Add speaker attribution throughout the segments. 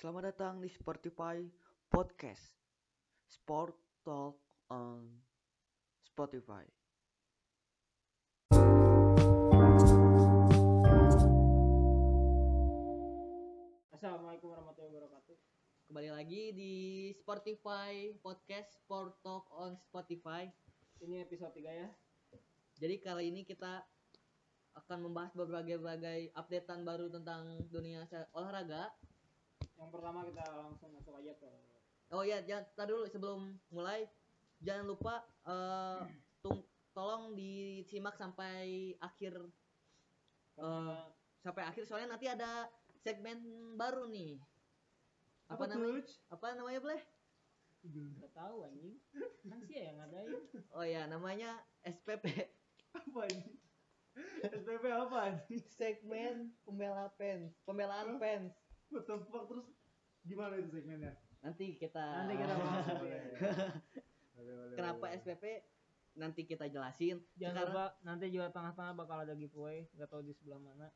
Speaker 1: Selamat datang di Spotify Podcast. Sport Talk on Spotify.
Speaker 2: Assalamualaikum warahmatullahi wabarakatuh.
Speaker 3: Kembali lagi di Spotify Podcast Sport Talk on Spotify.
Speaker 2: Ini episode 3 ya.
Speaker 3: Jadi kali ini kita akan membahas berbagai-bagai updatean baru tentang dunia se- olahraga.
Speaker 2: Yang pertama kita langsung masuk aja ke
Speaker 3: Oh iya, jangan tar dulu sebelum mulai jangan lupa eh, tung- tolong disimak sampai akhir Eh,
Speaker 2: karena
Speaker 3: sampai akhir soalnya nanti ada segmen baru nih. Apa,
Speaker 2: tuh,
Speaker 3: namanya?
Speaker 2: Luch?
Speaker 3: Apa namanya, Bleh?
Speaker 2: Nggak tahu anjing. Kan sih ya yang ngadain.
Speaker 3: Oh iya, namanya SPP.
Speaker 2: Apa anjing? SPP apa anjing?
Speaker 3: segmen pembela fans, pembelaan fans.
Speaker 2: What the fuck terus gimana itu segmennya?
Speaker 3: Nanti kita
Speaker 2: Nanti kita
Speaker 4: Ah,
Speaker 2: bahas.
Speaker 3: kenapa SPP nanti kita jelasin.
Speaker 5: Jangan
Speaker 3: Sekarang-
Speaker 5: lupa nanti juga tengah-tengah bakal ada giveaway, nggak tahu di sebelah mana.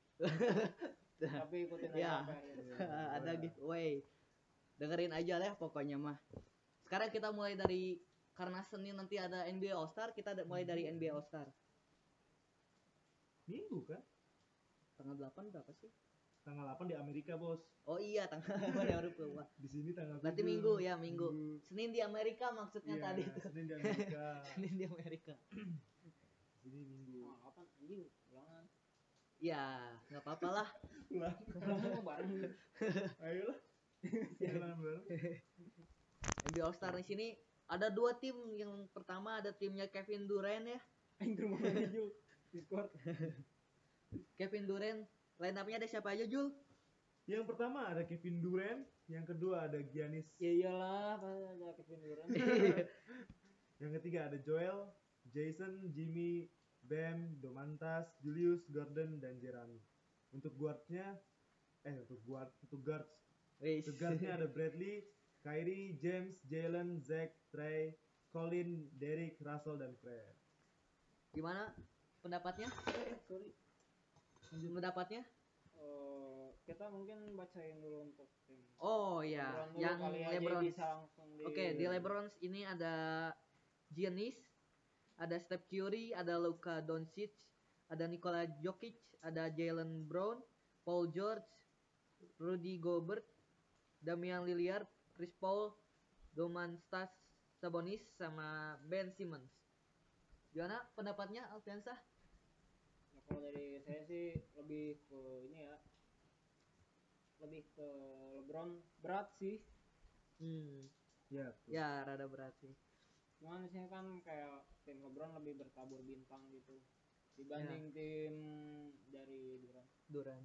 Speaker 2: Tapi ikutin aja
Speaker 3: Ya.
Speaker 2: sampai akhir.
Speaker 4: Iya,
Speaker 3: Ada giveaway. Dengerin aja lah pokoknya mah. Sekarang kita mulai dari karena Senin nanti ada NBA All Star, kita ada- mulai dari NBA All Star.
Speaker 4: Minggu kan?
Speaker 3: Tanggal 8 berapa sih?
Speaker 4: Tanggal 8 di Amerika, Bos.
Speaker 3: Oh iya, tanggal 8 ya baru keluar.
Speaker 4: Di sini tanggal
Speaker 3: Berarti
Speaker 4: tujuh.
Speaker 3: minggu ya, minggu. Senin di Amerika maksudnya
Speaker 4: Iya,
Speaker 3: tadi tuh.
Speaker 4: Senin di Amerika.
Speaker 3: Senin di Amerika.
Speaker 4: Di sini minggu.
Speaker 2: Wah, apa anjing? Jangan.
Speaker 3: Ya, nggak apa-apa lah.
Speaker 2: Kalau mau bareng.
Speaker 4: Ayolah. Jalan bareng.
Speaker 3: NBA All Star di sini ada dua tim. Yang pertama ada timnya Kevin Durant ya.
Speaker 2: Anjing mau maju. Discord.
Speaker 3: Kevin Durant. Line up-nya ada siapa aja, Jul?
Speaker 4: Yang pertama ada Kevin Durant, yang kedua ada Giannis,
Speaker 2: Ya
Speaker 3: Iya.
Speaker 2: iyalah, pas ada Kevin Durant.
Speaker 4: yang ketiga ada Joel, Jason, Jimmy, Bam, Domantas, Julius, Gordon, dan Jerami. Untuk guardnya, eh untuk guard, untuk guards,
Speaker 3: Wis.
Speaker 4: untuk guardnya ada Bradley, Kyrie, James, Jalen, Zach, Trey, Colin, Derek, Russell, dan Fred.
Speaker 3: Gimana pendapatnya?
Speaker 2: Eh, sorry.
Speaker 3: Pendapatnya?
Speaker 2: Eh, kita mungkin bacain dulu untuk tim.
Speaker 3: Oh ya,
Speaker 2: Lebron dulu
Speaker 3: yang
Speaker 2: kali aja
Speaker 3: LeBron.
Speaker 2: bisa langsung di-
Speaker 3: Oke, di LeBron ini ada Giannis, ada Steph Curry, ada Luka Doncic, ada Nikola Jokic, ada Jalen Brown, Paul George, Rudy Gobert, Damian Lillard, Chris Paul, Domantas Sabonis sama Ben Simmons. Gimana pendapatnya Alfiansa?
Speaker 2: Nah, kalau dari saya sih lebih ke ini ya. Lebih ke LeBron berat sih.
Speaker 3: Hmm,
Speaker 4: Ya, betul.
Speaker 3: ya rada berat sih.
Speaker 2: Cuman di sini kan kayak tim LeBron lebih bertabur bintang gitu dibanding
Speaker 3: Iya.
Speaker 2: tim dari Durant.
Speaker 3: Duran.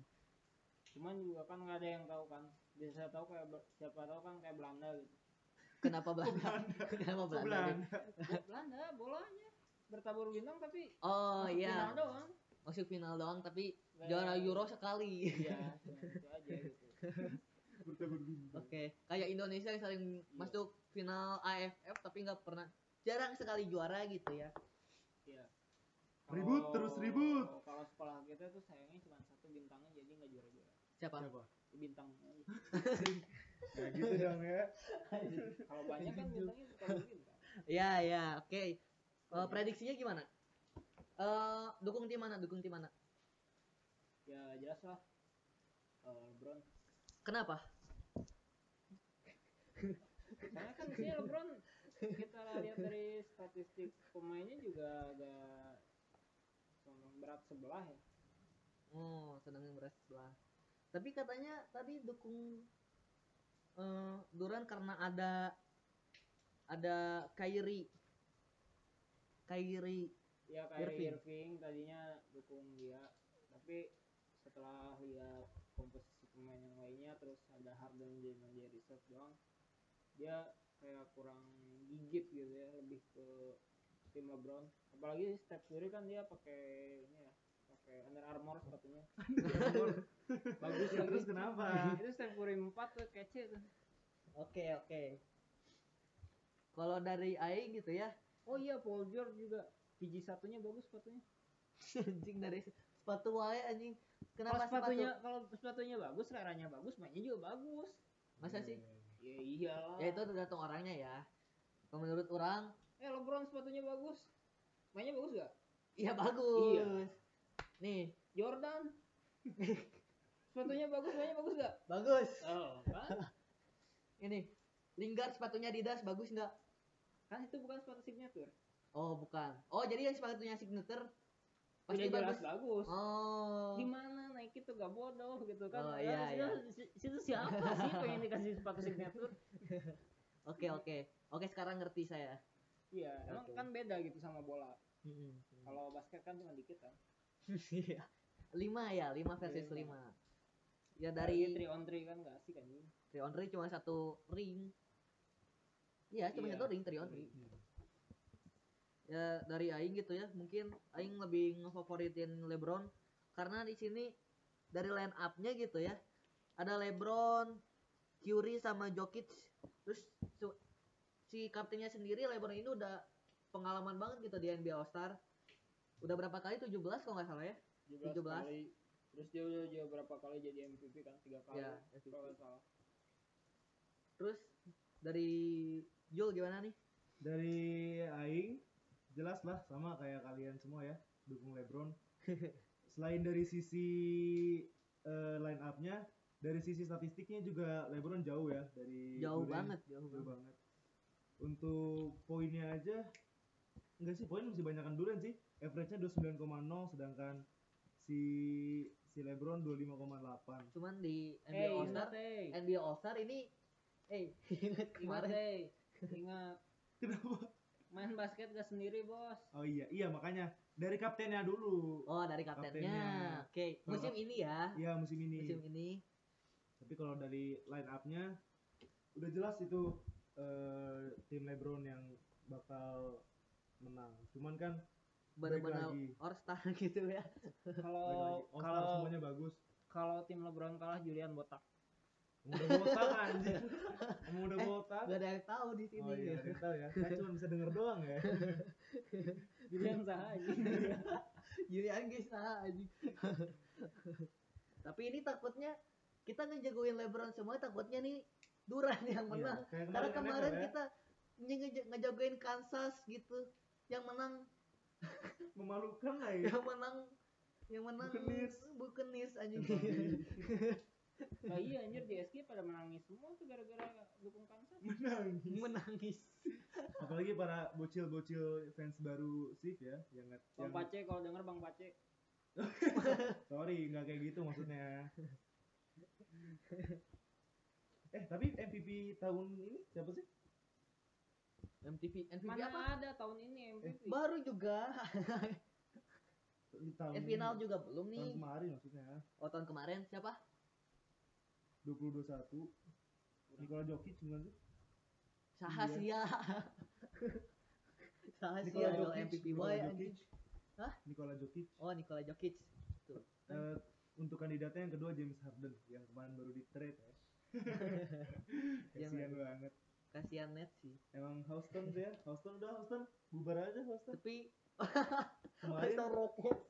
Speaker 2: Cuman juga kan nggak ada yang tahu kan. Bisa tahu kayak ber- siapa tahu kan kayak Belanda gitu.
Speaker 3: Kenapa Belanda? Kenapa
Speaker 4: Ke
Speaker 3: Belanda? Dik?
Speaker 4: Belanda.
Speaker 2: Buat Belanda bolanya bertabur bintang tapi
Speaker 3: Oh
Speaker 2: masuk
Speaker 3: iya,
Speaker 2: final doang.
Speaker 3: masuk final doang tapi
Speaker 2: Kayak-
Speaker 3: juara Euro sekali.
Speaker 2: Iya, cuma itu aja gitu.
Speaker 4: Bertabur bintang.
Speaker 3: Oke, kayak Indonesia yang sering masuk final AFF tapi nggak pernah jarang sekali juara gitu ya.
Speaker 2: Iya.
Speaker 4: Ribut
Speaker 2: Kalau-
Speaker 4: terus ribut.
Speaker 2: Kalau sekolah kita tuh sayangnya cuma satu bintangnya jadi nggak juara-juara.
Speaker 3: Siapa?
Speaker 4: Siapa?
Speaker 2: Bintang.
Speaker 4: Ya gitu dong ya.
Speaker 2: Kalau banyak kan bintangnya suka bintang.
Speaker 3: Iya, iya, oke. Eh, prediksinya gimana? Eh, dukung tim mana? Dukung tim mana?
Speaker 2: Ya jelas lah. Eh, LeBron.
Speaker 3: Kenapa?
Speaker 2: Karena kan sih LeBron kita lihat dari statistik pemainnya juga agak sombong berat sebelah ya.
Speaker 3: Oh, sedang berat sebelah. Tapi katanya tadi dukung eh Duran karena ada ada Kyrie. Kyrie.
Speaker 2: Ya kayak
Speaker 3: Irving.
Speaker 2: Irving. tadinya dukung dia, tapi setelah lihat komposisi pemain yang lainnya terus ada Harden jadi dia reserve doang, dia kayak kurang gigit gitu ya, lebih ke tim LeBron. Apalagi Steph Curry kan dia pakai ini ya, pakai Under Armour sepatunya. bagus
Speaker 4: Ya,
Speaker 2: bagus.
Speaker 4: terus kenapa?
Speaker 2: Itu Steph Curry 4 tuh kece tuh.
Speaker 3: Oke, oke. Kalau dari Aing gitu ya,
Speaker 2: Oh iya Paul George juga biji satunya bagus sepatunya.
Speaker 3: anjing dari sepatu wae anjing
Speaker 2: Kalau
Speaker 3: kenapa sepatu
Speaker 2: sepatunya kalau sepatunya bagus, raranya bagus, mainnya juga bagus.
Speaker 3: Masa sih?
Speaker 2: Ya iyalah.
Speaker 3: Ya itu tergantung orangnya ya. Kalau menurut orang,
Speaker 2: Eh LeBron sepatunya bagus. Mainnya bagus gak?
Speaker 3: iya bagus.
Speaker 2: Iya.
Speaker 3: Nih,
Speaker 2: Jordan. sepatunya bagus, mainnya bagus gak?
Speaker 3: bagus.
Speaker 2: Oh, kan?
Speaker 3: Ini, Lingard sepatunya Adidas bagus nggak?
Speaker 2: kan itu bukan sepatu signature.
Speaker 3: Oh bukan. Oh jadi yang sepatunya signature
Speaker 2: Udah
Speaker 3: pasti
Speaker 2: jelas
Speaker 3: bagus.
Speaker 2: bagus.
Speaker 3: Oh.
Speaker 2: Di mana Nike tuh gak bodoh gitu kan?
Speaker 3: Oh,
Speaker 2: Eh,
Speaker 3: iya,
Speaker 2: si-
Speaker 3: iya.
Speaker 2: si- Situ siapa sih pengen dikasih sepatu signature?
Speaker 3: Oke oke oke sekarang ngerti saya.
Speaker 2: Iya, emang
Speaker 3: Oke.
Speaker 2: kan beda gitu sama bola.
Speaker 3: Kalau-
Speaker 2: Kalau basket kan cuma dikit kan.
Speaker 3: hmm. Iya. lima ya lima versus
Speaker 2: Iya.
Speaker 3: lima. Ya
Speaker 2: Apalagi
Speaker 3: dari
Speaker 2: three on three kan gak asik kan ini.
Speaker 3: three on three cuma satu ring. Iya cuma
Speaker 2: Iya,
Speaker 3: satu ring three on three. Ya dari Aing gitu ya mungkin Aing lebih ngefavoritin LeBron karena di sini dari line up-nya gitu ya ada LeBron, Curry sama Jokic terus su- si kaptennya sendiri LeBron ini udah pengalaman banget gitu di NBA All Star udah berapa kali 17 kalau nggak salah ya
Speaker 2: 17,
Speaker 3: 17.
Speaker 2: kali. Terus dia udah dia berapa kali jadi MVP kan? Tiga kali.
Speaker 3: Ya,
Speaker 2: Kalau nggak salah.
Speaker 3: terus dari Jul gimana nih
Speaker 4: dari Aing jelas lah sama kayak kalian semua ya dukung LeBron selain dari sisi eh, line up-nya dari sisi statistiknya juga LeBron jauh ya dari
Speaker 3: jauh
Speaker 4: Durant.
Speaker 3: banget jauh
Speaker 4: Jauh
Speaker 3: banget
Speaker 4: banget untuk poinnya aja enggak sih poin masih banyakan Durant sih average-nya 29,0 sedangkan si si LeBron 25,8
Speaker 3: cuman di NBA
Speaker 2: Eh,
Speaker 3: All Star
Speaker 2: ingat, eh.
Speaker 3: NBA All Star ini eh ingat
Speaker 2: Ingat,
Speaker 3: kemarin
Speaker 2: eh. Ingat.
Speaker 4: kenapa
Speaker 2: Main basket gak sendiri, Bos.
Speaker 4: oh iya iya makanya dari kaptennya dulu
Speaker 3: oh dari kaptennya
Speaker 4: Kaptennya.
Speaker 3: oke musim ini ya
Speaker 4: Iya musim ini
Speaker 3: musim ini
Speaker 4: Tapi kalau dari line up-nya udah jelas itu eh, tim LeBron yang bakal menang. Cuman kan Balik
Speaker 3: benar-benar
Speaker 4: lagi.
Speaker 3: All Star gitu ya
Speaker 4: balik
Speaker 2: Kalau
Speaker 4: lagi All Star
Speaker 2: kalau
Speaker 4: semuanya bagus.
Speaker 2: kalau tim LeBron kalah Julian botak.
Speaker 4: Emang Udah botak anjir. Emang udah
Speaker 3: Eh,
Speaker 4: botak.
Speaker 3: Gak ada yang tahu di sini.
Speaker 4: Oh iya, ada yang tahu ya. Saya cuma bisa denger doang
Speaker 3: Iya.
Speaker 4: ya.
Speaker 2: Julian iya. Sahaji.
Speaker 3: Julian guys nah anjing. Tapi ini takutnya kita ngejagoin LeBron semua takutnya nih Duran yang
Speaker 4: Iya,
Speaker 3: menang.
Speaker 4: kayak
Speaker 3: Karena
Speaker 4: kan
Speaker 3: kemarin
Speaker 4: NFL ya,
Speaker 3: kita nge- nge- ngejagoin Kansas gitu. Yang menang
Speaker 4: memalukan lah ya.
Speaker 3: yang menang yang menang
Speaker 4: Buccaneers.
Speaker 3: Buccaneers, anjing.
Speaker 2: Lah iya anjir JSG pada menangis semua tuh gara-gara dukung Kansas.
Speaker 4: Menangis.
Speaker 3: Menangis.
Speaker 4: Apalagi para bocil-bocil fans baru Sif ya yang,
Speaker 2: Bang
Speaker 4: yang
Speaker 2: Pace kalau denger Bang Pace.
Speaker 4: Sorry, nggak kayak gitu maksudnya. eh, tapi MVP tahun ini siapa sih?
Speaker 3: MTV MVP
Speaker 2: Mana
Speaker 3: apa?
Speaker 2: ada tahun ini
Speaker 4: Eh,
Speaker 2: MVP.
Speaker 3: Baru juga.
Speaker 4: Di Tahun
Speaker 3: Eh,
Speaker 4: ini.
Speaker 3: final juga belum nih.
Speaker 4: Tahun kemarin maksudnya.
Speaker 3: Oh tahun kemarin siapa?
Speaker 4: 2021. Nikola Jokic bukan sih?
Speaker 3: Sahasia. Sahasia
Speaker 4: Iya. Nikola
Speaker 3: kalau
Speaker 4: Jokic,
Speaker 3: MVP
Speaker 4: Nikola
Speaker 3: boy
Speaker 4: Jokic.
Speaker 3: anjing. Hah?
Speaker 4: Nikola Jokic.
Speaker 3: Oh Nikola Jokic.
Speaker 4: Eh, untuk kandidatnya yang kedua James Harden yang kemarin baru di trade ya. Kasian
Speaker 3: Harden.
Speaker 4: banget.
Speaker 3: Kasihan net sih.
Speaker 4: Emang Houston tuh ya, Houston udah Houston bubar aja Houston.
Speaker 3: Tapi
Speaker 4: Kemarin
Speaker 3: Houston Rockets.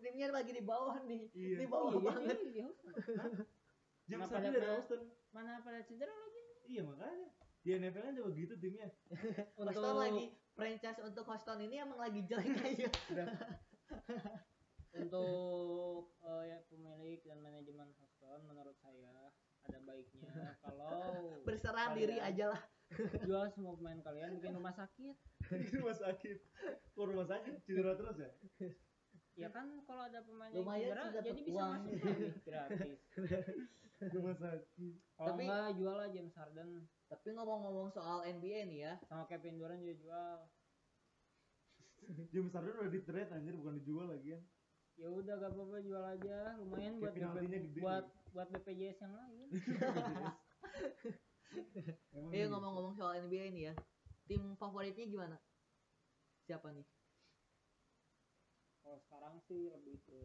Speaker 3: Timnya lagi di bawah nih.
Speaker 4: iya.
Speaker 3: Di bawah
Speaker 2: Iya,
Speaker 3: banget.
Speaker 2: iya, iya.
Speaker 4: James
Speaker 2: Kenapa
Speaker 4: Harden
Speaker 2: dia
Speaker 4: dari
Speaker 2: pernah-
Speaker 4: Houston.
Speaker 2: Mana pada cedera lagi?
Speaker 4: Iya makanya. Di NFL kan juga gitu timnya.
Speaker 3: Houston lagi franchise untuk Houston ini emang lagi jelek aja.
Speaker 2: untuk eh, ya, pemilik dan manajemen Houston menurut saya ada baiknya kalau
Speaker 3: Berserah
Speaker 2: Kalian.
Speaker 3: diri aja lah.
Speaker 2: jual semua pemain kalian bikin rumah sakit
Speaker 4: Di rumah sakit. Kok rumah sakit? Cedera terus ya?
Speaker 2: ya kan kalau ada pemain yang
Speaker 3: Iya. Lumayan
Speaker 2: cedera
Speaker 3: sih dapat
Speaker 2: jadi bisa
Speaker 3: uang.
Speaker 2: masuk lagi gratis
Speaker 4: rumah sakit
Speaker 2: kalau
Speaker 3: Tapi-
Speaker 2: enggak jual lah James Harden
Speaker 3: Tapi ngomong-ngomong soal NBA nih ya.
Speaker 2: sama Kevin Durant juga jual
Speaker 4: James Harden udah di trade anjir bukan dijual lagi kan
Speaker 2: ya udah gak apa-apa jual aja lumayan buat
Speaker 4: Kayak penaltinya
Speaker 2: BP
Speaker 4: gede
Speaker 2: buat buat BPJS yang lain
Speaker 4: Emang
Speaker 3: Eh
Speaker 4: gitu.
Speaker 3: ngomong-ngomong soal NBA ini ya. Tim favoritnya gimana? Siapa nih?
Speaker 2: kalau sekarang sih lebih ke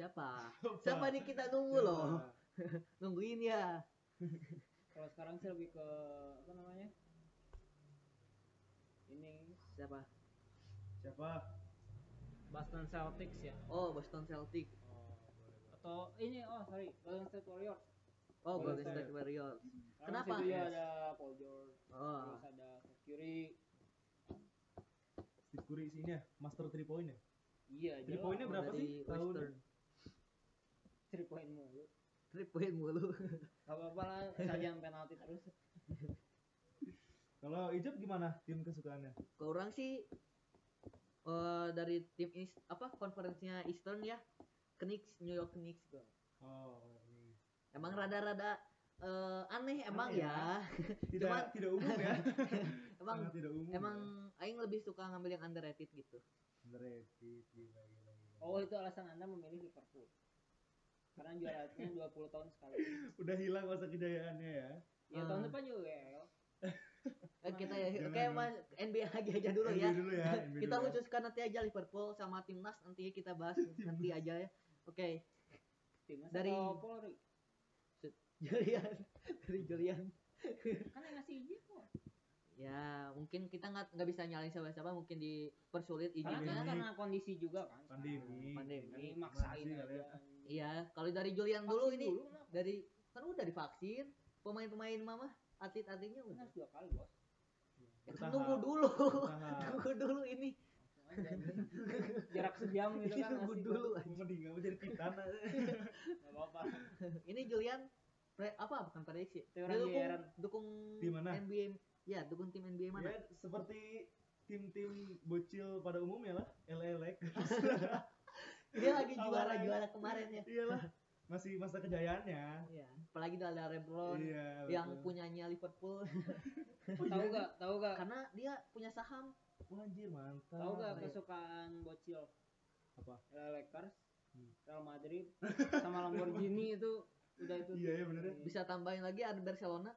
Speaker 3: Siapa? Siapa nih kita nunggu
Speaker 4: Siapa?
Speaker 3: loh. Nungguin ya.
Speaker 2: kalau sekarang sih lebih ke apa namanya ini
Speaker 3: Siapa?
Speaker 4: siapa
Speaker 2: Boston Celtics ya
Speaker 3: Oh Boston Celtics.
Speaker 4: oh, boleh, boleh.
Speaker 2: atau ini oh sorry Golden State Warriors
Speaker 3: Oh,
Speaker 4: Golden
Speaker 3: Golden State
Speaker 4: State.
Speaker 3: Warriors.
Speaker 2: Karena
Speaker 3: Kenapa?
Speaker 2: di situ ya
Speaker 4: Yes.
Speaker 2: ada Paul George
Speaker 3: Oh,
Speaker 2: terus ada Steph Curry
Speaker 4: Steve Curry isinya master 3 point ya.
Speaker 2: iya
Speaker 4: Three
Speaker 2: jelas.
Speaker 4: point-nya berapa
Speaker 3: dari
Speaker 4: sih tahun?
Speaker 3: Western.
Speaker 2: three point mulu
Speaker 3: Three point mulu.
Speaker 2: gak apa-apa lah sajian penalti terus
Speaker 4: Kalau Ijab gimana tim kesukaannya?
Speaker 3: Kalau orang sih eh dari tim East, apa konferensinya Eastern ya, Knicks, New York Knicks. gua.
Speaker 4: Oh, ini.
Speaker 3: Emang rada-rada eh, aneh emang
Speaker 4: Aneh
Speaker 3: ya.
Speaker 4: tidak
Speaker 3: Cuman-
Speaker 4: tidak umum ya.
Speaker 3: emang
Speaker 4: Sangat tidak umum.
Speaker 3: emang aing lebih suka ngambil yang underrated gitu.
Speaker 4: ya. underrated gila gila. gila.
Speaker 2: oh itu alasan anda memilih Liverpool karena juaranya 20 tahun sekali
Speaker 4: Udah hilang masa kejayaannya ya.
Speaker 2: ya
Speaker 3: Ah.
Speaker 2: tahun depan juga ya
Speaker 3: Eh, kita ya,
Speaker 4: Jangan,
Speaker 3: oke mas NBA lagi aja dulu
Speaker 4: NBA
Speaker 3: ya.
Speaker 4: Dulu ya NBA
Speaker 3: Kita
Speaker 4: dulu ya.
Speaker 3: khususkan nanti aja Liverpool sama timnas nanti kita bahas nanti aja ya. Oke,
Speaker 2: timnas
Speaker 3: Dari-
Speaker 2: atau Polri
Speaker 3: Julian dari Julian.
Speaker 2: kan yang ngasih izin kok
Speaker 3: Ya mungkin kita nggak nggak bisa nyalain siapa-siapa mungkin dipersulit
Speaker 2: karena
Speaker 4: Pandemi.
Speaker 2: kan
Speaker 3: izinnya.
Speaker 2: karena kondisi juga kan
Speaker 4: pandemi.
Speaker 3: Pandemi,
Speaker 2: ini maksain
Speaker 4: Masih kali ya.
Speaker 2: aja
Speaker 3: Iya, kalau dari Julian dulu
Speaker 2: Vaksin
Speaker 3: ini
Speaker 2: dulu kenapa?
Speaker 3: dari kan udah divaksin pemain-pemain mama atlet-atletnya
Speaker 2: Kan
Speaker 3: udah
Speaker 2: harus dua kali bos
Speaker 3: ya, kan
Speaker 4: Bertahap.
Speaker 3: tunggu dulu
Speaker 4: Bertahap.
Speaker 3: tunggu dulu ini
Speaker 2: jarak sejam gitu kan
Speaker 3: tunggu
Speaker 2: ngasih
Speaker 3: dulu
Speaker 4: Gua Mending gak mau jadi titan.
Speaker 2: Gak apa-apa
Speaker 3: ini Julian pre, apa bukan prediksi
Speaker 2: Teori
Speaker 3: Dia dukung
Speaker 2: Aaron.
Speaker 3: dukung
Speaker 4: Tim mana?
Speaker 3: NBA ya dukung tim NBA mana
Speaker 4: Ya seperti tim-tim bocil pada umumnya lah, elek-elek.
Speaker 3: dia lagi
Speaker 4: Awalnya.
Speaker 3: juara juara kemarin ya
Speaker 4: Iyalah, Iya masih masa kejayaannya.
Speaker 3: Iya, apalagi ada LeBron
Speaker 4: Iya.
Speaker 3: Oh, yang
Speaker 4: betul.
Speaker 3: punyanya Liverpool
Speaker 2: tahu gak tahu gak
Speaker 3: karena dia punya saham
Speaker 4: Wah, anjir mantap.
Speaker 2: tahu gak
Speaker 3: Apa ya?
Speaker 2: kesukaan bocil
Speaker 4: Apa?
Speaker 2: LA Lakers
Speaker 4: Hmm.
Speaker 2: Real Madrid sama Lamborghini itu udah itu
Speaker 4: Iya ya bener ya.
Speaker 3: bisa tambahin lagi ada Barcelona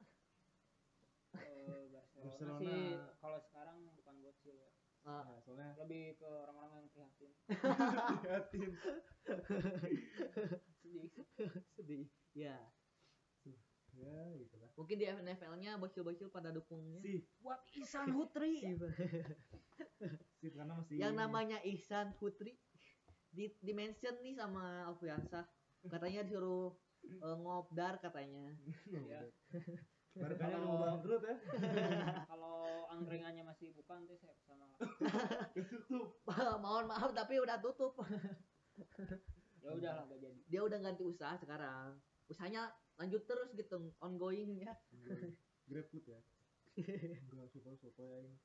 Speaker 2: eh, Barcelona,
Speaker 4: Barcelona.
Speaker 2: sih kalau sekarang bukan bocil ya
Speaker 3: Eh,
Speaker 4: Nah, soalnya
Speaker 2: lebih ke orang-orang yang prihatin
Speaker 4: prihatin.
Speaker 2: sedih
Speaker 3: sedih ya
Speaker 4: Ya, gitu lah.
Speaker 3: mungkin di NFL-nya bocil-bocil pada dukungnya
Speaker 4: Sih,
Speaker 2: buat Ihsan
Speaker 4: Iya.
Speaker 2: Putri
Speaker 4: sih karena masih
Speaker 3: yang namanya Ihsan Putri di dimension nih sama Alfiansyah katanya disuruh eh, ngobdar katanya
Speaker 4: Iya.
Speaker 2: ya.
Speaker 4: Barkanya udah
Speaker 2: Kalau-
Speaker 4: mau bangkrut ya.
Speaker 2: Nah, kalau angkringannya masih bukan tuh saya sama
Speaker 4: Tutup.
Speaker 3: mohon maaf tapi udah tutup
Speaker 2: ya udahlah gak jadi
Speaker 3: dia udah ganti usaha sekarang usahanya lanjut terus gitu ongoing ya
Speaker 4: Grabfood ya. Enggak soto soto ya ini.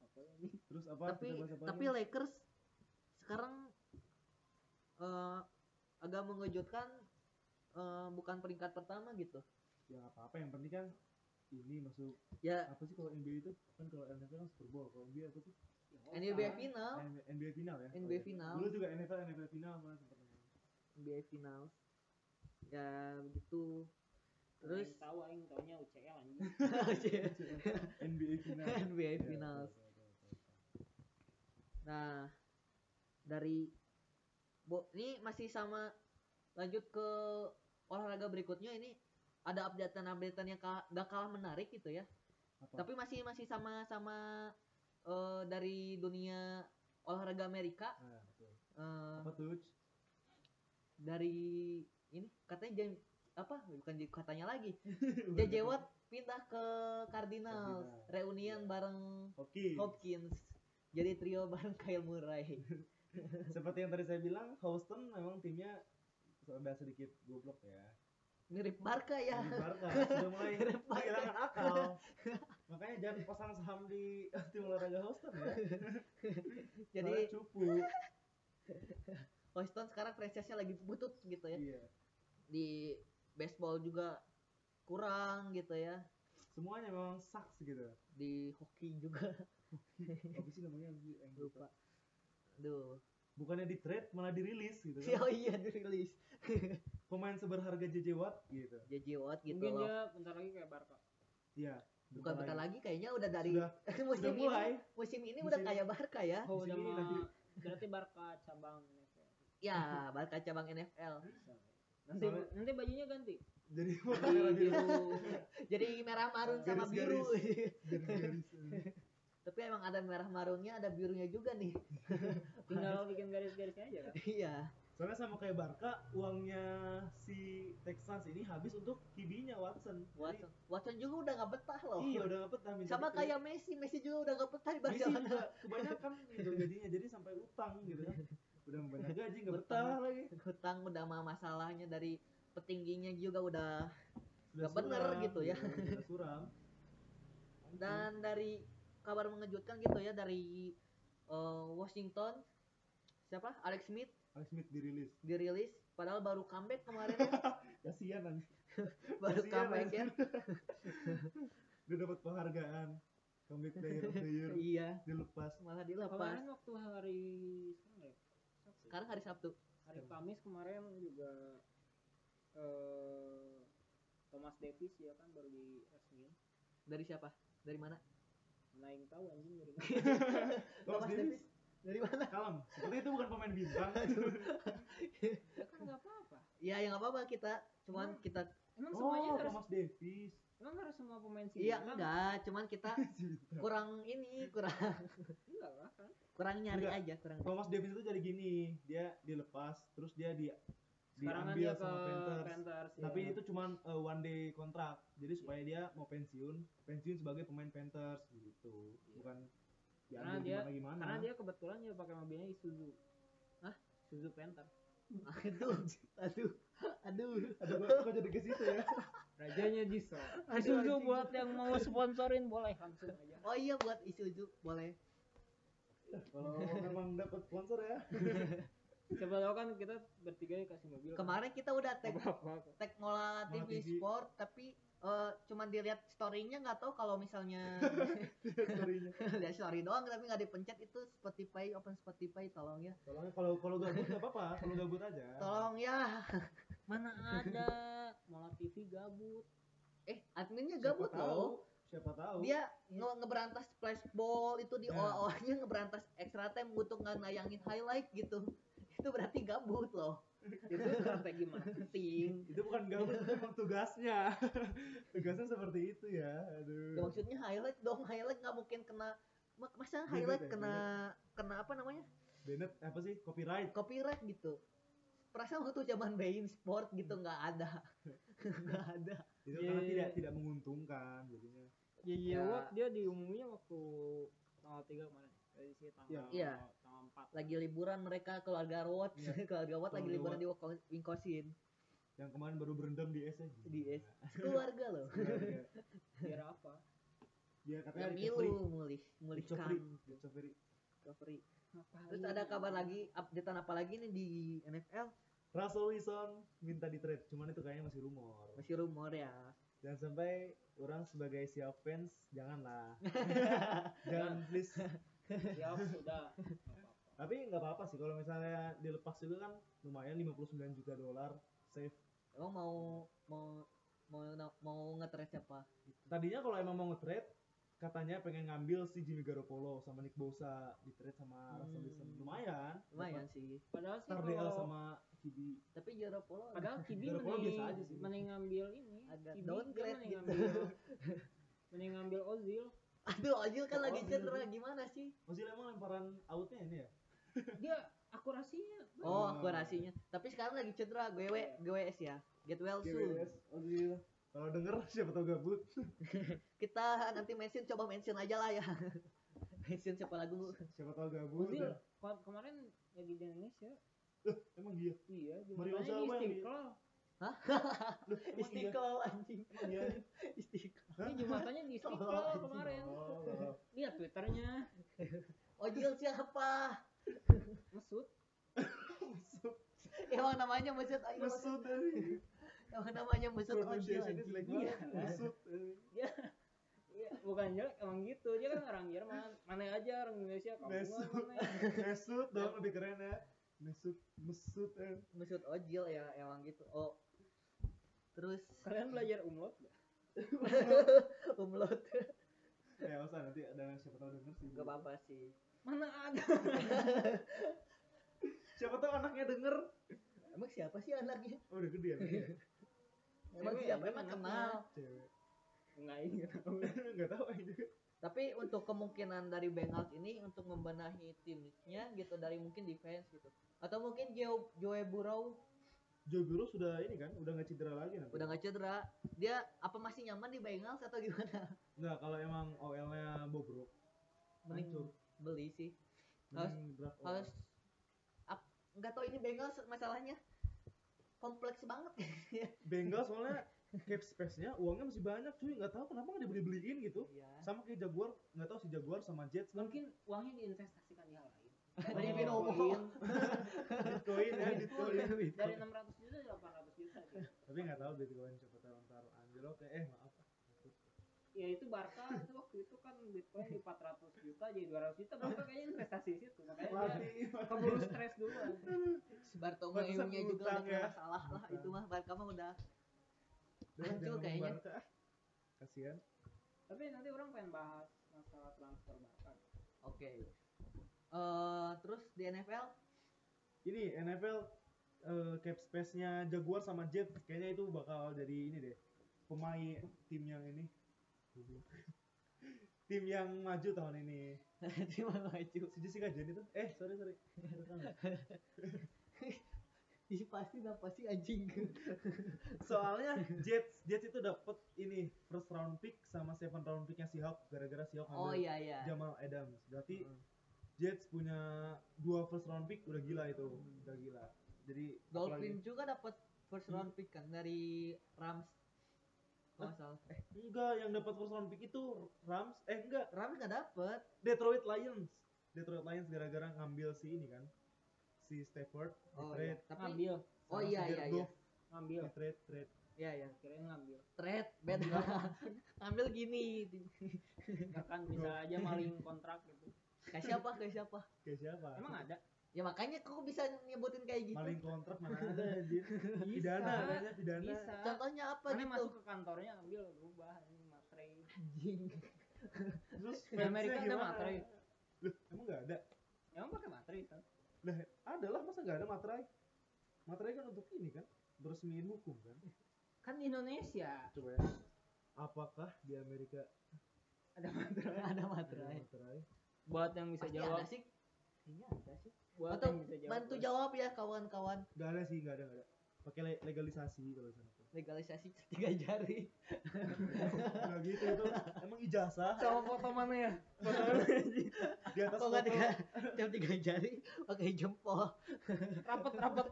Speaker 2: apa ini
Speaker 4: Terus apa?
Speaker 3: tapi
Speaker 4: kita bahas apa
Speaker 3: tapi
Speaker 4: lagi?
Speaker 3: Lakers sekarang eh, agak mengejutkan eh, bukan peringkat pertama gitu
Speaker 4: ya nggak apa-apa yang penting kan ini masuk
Speaker 3: ya
Speaker 4: apa sih kalau NBA itu kan kalau NFL kan Super Bowl kalau NBA apa sih
Speaker 2: Ya,
Speaker 3: NBA
Speaker 2: sekarang
Speaker 3: final
Speaker 4: NBA final ya
Speaker 3: NBA
Speaker 4: Oh, iya.
Speaker 3: final.
Speaker 4: dulu juga NFL NFL final mana sempat main.
Speaker 3: NBA final ya begitu terus
Speaker 2: aing tahu aing taunya UCL anjing
Speaker 3: Oh, iya.
Speaker 4: NBA final
Speaker 3: NBA
Speaker 4: Ya,
Speaker 3: final
Speaker 4: betul, betul, betul, betul.
Speaker 3: nah dari bo ini masih sama lanjut ke olahraga berikutnya ini ada updatean-updatean yang kal- gak kalah menarik gitu ya
Speaker 4: Apa?
Speaker 3: tapi masih masih sama sama eh, dari dunia olahraga Amerika
Speaker 4: Ah, betul.
Speaker 3: eh,
Speaker 4: apa tuh
Speaker 3: dari ini katanya Jam- apa bukan di- katanya lagi JJ Watt pindah ke Cardinals
Speaker 4: Iya, Cardinals.
Speaker 3: reunian
Speaker 4: Iya.
Speaker 3: bareng
Speaker 4: Oke,
Speaker 3: Hopkins jadi trio bareng Kyle Murray
Speaker 4: seperti yang tadi saya bilang, Houston memang timnya sudah sedikit goblok ya.
Speaker 3: mirip Barca ya
Speaker 4: Di Barca sudah mulai
Speaker 3: mirip Barca
Speaker 4: kehilangan akal. Makanya jangan pasang saham di tim olahraga Houston ya.
Speaker 3: jadi
Speaker 4: Soalnya cupu.
Speaker 3: Houston sekarang franchise-nya lagi butut gitu ya
Speaker 4: iya.
Speaker 3: di baseball juga kurang gitu ya
Speaker 4: Semuanya memang sucks gitu.
Speaker 3: di hoki juga
Speaker 4: Apa sih namanya yang di- yang di-
Speaker 3: lupa aduh
Speaker 4: Bukannya di trade malah dirilis gitu
Speaker 3: si
Speaker 4: kan.
Speaker 3: oh iya dirilis
Speaker 4: Pemain seberharga JJ Watt gitu.
Speaker 3: JJ Watt gitu
Speaker 2: mungkin
Speaker 3: loh
Speaker 2: dia bentar lagi kayak Barca
Speaker 4: Iya.
Speaker 3: bukan bentar lagi kayaknya udah dari
Speaker 4: Sudah,
Speaker 3: musim
Speaker 4: sudah
Speaker 3: ini
Speaker 4: mulai.
Speaker 3: musim ini udah
Speaker 4: Musim-
Speaker 3: kayak Barca ya
Speaker 2: oh
Speaker 4: Di
Speaker 2: udah
Speaker 4: sini
Speaker 2: mah
Speaker 4: lagi.
Speaker 2: berarti Barca cabang NFL.
Speaker 3: ya Barca cabang NFL
Speaker 2: nanti
Speaker 4: Nah, Soalnya-
Speaker 2: nanti bajunya ganti
Speaker 4: Jadi
Speaker 3: jadi
Speaker 4: warna biru.
Speaker 3: biru jadi merah marun sama biru
Speaker 4: Garis-garis.
Speaker 3: tapi emang ada merah marunnya ada birunya juga nih
Speaker 2: tinggal bikin garis-garisnya aja kan
Speaker 3: iya
Speaker 4: Soalnya sama kayak Barca, uangnya si Texans ini habis untuk kibinya Watson. Jadi,
Speaker 3: Watson, Watson juga udah gak betah loh.
Speaker 4: Iya udah nggak betah minta
Speaker 3: Sama
Speaker 4: duit.
Speaker 3: kayak Messi, Messi juga udah gak betah di
Speaker 4: Messi
Speaker 3: Barcelona.
Speaker 4: juga kebanyakan gitu gajinya jadi sampai utang gitu kan. Udah ngebanyak gaji nggak betah
Speaker 3: Utang.
Speaker 4: lagi.
Speaker 3: Hutang udah mah masalahnya dari petingginya juga udah
Speaker 4: Udah
Speaker 3: Nggak bener
Speaker 4: suram,
Speaker 3: gitu ya.
Speaker 4: Udah suram.
Speaker 3: dan
Speaker 4: Hmm.
Speaker 3: dari kabar mengejutkan gitu ya dari eh, Washington siapa Alex Smith
Speaker 4: Alex Smith dirilis.
Speaker 3: dirilis padahal baru comeback kemarin ya
Speaker 4: Kasihan anjing.
Speaker 3: baru
Speaker 4: Kasihan,
Speaker 3: comeback ya
Speaker 4: Udah dapat penghargaan. Comeback player of the year
Speaker 3: iya
Speaker 4: dilepas.
Speaker 3: malah dilepas
Speaker 2: Kemarin waktu hari sekarang nggak ya? Sabtu.
Speaker 3: sekarang hari Sabtu
Speaker 2: hari Kamis kemarin juga eh, Thomas Davis ya kan baru di resmi
Speaker 3: dari siapa dari mana
Speaker 2: mana Nah, yang tahu anjing dari mana.
Speaker 4: Thomas
Speaker 3: Thomas
Speaker 4: Davis.
Speaker 3: Davis. dari mana
Speaker 4: Kalem. Seperti itu bukan pemain bintang.
Speaker 2: ya kan nggak apa-apa
Speaker 3: Iya, ya nggak apa-apa kita. Cuman
Speaker 4: Nah,
Speaker 2: Hmm.
Speaker 3: kita
Speaker 2: emang semuanya
Speaker 3: ya
Speaker 4: oh,
Speaker 2: harus
Speaker 4: Thomas Davis.
Speaker 2: emang harus semua pemain sih
Speaker 3: iya enggak, cuman kita kurang ini, kurang
Speaker 2: enggak lah kan
Speaker 3: kurang nyari
Speaker 4: Enggak.
Speaker 3: aja, kurang.
Speaker 4: Thomas Davis itu jadi gini, dia dilepas, terus dia di
Speaker 2: sekarang kan
Speaker 4: diambil
Speaker 2: dia ke
Speaker 4: sama Panthers.
Speaker 2: Panthers ya.
Speaker 4: Tapi itu cuman uh, one day kontrak. Jadi supaya dia mau pensiun, pensiun sebagai pemain Panthers gitu. Bukan
Speaker 2: Karena
Speaker 4: diambil
Speaker 2: dia-
Speaker 4: gimana gimana.
Speaker 2: karena dia kebetulan juga pakai mobilnya Isuzu
Speaker 3: Hah?
Speaker 2: Isuzu Panther
Speaker 3: Aduh, aduh, aduh.
Speaker 4: Aduh, gua, gua jadi ke situ ya.
Speaker 2: rajanya Jisro
Speaker 6: Isuzu buat yang mau sponsorin boleh
Speaker 2: langsung aja
Speaker 3: Oh iya buat Isuzu boleh.
Speaker 4: Kalau memang dapat sponsor ya.
Speaker 2: coba tahu kan kita bertiga dikasih mobil kan?
Speaker 3: Kemarin kita udah tag
Speaker 2: apa
Speaker 3: tag Mola
Speaker 4: Mola
Speaker 3: TV
Speaker 4: TV.
Speaker 3: Sport tapi eh, cuman dilihat story-nya nggak tahu kalau misalnya
Speaker 4: Story-nya.
Speaker 3: lihat story doang tapi nggak dipencet itu Spotify open Spotify tolong ya
Speaker 4: Tolong kalau kalau gabut enggak apa-apa, kalau gabut aja.
Speaker 3: tolong ya
Speaker 2: mana ada malah TV gabut
Speaker 3: eh adminnya
Speaker 4: Siapa
Speaker 3: gabut
Speaker 4: tahu,
Speaker 3: loh
Speaker 4: Siapa tahu?
Speaker 3: dia nge ngeberantas flashball itu di
Speaker 4: Ya.
Speaker 3: OA-nya ngeberantas extra time untuk nggak nayangin highlight gitu itu berarti gabut loh
Speaker 2: itu strategi marketing
Speaker 4: Itu bukan gabut, itu emang tugasnya. tugasnya seperti itu ya.
Speaker 3: Ya,
Speaker 4: Aduh.
Speaker 3: maksudnya highlight dong highlight nggak mungkin kena ma- masa
Speaker 4: Beda
Speaker 3: highlight
Speaker 4: deh,
Speaker 3: kena kena apa namanya
Speaker 4: Bennett apa sih? Copyright.
Speaker 3: copyright gitu perasaan waktu zaman Bein Sport gitu nggak ada nggak ada
Speaker 4: Itu
Speaker 2: Iya,
Speaker 4: karena
Speaker 2: iya,
Speaker 4: tidak
Speaker 2: iya.
Speaker 4: tidak menguntungkan jadinya.
Speaker 2: Jadi
Speaker 3: Ya.
Speaker 2: Award Iya, dia diumuminya waktu tanggal 3 kemarin. Jadi sih tanggal
Speaker 3: Iya.
Speaker 2: tanggal 4.
Speaker 3: lagi liburan mereka keluarga Watt
Speaker 4: Iya.
Speaker 3: keluarga Watt lagi
Speaker 4: Keluarga
Speaker 3: liburan di Woko- Wingkosin
Speaker 4: Yang kemarin baru berendam di es ya.
Speaker 3: Di es. keluarga loh
Speaker 4: Iya, iya.
Speaker 2: Biar apa?
Speaker 4: Dia katanya
Speaker 3: yang
Speaker 4: dicopri.
Speaker 3: milu mulih
Speaker 4: Dicopri,
Speaker 3: mulihkan
Speaker 4: dicopri.
Speaker 3: recovery
Speaker 2: Ngapain?
Speaker 3: Terus ada kabar lagi, updatean apa lagi nih di NFL?
Speaker 4: Russell Wilson minta di trade, cuman itu kayaknya masih rumor.
Speaker 3: Masih rumor ya.
Speaker 4: Jangan sampai orang sebagai si fans janganlah. Jangan please.
Speaker 2: Ya sudah. Nggak apa-apa.
Speaker 4: Tapi nggak apa-apa sih kalau misalnya dilepas itu kan lumayan 59 juta dolar save.
Speaker 3: Emang mau mau mau mau ngetres siapa?
Speaker 4: Tadinya kalau emang mau nge-trade katanya pengen ngambil si Jimmy Garoppolo sama Nick Bosa di trade sama Russell
Speaker 3: Hmm.
Speaker 4: Wilson. Lumayan.
Speaker 3: Lumayan sih.
Speaker 2: Padahal
Speaker 4: Dapat
Speaker 2: sih
Speaker 4: Star DL
Speaker 2: kalau
Speaker 4: Iya, sama Kibi.
Speaker 3: Tapi Garoppolo
Speaker 2: padahal Kibi
Speaker 4: Garoppolo
Speaker 2: mending,
Speaker 4: biasa aja sih.
Speaker 2: mending ngambil ini.
Speaker 3: Agak
Speaker 2: Kibi
Speaker 3: downgrade
Speaker 2: dia mending
Speaker 3: gitu.
Speaker 2: ngambil mending ngambil Ozil.
Speaker 3: Aduh, Ozil kan lagi
Speaker 4: Ozil.
Speaker 3: cedera gimana sih?
Speaker 4: Masih emang lemparan outnya ini ya?
Speaker 2: Dia akurasinya bagus.
Speaker 3: Oh,
Speaker 4: Hmm.
Speaker 3: akurasinya. Tapi sekarang lagi cedera GW GWS ya. Get well soon.
Speaker 4: GWS, Ozil. Kalau denger siapa tahu gabut.
Speaker 3: Kita nanti mention coba mention aja lah ya. mention siapa lagu?
Speaker 4: Siapa tahu gabut.
Speaker 2: Ozil
Speaker 4: ya.
Speaker 2: ko- kemarin lagi di Indonesia.
Speaker 4: Emang dia.
Speaker 2: Iya,
Speaker 4: Mario
Speaker 2: juaranya
Speaker 4: Ozawa
Speaker 2: di
Speaker 4: yang di-
Speaker 2: Istiqlal.
Speaker 4: Loh, emang dia.
Speaker 3: Istiqlal anjing.
Speaker 4: Emang dia.
Speaker 3: Istiqlal.
Speaker 2: Ini jumatannya di Istiqlal
Speaker 3: Oh,
Speaker 2: kemarin.
Speaker 4: Oh, oh.
Speaker 2: Lihat Twitternya.
Speaker 3: Ozil siapa?
Speaker 2: Mesut.
Speaker 4: Mesut.
Speaker 3: Emang namanya Mesut Ayo.
Speaker 4: Mesut dari.
Speaker 3: Emang namanya Mesut Ozil.
Speaker 4: Pronunciation-nya
Speaker 3: anjing.
Speaker 4: jelek
Speaker 3: Iya.
Speaker 4: banget. Mesut. eh.
Speaker 2: Iya, bukan jelek emang gitu. Dia kan orang Jerman. Mana aja orang Indonesia kamu
Speaker 4: Mesut.
Speaker 2: mana.
Speaker 4: Mesut dong lebih keren ya. Mesut, Mesut. eh.
Speaker 3: Mesut Ozil ya emang gitu. Oh. Terus
Speaker 2: Kalian belajar umlaut nggak?
Speaker 3: umlaut
Speaker 4: Eh, usah nanti ada siapa tahu denger sih.
Speaker 3: enggak apa-apa sih.
Speaker 2: Mana ada?
Speaker 4: Siapa tahu anaknya denger.
Speaker 3: Emang siapa sih anaknya?
Speaker 4: Oh, udah gede ya.
Speaker 3: Emang
Speaker 2: Cewek,
Speaker 3: siapa
Speaker 2: emang
Speaker 3: emang
Speaker 2: anaknya.
Speaker 3: kenal?
Speaker 4: Cewek.
Speaker 2: Enggak iya. ini.
Speaker 4: Enggak tahu aja.
Speaker 3: Tapi untuk kemungkinan dari Bengals ini untuk membenahi timnya gitu dari mungkin defense gitu. Atau mungkin Joe, Joe Burrow
Speaker 4: Joe Burrow sudah ini kan, udah nggak cedera lagi nanti.
Speaker 3: udah nggak cedera. Dia apa masih nyaman di Bengals atau gimana?
Speaker 4: Nggak, kalau emang OL-nya bobrok,
Speaker 3: Mending
Speaker 4: hancur.
Speaker 3: beli sih. Harus-
Speaker 4: Mending draft OL.
Speaker 3: Harus ap- nggak tahu ini Bengals masalahnya kompleks banget.
Speaker 4: Bengals soalnya cap space-nya uangnya masih banyak cuy, nggak tahu kenapa nggak dibeli-beliin gitu.
Speaker 3: Iya.
Speaker 4: Sama kayak Jaguar, nggak tahu si Jaguar sama Jets kan
Speaker 2: Mungkin uangnya diinvestasikan di hal lain.
Speaker 3: Dari
Speaker 4: Oh,
Speaker 3: Binomo.
Speaker 2: koin.
Speaker 4: Bitcoin ya, Bitcoin.
Speaker 2: Dari 600 juta 800 juta gitu.
Speaker 4: Tapi nggak tahu Bitcoin siapa tahu ntar anjlok ya. eh maaf.
Speaker 2: Ya itu Barca itu waktu itu kan Bitcoin di 400 juta jadi 200 juta Barca kayaknya investasi di situ makanya dia
Speaker 4: Mati.
Speaker 2: keburu stres duluan.
Speaker 4: Pantesan
Speaker 3: Bartomeu-nya juga udah
Speaker 4: ngutang ya.
Speaker 3: masalah lah itu mah Barca mah udah
Speaker 4: Udah,
Speaker 3: Hancur
Speaker 4: jangan
Speaker 3: kayaknya.
Speaker 4: ngomong Barca, ah. Kasihan.
Speaker 2: Tapi nanti orang pengen bahas masalah transfer Barca.
Speaker 3: oke. Eh terus di NFL
Speaker 4: Ini NFL eh, cap space-nya Jaguar sama Jets kayaknya itu bakal jadi ini deh. Pemain tim yang ini. Goblok. tim yang maju tahun ini.
Speaker 3: tim yang maju.
Speaker 4: Si Jessica Jane itu. Eh, sorry sorry.
Speaker 3: Ih, pasti dah pasti anjing.
Speaker 4: Soalnya Jets Jets itu dapet ini first round pick sama second round picknya Seahawks gara-gara Seahawks
Speaker 3: oh
Speaker 4: ngambil
Speaker 3: iya iya.
Speaker 4: Jamal Adams. Berarti
Speaker 3: Hmm.
Speaker 4: Jets punya dua first round pick udah gila itu, udah gila. Jadi
Speaker 3: Dolphin juga dapat first round pick kan dari Rams. Kalau nggak salah.
Speaker 4: apalagi- enggak yang dapat first round pick itu Rams, eh enggak
Speaker 3: Rams nggak dapet.
Speaker 4: Detroit Lions. Detroit Lions gara-gara ngambil si ini kan, si Stafford. di
Speaker 3: Oh iya.
Speaker 4: trade
Speaker 3: Tapi
Speaker 2: Ngambil,
Speaker 3: oh
Speaker 4: sama
Speaker 3: iya
Speaker 4: si
Speaker 3: iya
Speaker 4: Jared
Speaker 3: iya.
Speaker 4: Goff,
Speaker 2: ngambil.
Speaker 4: di trade trade.
Speaker 3: Iya iya.
Speaker 2: Kirain ngambil.
Speaker 3: Trade beda. Ambil gini.
Speaker 2: Nggak kan bisa aja maling kontrak gitu.
Speaker 3: Ke siapa? Ke siapa?
Speaker 4: Kayak siapa?
Speaker 2: Emang ada?
Speaker 3: Ya makanya kok bisa nyebutin kayak gitu.
Speaker 4: Maling kontrak mana ada anjir. Pidana, namanya pidana.
Speaker 2: Bisa.
Speaker 3: Contohnya apa
Speaker 2: Aneh
Speaker 3: gitu?
Speaker 2: masuk ke kantornya ambil berubah ini materai.
Speaker 3: Anjing.
Speaker 4: Terus
Speaker 2: Di Amerika
Speaker 4: fansnya
Speaker 2: ada
Speaker 4: gimana?
Speaker 2: materai.
Speaker 4: Loh, emang enggak ada?
Speaker 2: Emang pakai materai kan?
Speaker 4: Lah, ada lah masa enggak ada materai? Materai kan untuk ini kan, beresmiin hukum kan.
Speaker 2: Kan di Indonesia
Speaker 4: Coba ya. Apakah di Amerika
Speaker 2: ada materai.
Speaker 3: ada
Speaker 4: ada
Speaker 3: materai.
Speaker 4: materai?
Speaker 2: Buat yang bisa
Speaker 3: Pasti
Speaker 2: jawab,
Speaker 3: ada sih. Kayaknya ada sih.
Speaker 2: buat
Speaker 3: Atau
Speaker 2: yang bisa jawab.
Speaker 3: Bantu jawab ya kawan-kawan.
Speaker 4: Enggak ada sih, enggak ada, enggak ada. Pakai le- legalisasi kalau di sana.
Speaker 3: Legalisasi tiga jari.
Speaker 4: Enggak gitu itu. Emang ijazah
Speaker 2: Sama foto mana ya?
Speaker 4: di atas
Speaker 3: Kok nggak
Speaker 4: foto.
Speaker 3: tiga, tiap tiga jari pakai jempol.
Speaker 2: Rapet rapet.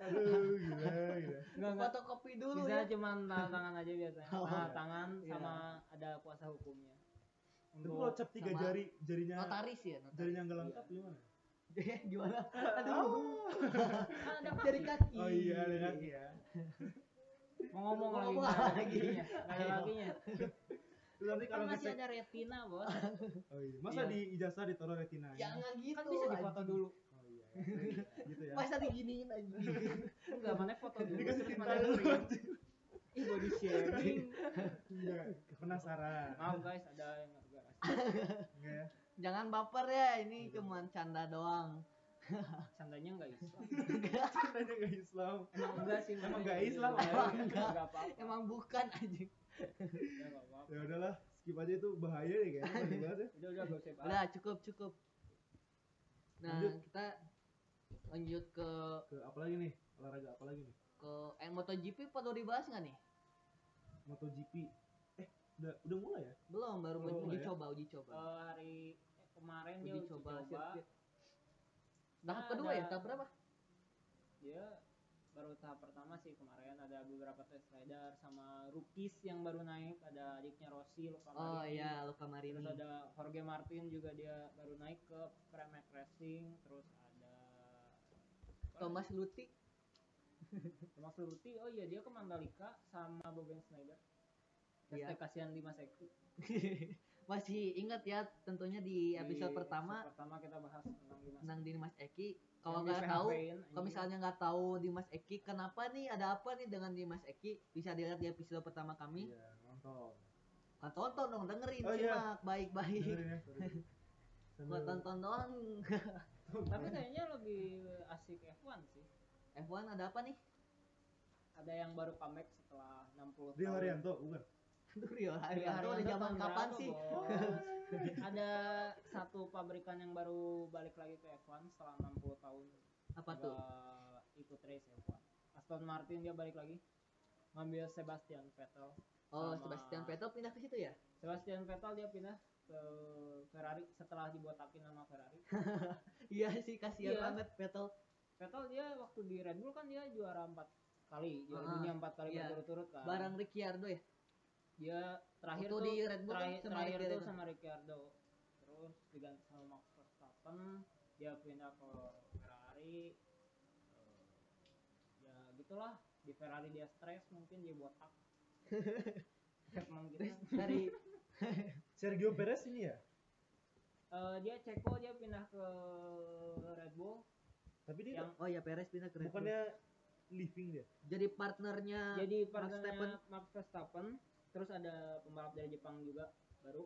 Speaker 4: Aduh, gila, gila.
Speaker 2: Enggak enggak.
Speaker 3: Fotokopi dulu
Speaker 2: Bisa
Speaker 3: ya.
Speaker 2: cuman tanda tangan aja biasanya.
Speaker 3: Oh,
Speaker 2: Tanda
Speaker 4: iya.
Speaker 2: tangan
Speaker 3: Iya.
Speaker 2: sama ada kuasa hukumnya.
Speaker 4: Tapi kalau
Speaker 2: Untuk
Speaker 4: cap tiga
Speaker 3: sama
Speaker 4: jari, jarinya
Speaker 3: Notaris ya.
Speaker 4: jarinya enggak lengkap gimana?
Speaker 3: Gimana? Aduh.
Speaker 2: kan ada
Speaker 3: Jari kaki.
Speaker 4: Oh iya, ada kaki ya.
Speaker 2: mau ngomong
Speaker 3: Mau
Speaker 2: lagi
Speaker 3: ngomong
Speaker 2: nggak ada
Speaker 3: lagi.
Speaker 2: lakinya. Nggak ada
Speaker 3: Ayo.
Speaker 2: lakinya.
Speaker 4: Terus nanti
Speaker 2: Kan
Speaker 4: kalau
Speaker 2: masih
Speaker 4: ngecek,
Speaker 2: ada retina, Bos.
Speaker 4: iya. oh iya. masa
Speaker 2: Iya.
Speaker 4: di ijazah ditaruh retina?
Speaker 3: Jangan gitu.
Speaker 2: Kan bisa difoto
Speaker 3: anjing.
Speaker 2: dulu.
Speaker 4: Oh iya. iya, Gitu ya.
Speaker 3: Masa diginiin aja.
Speaker 2: Enggak, mana foto dulu.
Speaker 4: Dikasih
Speaker 2: terus
Speaker 4: tinta
Speaker 2: mana
Speaker 4: dulu.
Speaker 2: print. Ih, body shaming.
Speaker 4: Enggak, Iya. penasaran.
Speaker 2: Maaf guys, ada yang enggak
Speaker 4: Enggak ya.
Speaker 3: Jangan baper ya, ini cuman canda doang.
Speaker 2: Sandanya enggak Islam.
Speaker 4: Tanya enggak Islam.
Speaker 2: Emang enggak sih,
Speaker 4: Emang
Speaker 2: makanya.
Speaker 4: nggak Islam,
Speaker 2: Iya,
Speaker 3: emang
Speaker 2: iya,
Speaker 3: nggak.
Speaker 2: nggak apa-apa. Emang
Speaker 3: Emang bukan anjing.
Speaker 2: enggak apa-apa.
Speaker 4: Ya udahlah, skip aja itu bahaya deh kayaknya bahaya banget ya.
Speaker 2: Udah udah gak usah bahas.
Speaker 3: Udah, cukup, cukup. Nah,
Speaker 4: Lanjut.
Speaker 3: kita lanjut ke
Speaker 4: Ke apalagi nih? Olahraga apalagi nih?
Speaker 3: ke eh, MotoGP perlu dibahas nggak nih?
Speaker 4: MotoGP. Eh, udah udah mulai ya?
Speaker 3: Belum, baru
Speaker 4: Belum
Speaker 3: uji
Speaker 4: ya.
Speaker 3: coba, uji coba.
Speaker 2: Eh, hari eh, kemarin dia
Speaker 3: uji
Speaker 2: uji
Speaker 3: coba,
Speaker 2: coba,
Speaker 3: sirkuit. Tahap
Speaker 2: Nah,
Speaker 3: kedua ya,
Speaker 2: ada-
Speaker 3: tahap berapa?
Speaker 2: dia baru tahap pertama sih kemarin ada beberapa test rider sama rookies yang baru naik ada adiknya Rossi lupa
Speaker 3: Oh iya, Luka Marini.
Speaker 2: terus ada Jorge Martin juga dia baru naik ke Pramac Racing terus ada
Speaker 3: Thomas Luti.
Speaker 2: Thomas Luti oh iya dia ke Mandalika sama Boben Schneider terus
Speaker 3: Iya.
Speaker 2: yeah. kasihan Dimas Eki
Speaker 3: Masih ingat ya tentunya di episode
Speaker 2: Di
Speaker 3: pertama
Speaker 2: episode pertama kita bahas tentang Dimas
Speaker 3: tentang Dimas Eki. Kalau
Speaker 2: Yang iya.
Speaker 3: nggak tahu,
Speaker 2: di-PHP-in,
Speaker 3: kalau
Speaker 2: anjing.
Speaker 3: misalnya nggak tahu Dimas Eki, kenapa nih ada apa nih dengan Dimas Eki? Bisa dilihat di episode pertama kami.
Speaker 4: Iya, nonton.
Speaker 3: Nah, tonton dong, dengerin,
Speaker 4: Oh, iya.
Speaker 3: simak baik-baik.
Speaker 4: Dengerin ya. sorry.
Speaker 3: Buat
Speaker 4: Sambil-
Speaker 3: tonton doang.
Speaker 2: tapi kayaknya lebih asik F1 sih
Speaker 3: F1 ada apa nih?
Speaker 2: eh ada yang baru comeback setelah 60
Speaker 4: Rio
Speaker 2: tahun.
Speaker 4: Haryanto bukan
Speaker 3: Aduh, Rio
Speaker 2: Iya, Rio
Speaker 3: Haryanto dari
Speaker 2: Haryanto
Speaker 3: zaman
Speaker 2: tahun
Speaker 3: kapan
Speaker 2: berapa,
Speaker 3: sih?
Speaker 2: Bos? ada satu pabrikan yang baru balik lagi ke F1 setelah 60 tahun
Speaker 3: Apa tuh?
Speaker 2: Iya, nggak ikut race F1. Aston Martin dia balik lagi ngambil Sebastian Vettel.
Speaker 3: Oh,
Speaker 2: sama-
Speaker 3: Sebastian Vettel pindah ke situ ya?
Speaker 2: Sebastian Vettel dia pindah ke Ferrari setelah dibotakin sama Ferrari.
Speaker 3: Iya sih, kasihan
Speaker 2: Iya.
Speaker 3: banget Vettel.
Speaker 2: Vettel dia waktu di Red Bull kan dia juara empat kali, juara
Speaker 3: Ah,
Speaker 2: dunia empat kali
Speaker 3: iya.
Speaker 2: berturut-turut kan.
Speaker 3: Barang Ricciardo ya?
Speaker 2: dia terakhir
Speaker 3: Waktu
Speaker 2: tuh
Speaker 3: di Red Bull
Speaker 2: terakhir,
Speaker 3: kan sama
Speaker 2: terakhir tuh
Speaker 3: Ricciardo.
Speaker 2: sama Ricciardo terus diganti sama Max Verstappen dia pindah ke Ferrari Eh, ya gitulah di Ferrari dia stres mungkin dia botak gitu. Teman kita
Speaker 3: Dari
Speaker 4: Sergio Perez ini ya
Speaker 2: Eh, dia Ceko dia pindah ke Red Bull
Speaker 4: tapi dia
Speaker 2: yang
Speaker 3: Oh ya Perez pindah ke Red Bull.
Speaker 4: bukannya living dia
Speaker 3: Jadi partnernya
Speaker 2: jadi
Speaker 3: Verstappen.
Speaker 2: partnernya Max Verstappen terus ada pembalap dari Jepang juga baru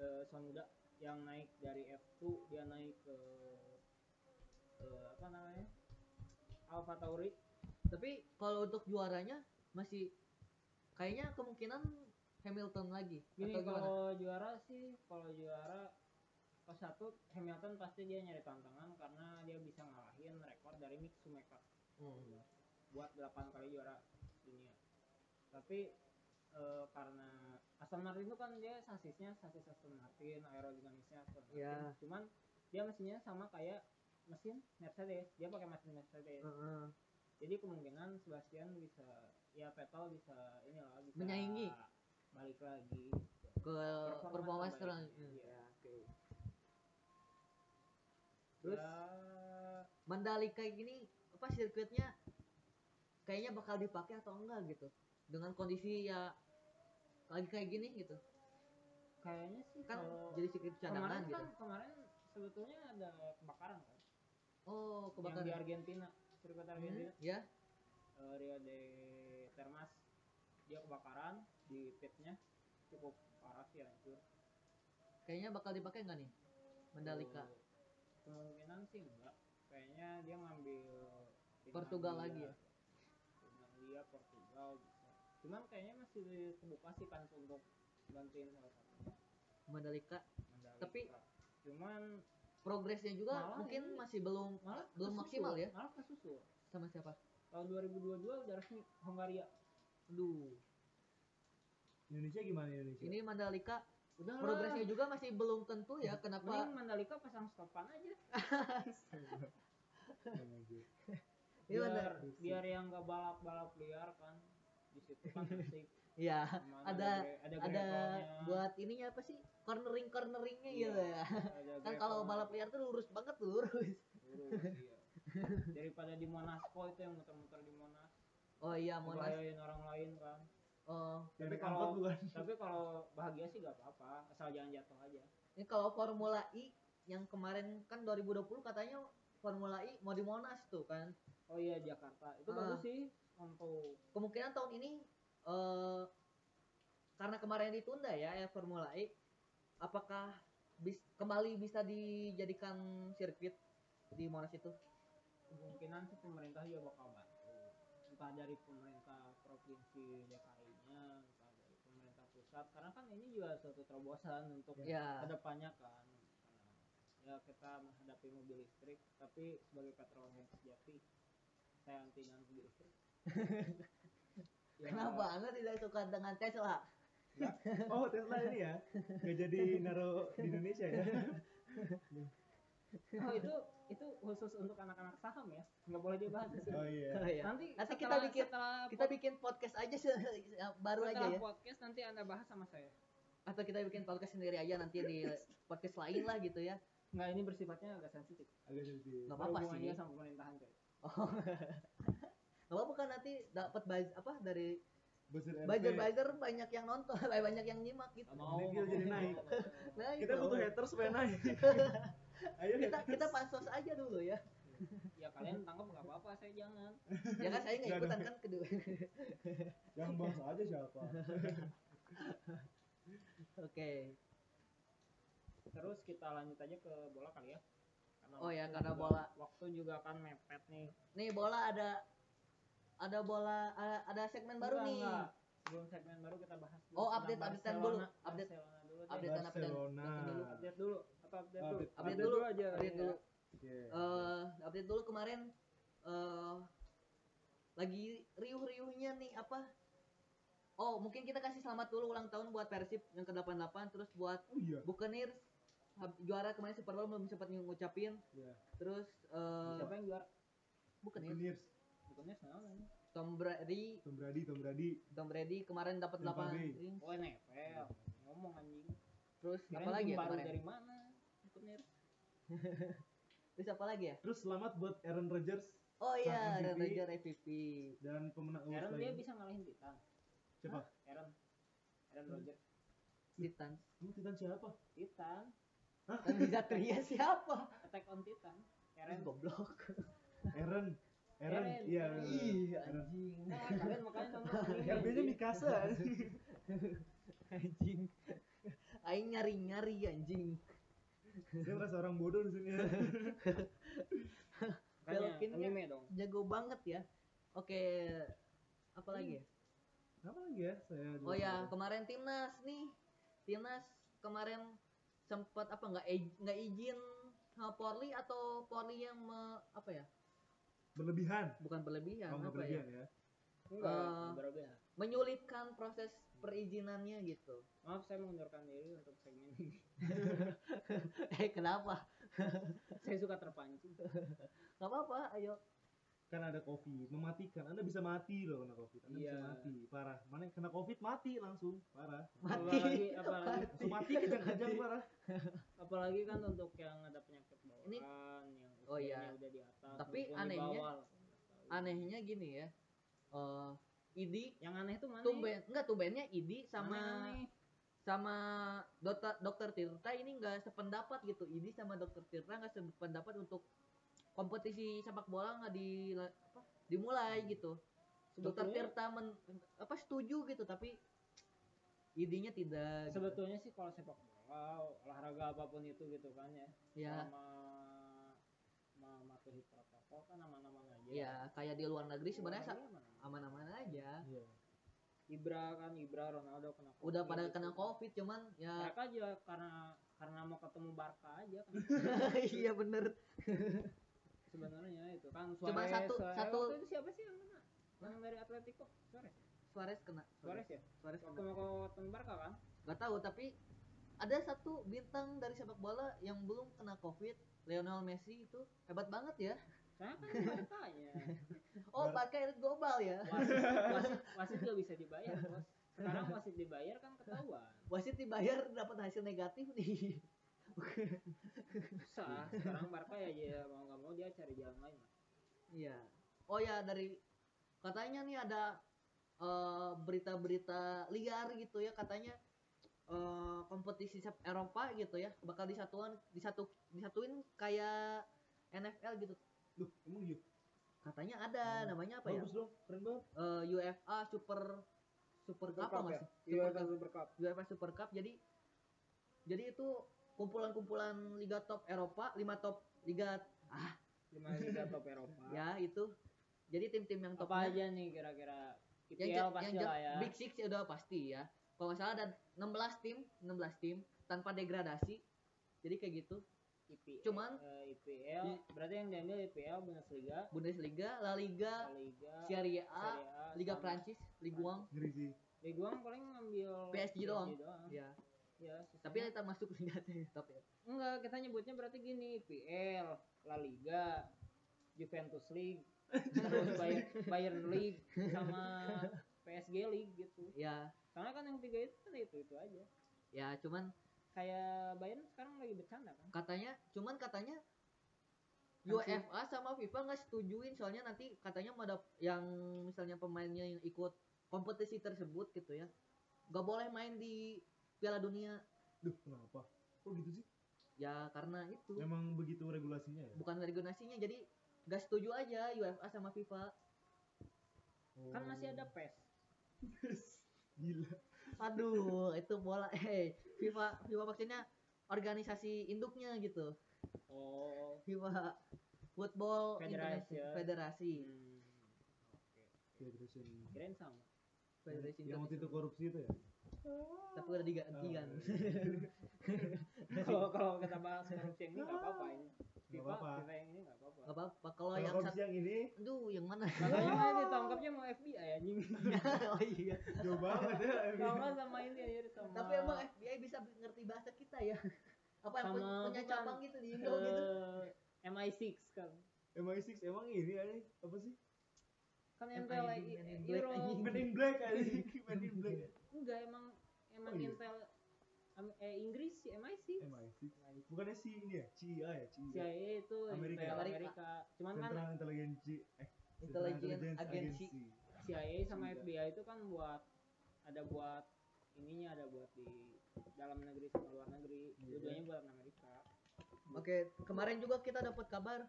Speaker 2: eh Sonoda yang naik dari F2 dia naik ke eh, apa namanya Alpha Tauri
Speaker 3: Tapi kalau untuk juaranya masih kayaknya kemungkinan Hamilton lagi
Speaker 2: gini
Speaker 3: atau gimana?
Speaker 2: kalau juara sih kalau juara pas satu Hamilton pasti dia nyari tantangan karena dia bisa ngalahin rekor dari Mick Schumacher
Speaker 3: Hmm.
Speaker 2: buat 8 kali juara dunia. Tapi eh, karena Aston Martin itu kan dia sasisnya sasis Aston Martin, aerodinamisnya Aston Martin.
Speaker 3: Ya.
Speaker 2: Cuman dia mesinnya sama kayak mesin Mercedes, dia pakai mesin Mercedes.
Speaker 3: Heeh.
Speaker 2: Jadi kemungkinan Sebastian bisa ya Vettel bisa inilah bisa
Speaker 3: Menyaingi.
Speaker 2: balik lagi
Speaker 3: Ke performa
Speaker 2: performance
Speaker 3: sekarang.
Speaker 2: Iya, oke. Ya,
Speaker 3: Terus?
Speaker 2: Terus
Speaker 3: Mandalika gini apa sirkuitnya kayaknya bakal dipakai atau enggak gitu dengan kondisi ya lagi kayak gini gitu
Speaker 2: kayaknya sih
Speaker 3: kan
Speaker 2: kalau-
Speaker 3: jadi sirkuit
Speaker 2: kemarin
Speaker 3: cadangan gitu
Speaker 2: kan kemarin sebetulnya ada kebakaran kan
Speaker 3: oh
Speaker 2: yang di
Speaker 3: kebakaran
Speaker 2: Argentina gitu sirkuit
Speaker 3: Hmm,
Speaker 2: Argentina
Speaker 3: ya
Speaker 2: eh, Rio de Termas dia kebakaran di pitnya cukup parah sih hancur
Speaker 3: kayaknya bakal dipakai enggak nih Mandalika
Speaker 2: Eh, kemungkinan sih enggak kayaknya dia ngambil
Speaker 3: Portugal lagi ya?
Speaker 2: dia Portugal bisa cuman kayaknya masih terbuka sih kan untuk gantiin salah satu Oh.
Speaker 3: Mandalika
Speaker 2: Mandalika.
Speaker 3: Tapi-
Speaker 2: cuman
Speaker 3: progresnya juga
Speaker 2: Malah
Speaker 3: mungkin
Speaker 2: ini-
Speaker 3: masih belum
Speaker 2: malah
Speaker 3: Belum
Speaker 2: kesusul,
Speaker 3: maksimal ya?
Speaker 2: malah kesusul
Speaker 3: sama siapa
Speaker 2: tahun 2022 udah resmi Hungaria
Speaker 3: Aduh
Speaker 4: Indonesia gimana Indonesia
Speaker 3: ini Mandalika
Speaker 2: udah lah.
Speaker 3: progresnya juga masih belum tentu ya kenapa
Speaker 2: Mending Mandalika pasang stopan aja.
Speaker 3: Iya, bener.
Speaker 2: Biar, biar yang gak balap-balap liar kan. Di situ kan asik.
Speaker 3: ya
Speaker 2: Sama
Speaker 3: Ada-
Speaker 2: gre- ada
Speaker 3: ada
Speaker 2: gravelnya,
Speaker 3: buat ininya apa sih cornering corneringnya
Speaker 2: Iya.
Speaker 3: gitu ya
Speaker 2: ada
Speaker 3: kan kalau
Speaker 2: gravelnya.
Speaker 3: balap liar tuh lurus banget lurus
Speaker 2: Lurus, iya. Daripada di Monasco itu yang muter-muter di Monas.
Speaker 3: oh iya monas
Speaker 2: Ngebahayain orang lain kan.
Speaker 3: oh
Speaker 4: tapi
Speaker 2: kalau-
Speaker 4: kalau bukan
Speaker 2: Tapi kalau bahagia sih gak apa-apa. Asal jangan jatuh aja.
Speaker 3: ini kalau Formula I yang kemarin kan 2020 katanya Formula I mau di Monas tuh kan
Speaker 2: Oh iya Jakarta. Itu
Speaker 3: Ah.
Speaker 2: bagus sih. Untuk
Speaker 3: kemungkinan tahun ini eh karena kemarin ditunda ya ya Formula I apakah bis- kembali bisa dijadikan sirkuit di Monas itu
Speaker 2: kemungkinan sih pemerintah juga bakal bantu entah dari pemerintah provinsi DKI-nya entah dari pemerintah pusat karena kan ini juga suatu terobosan untuk
Speaker 3: ya
Speaker 2: kedepannya kan ya kita menghadapi mobil listrik tapi sebagai petroleum sejati saya anti dengan mobil listrik Ya,
Speaker 3: kenapa anda tidak suka dengan Tesla
Speaker 4: oh Tesla ini ya nggak jadi naro di Indonesia ya
Speaker 2: oh itu itu khusus untuk anak-anak saham ya nggak boleh dibahas di sini.
Speaker 4: oh iya
Speaker 3: Oh, iya.
Speaker 2: nanti
Speaker 3: Nanti kita
Speaker 2: setelah-
Speaker 3: bikin-
Speaker 2: setelah
Speaker 3: kita
Speaker 2: pod-
Speaker 3: bikin podcast aja se- baru aja
Speaker 2: setelah
Speaker 3: ya
Speaker 2: podcast nanti anda bahas sama saya
Speaker 3: atau kita bikin podcast sendiri aja nanti di podcast lain lah gitu ya
Speaker 2: nggak ini bersifatnya agak sensitif
Speaker 4: agak
Speaker 3: nggak
Speaker 4: sedih
Speaker 3: apa-apa sih
Speaker 2: hubungannya sama pemerintahan coy.
Speaker 3: oh. nggak apa-apa kan nanti dapat buzz apa dari
Speaker 4: buzzer RT
Speaker 3: buzzer buzzer banyak yang nonton banyak yang nyimak gitu
Speaker 2: Gak mau
Speaker 4: Degil jadi naik.
Speaker 3: nah,
Speaker 4: kita ya.
Speaker 3: gitu.
Speaker 4: butuh haters supaya naik ayo
Speaker 3: kita
Speaker 4: haters.
Speaker 3: kita pansos aja dulu ya
Speaker 2: ya kalian tangkap nggak apa-apa saya jangan
Speaker 3: ya kan saya nggak
Speaker 4: Nggak,
Speaker 3: ikutan kan kedua
Speaker 4: yang bahas aja siapa
Speaker 3: oke
Speaker 2: terus kita lanjut aja ke bola kali ya karena
Speaker 3: Oh ya,
Speaker 2: waktu
Speaker 3: karena
Speaker 2: juga-
Speaker 3: bola.
Speaker 2: waktu juga kan mepet nih
Speaker 3: nih bola ada ada bola ada, ada segmen baru
Speaker 2: Enggak,
Speaker 3: nih.
Speaker 2: enggak. Sebelum segmen baru kita bahas dulu.
Speaker 3: Oh,
Speaker 2: tentang
Speaker 3: update- updatean
Speaker 2: Barcelona.
Speaker 3: dulu. Update.
Speaker 2: Barcelona dulu. deh.
Speaker 3: Update update
Speaker 4: Barcelona.
Speaker 3: dulu.
Speaker 2: Update dulu. Apa update dulu?
Speaker 4: Update-
Speaker 3: Update dulu,
Speaker 2: aja.
Speaker 3: update
Speaker 2: ya.
Speaker 3: dulu.
Speaker 4: Oke.
Speaker 3: Eh, update dulu kemarin eh lagi riuh-riuhnya nih apa? Oh, mungkin kita kasih selamat dulu ulang tahun buat Persib yang ke-88 terus buat
Speaker 4: oh iya.
Speaker 3: Buccaneers hab- juara kemarin Super Bowl belum sempat ngucapin.
Speaker 4: Iya.
Speaker 3: Terus eh
Speaker 2: Siapa yang juara?
Speaker 3: Buccaneers
Speaker 4: Buccaneers.
Speaker 2: Bukannya sekarang kan?
Speaker 3: Tom Brady
Speaker 4: Tom Brady, Tom Brady.
Speaker 3: Tom Brady kemarin dapat
Speaker 4: Tampa
Speaker 3: 8
Speaker 4: Bay.
Speaker 3: ring.
Speaker 2: Oh, NFL. Ngomong anjing.
Speaker 3: Terus
Speaker 2: Kalian
Speaker 3: apa lagi
Speaker 2: tim
Speaker 3: ya
Speaker 2: baru
Speaker 3: kemarin?
Speaker 2: dari mana? Buccaneers.
Speaker 3: Terus apa lagi ya?
Speaker 4: Terus selamat buat Aaron Rodgers
Speaker 3: Oh iya,
Speaker 4: MVP.
Speaker 3: Aaron Rodgers MVP.
Speaker 4: dan pemenang awards
Speaker 2: Aaron dia
Speaker 4: lainnya.
Speaker 2: bisa ngalahin Titan.
Speaker 4: Siapa?
Speaker 2: Aaron. Aaron
Speaker 4: Hmm.
Speaker 2: Rodgers.
Speaker 3: Titan.
Speaker 4: Emang Titan siapa?
Speaker 2: Titan.
Speaker 3: Dan Zatria Kan siapa?
Speaker 2: Attack on Titan. Aaron.
Speaker 3: Ih, Goblok.
Speaker 4: Aaron. Aaron.
Speaker 2: Aaron.
Speaker 4: Iya.
Speaker 3: Ih,
Speaker 4: Aaron.
Speaker 3: anjing.
Speaker 2: Nah, kalian makanya sama
Speaker 3: Ya,
Speaker 4: RB-nya Mikasa.
Speaker 3: Anjing. Aing nyari-nyari anjing.
Speaker 4: Saya merasa orang bodoh di sini. ya.
Speaker 3: Belokin
Speaker 2: Makanya
Speaker 3: kan.
Speaker 2: anime dong.
Speaker 3: Jago banget ya. Oke. Apa lagi ya?
Speaker 4: Apa lagi ya? Saya juga
Speaker 3: Oh ya,
Speaker 4: lupa.
Speaker 3: kemarin timnas nih. Timnas kemarin sempat apa nggak ij- nggak izin sama Porli atau Porli yang me- apa ya?
Speaker 4: berlebihan.
Speaker 3: Bukan berlebihan
Speaker 2: Oh,
Speaker 4: Kalau nggak
Speaker 3: apa ya?
Speaker 4: berlebihan ya.
Speaker 3: Eh.
Speaker 2: Enggak, ya. berlebihan.
Speaker 3: Menyulitkan proses perizinannya gitu.
Speaker 2: Maaf saya mengundurkan diri untuk segmen ini.
Speaker 3: eh kenapa?
Speaker 2: saya suka terpancing.
Speaker 3: Gak apa-apa, ayo.
Speaker 4: Kan ada COVID, mematikan. Anda bisa mati loh kena COVID. Anda bisa
Speaker 2: Iya.
Speaker 4: mati, parah. Mana yang kena COVID mati langsung, parah.
Speaker 3: Mati.
Speaker 2: Apalagi apalagi
Speaker 4: Langsung mati kejang-kejang parah.
Speaker 2: apalagi kan untuk yang ada penyakit bawaan
Speaker 3: Ini-
Speaker 2: yang usianya
Speaker 3: Oh, iya.
Speaker 2: udah di atas.
Speaker 3: Tapi
Speaker 2: maupun di
Speaker 3: anehnya-
Speaker 2: bawah lah.
Speaker 3: Anehnya gini ya. Eh Idi
Speaker 2: yang aneh tuh mana?
Speaker 3: tumben enggak tumbennya Idi sama
Speaker 2: Aneh, aneh.
Speaker 3: sama dokter dokter Tirta ini enggak sependapat gitu ini sama dokter Tirta enggak sependapat untuk kompetisi sepak bola enggak di apa, dimulai gitu dokter
Speaker 2: Sebetulnya-
Speaker 3: Tirta men, apa setuju gitu tapi idenya tidak gitu.
Speaker 2: sebetulnya sih kalau sepak bola olahraga apapun itu gitu kan ya.
Speaker 3: ya
Speaker 2: Sama mematuhi protokol kan aman-aman aja.
Speaker 3: ya kayak di luar negeri sebenarnya sa-
Speaker 2: Olahraga aman-aman.
Speaker 3: aman-aman aja
Speaker 4: Iya.
Speaker 2: Iya, Ibra kan Ibra Ronaldo kena COVID,
Speaker 3: udah pada kena
Speaker 2: gitu.
Speaker 3: covid cuman ya
Speaker 2: Mereka aja karena karena mau ketemu Barca aja kan
Speaker 3: iya bener
Speaker 2: sebenarnya itu kan
Speaker 3: Cuma
Speaker 2: Suarez,
Speaker 3: satu-
Speaker 2: Suarez.
Speaker 3: satu-
Speaker 2: Waktu itu siapa sih yang kena? Yang dari Atletico Suarez.
Speaker 3: Suarez kena
Speaker 2: Suarez ya?
Speaker 3: Suarez
Speaker 2: Waktu
Speaker 3: kena
Speaker 2: mau ketemu Barca kan?
Speaker 3: nggak tahu tapi ada satu bintang dari sepak bola yang belum kena covid Lionel Messi itu hebat banget ya
Speaker 2: Saya kan Barca-nya.
Speaker 3: oh
Speaker 4: Bar-
Speaker 3: pakai elit global ya
Speaker 2: Wasit, wasit, wasit gak bisa dibayar, Bos. Sekarang wasit dibayar kan ketahuan.
Speaker 3: wasit dibayar dapat hasil negatif nih
Speaker 2: Susah. Sekarang Barca ya, ya mau gak mau dia cari jalan lain. lah.
Speaker 3: iya oh ya dari katanya nih ada eh, berita-berita liar gitu ya katanya eh, kompetisi sep- Eropa gitu ya bakal disatuan disatu disatuin kayak NFL gitu
Speaker 4: Duh, emang iya.
Speaker 3: katanya ada
Speaker 4: Hmm.
Speaker 3: namanya apa ya
Speaker 4: Bagus dong, keren banget.
Speaker 3: Eh, UFA Super Super
Speaker 2: Super
Speaker 3: apa
Speaker 2: Cup
Speaker 3: nggak
Speaker 2: ya?
Speaker 3: sih?
Speaker 2: Iya,
Speaker 3: Super Cup.
Speaker 2: Super Cup.
Speaker 3: UEFA Super Cup jadi jadi itu kumpulan-kumpulan liga top Eropa, 5 top liga
Speaker 2: Lima liga top Eropa.
Speaker 3: ya itu. Jadi tim-tim yang
Speaker 2: Apa
Speaker 3: topnya
Speaker 2: aja nih kira-kira?
Speaker 3: yang,
Speaker 2: IPL
Speaker 3: je-
Speaker 2: pasti
Speaker 3: yang je-
Speaker 2: lah ya.
Speaker 3: Big Six ya udah pasti ya. Kalau nggak salah ada 16 tim, 16 tim tanpa degradasi. Jadi kayak gitu.
Speaker 2: IPL,
Speaker 3: Cuman-
Speaker 2: eh, IPL berarti yang diambil IPL Bundesliga,
Speaker 3: Bundesliga, La Liga,
Speaker 2: La Liga,
Speaker 3: Serie
Speaker 2: Serie
Speaker 3: A,
Speaker 2: A,
Speaker 3: Ah, Liga
Speaker 2: sama-
Speaker 3: Prancis, Ligue 1
Speaker 4: Ngeri sih.
Speaker 2: Liga gua paling ngambil
Speaker 3: PSG doang.
Speaker 2: Ya,
Speaker 3: ya.
Speaker 2: sisanya-
Speaker 3: Tapi kita masuk liga top ya.
Speaker 2: enggak kita nyebutnya berarti gini, IPL, La Liga, Juventus League, terus Bayern, Bayern League sama PSG League gitu.
Speaker 3: Ya,
Speaker 2: Karena kan yang tiga itu kan itu itu aja.
Speaker 3: ya cuman
Speaker 2: Kayak Bayern sekarang lagi bercanda kan.
Speaker 3: katanya cuman katanya
Speaker 2: Nanti-
Speaker 3: UEFA sama FIFA nggak setujuin soalnya nanti katanya mau ada yang misalnya pemainnya yang ikut kompetisi tersebut gitu ya nggak boleh main di Piala Dunia
Speaker 4: Duh, kenapa? Kok gitu sih?
Speaker 3: ya karena itu
Speaker 4: Memang begitu regulasinya ya?
Speaker 3: bukan regulasinya jadi nggak setuju aja UEFA sama FIFA
Speaker 2: Kan masih ada PES.
Speaker 4: Oh. Gila.
Speaker 3: aduh itu bola eh FIFA FIFA maksudnya organisasi induknya gitu
Speaker 2: Oh.
Speaker 3: FIFA Football International
Speaker 2: Federation.
Speaker 3: Federasi
Speaker 2: Hmm. Oke.
Speaker 4: Federation
Speaker 2: kirain sama
Speaker 3: Federation
Speaker 4: yang waktu itu
Speaker 3: Indonesia.
Speaker 4: korupsi itu ya
Speaker 3: Tapi udah diganti kan.
Speaker 4: Oh, iya.
Speaker 2: kalau kalau kita bahas korupsi yang ini nggak apa-apa ini
Speaker 4: Nggak
Speaker 2: FIFA
Speaker 4: apa-apa.
Speaker 2: FIFA yang ini nggak apa-apa
Speaker 3: Gak apa-apa. Kalau
Speaker 4: Kalau
Speaker 3: Oh, yang
Speaker 4: korupsi
Speaker 3: satu,
Speaker 4: yang ini
Speaker 3: aduh yang mana?
Speaker 2: makanya malah ditangkapnya mau FBI anjing
Speaker 3: oh iya.
Speaker 4: jauh banget ya.
Speaker 2: kalau nggak sama ini aja sama
Speaker 3: Tapi emang FBI bisa ngerti bahasa kita ya? Apa yang
Speaker 2: Sama
Speaker 3: punya
Speaker 2: bukan.
Speaker 3: cabang gitu di Indo gitu?
Speaker 2: eh, MI6 kan
Speaker 4: MI6 emang ini ya, apa sih?
Speaker 2: kan
Speaker 3: MI6,
Speaker 2: Intel
Speaker 3: Men in Black,
Speaker 2: Euro
Speaker 3: anjing.
Speaker 4: Men in Black anjing, Men in Black.
Speaker 2: enggak emang emang
Speaker 4: Oh, iya.
Speaker 2: Intel em- eh, Inggris sih MI6
Speaker 4: MI6. Bukannya si ini ya? CIA ya, CIA.
Speaker 2: CIA itu
Speaker 4: Amerika.
Speaker 2: Intel
Speaker 3: Amerika.
Speaker 2: Amerika cuman kan
Speaker 4: Central Intelligence eh Central
Speaker 3: Intelijen
Speaker 4: Intelligence
Speaker 3: agensi.
Speaker 2: CIA sama
Speaker 4: Juga.
Speaker 2: FBI itu kan buat ada buat ininya ada buat di dalam negeri sama luar negeri
Speaker 4: Iya.
Speaker 2: dua-duanya buat Amerika
Speaker 3: Oke, kemarin juga kita dapat kabar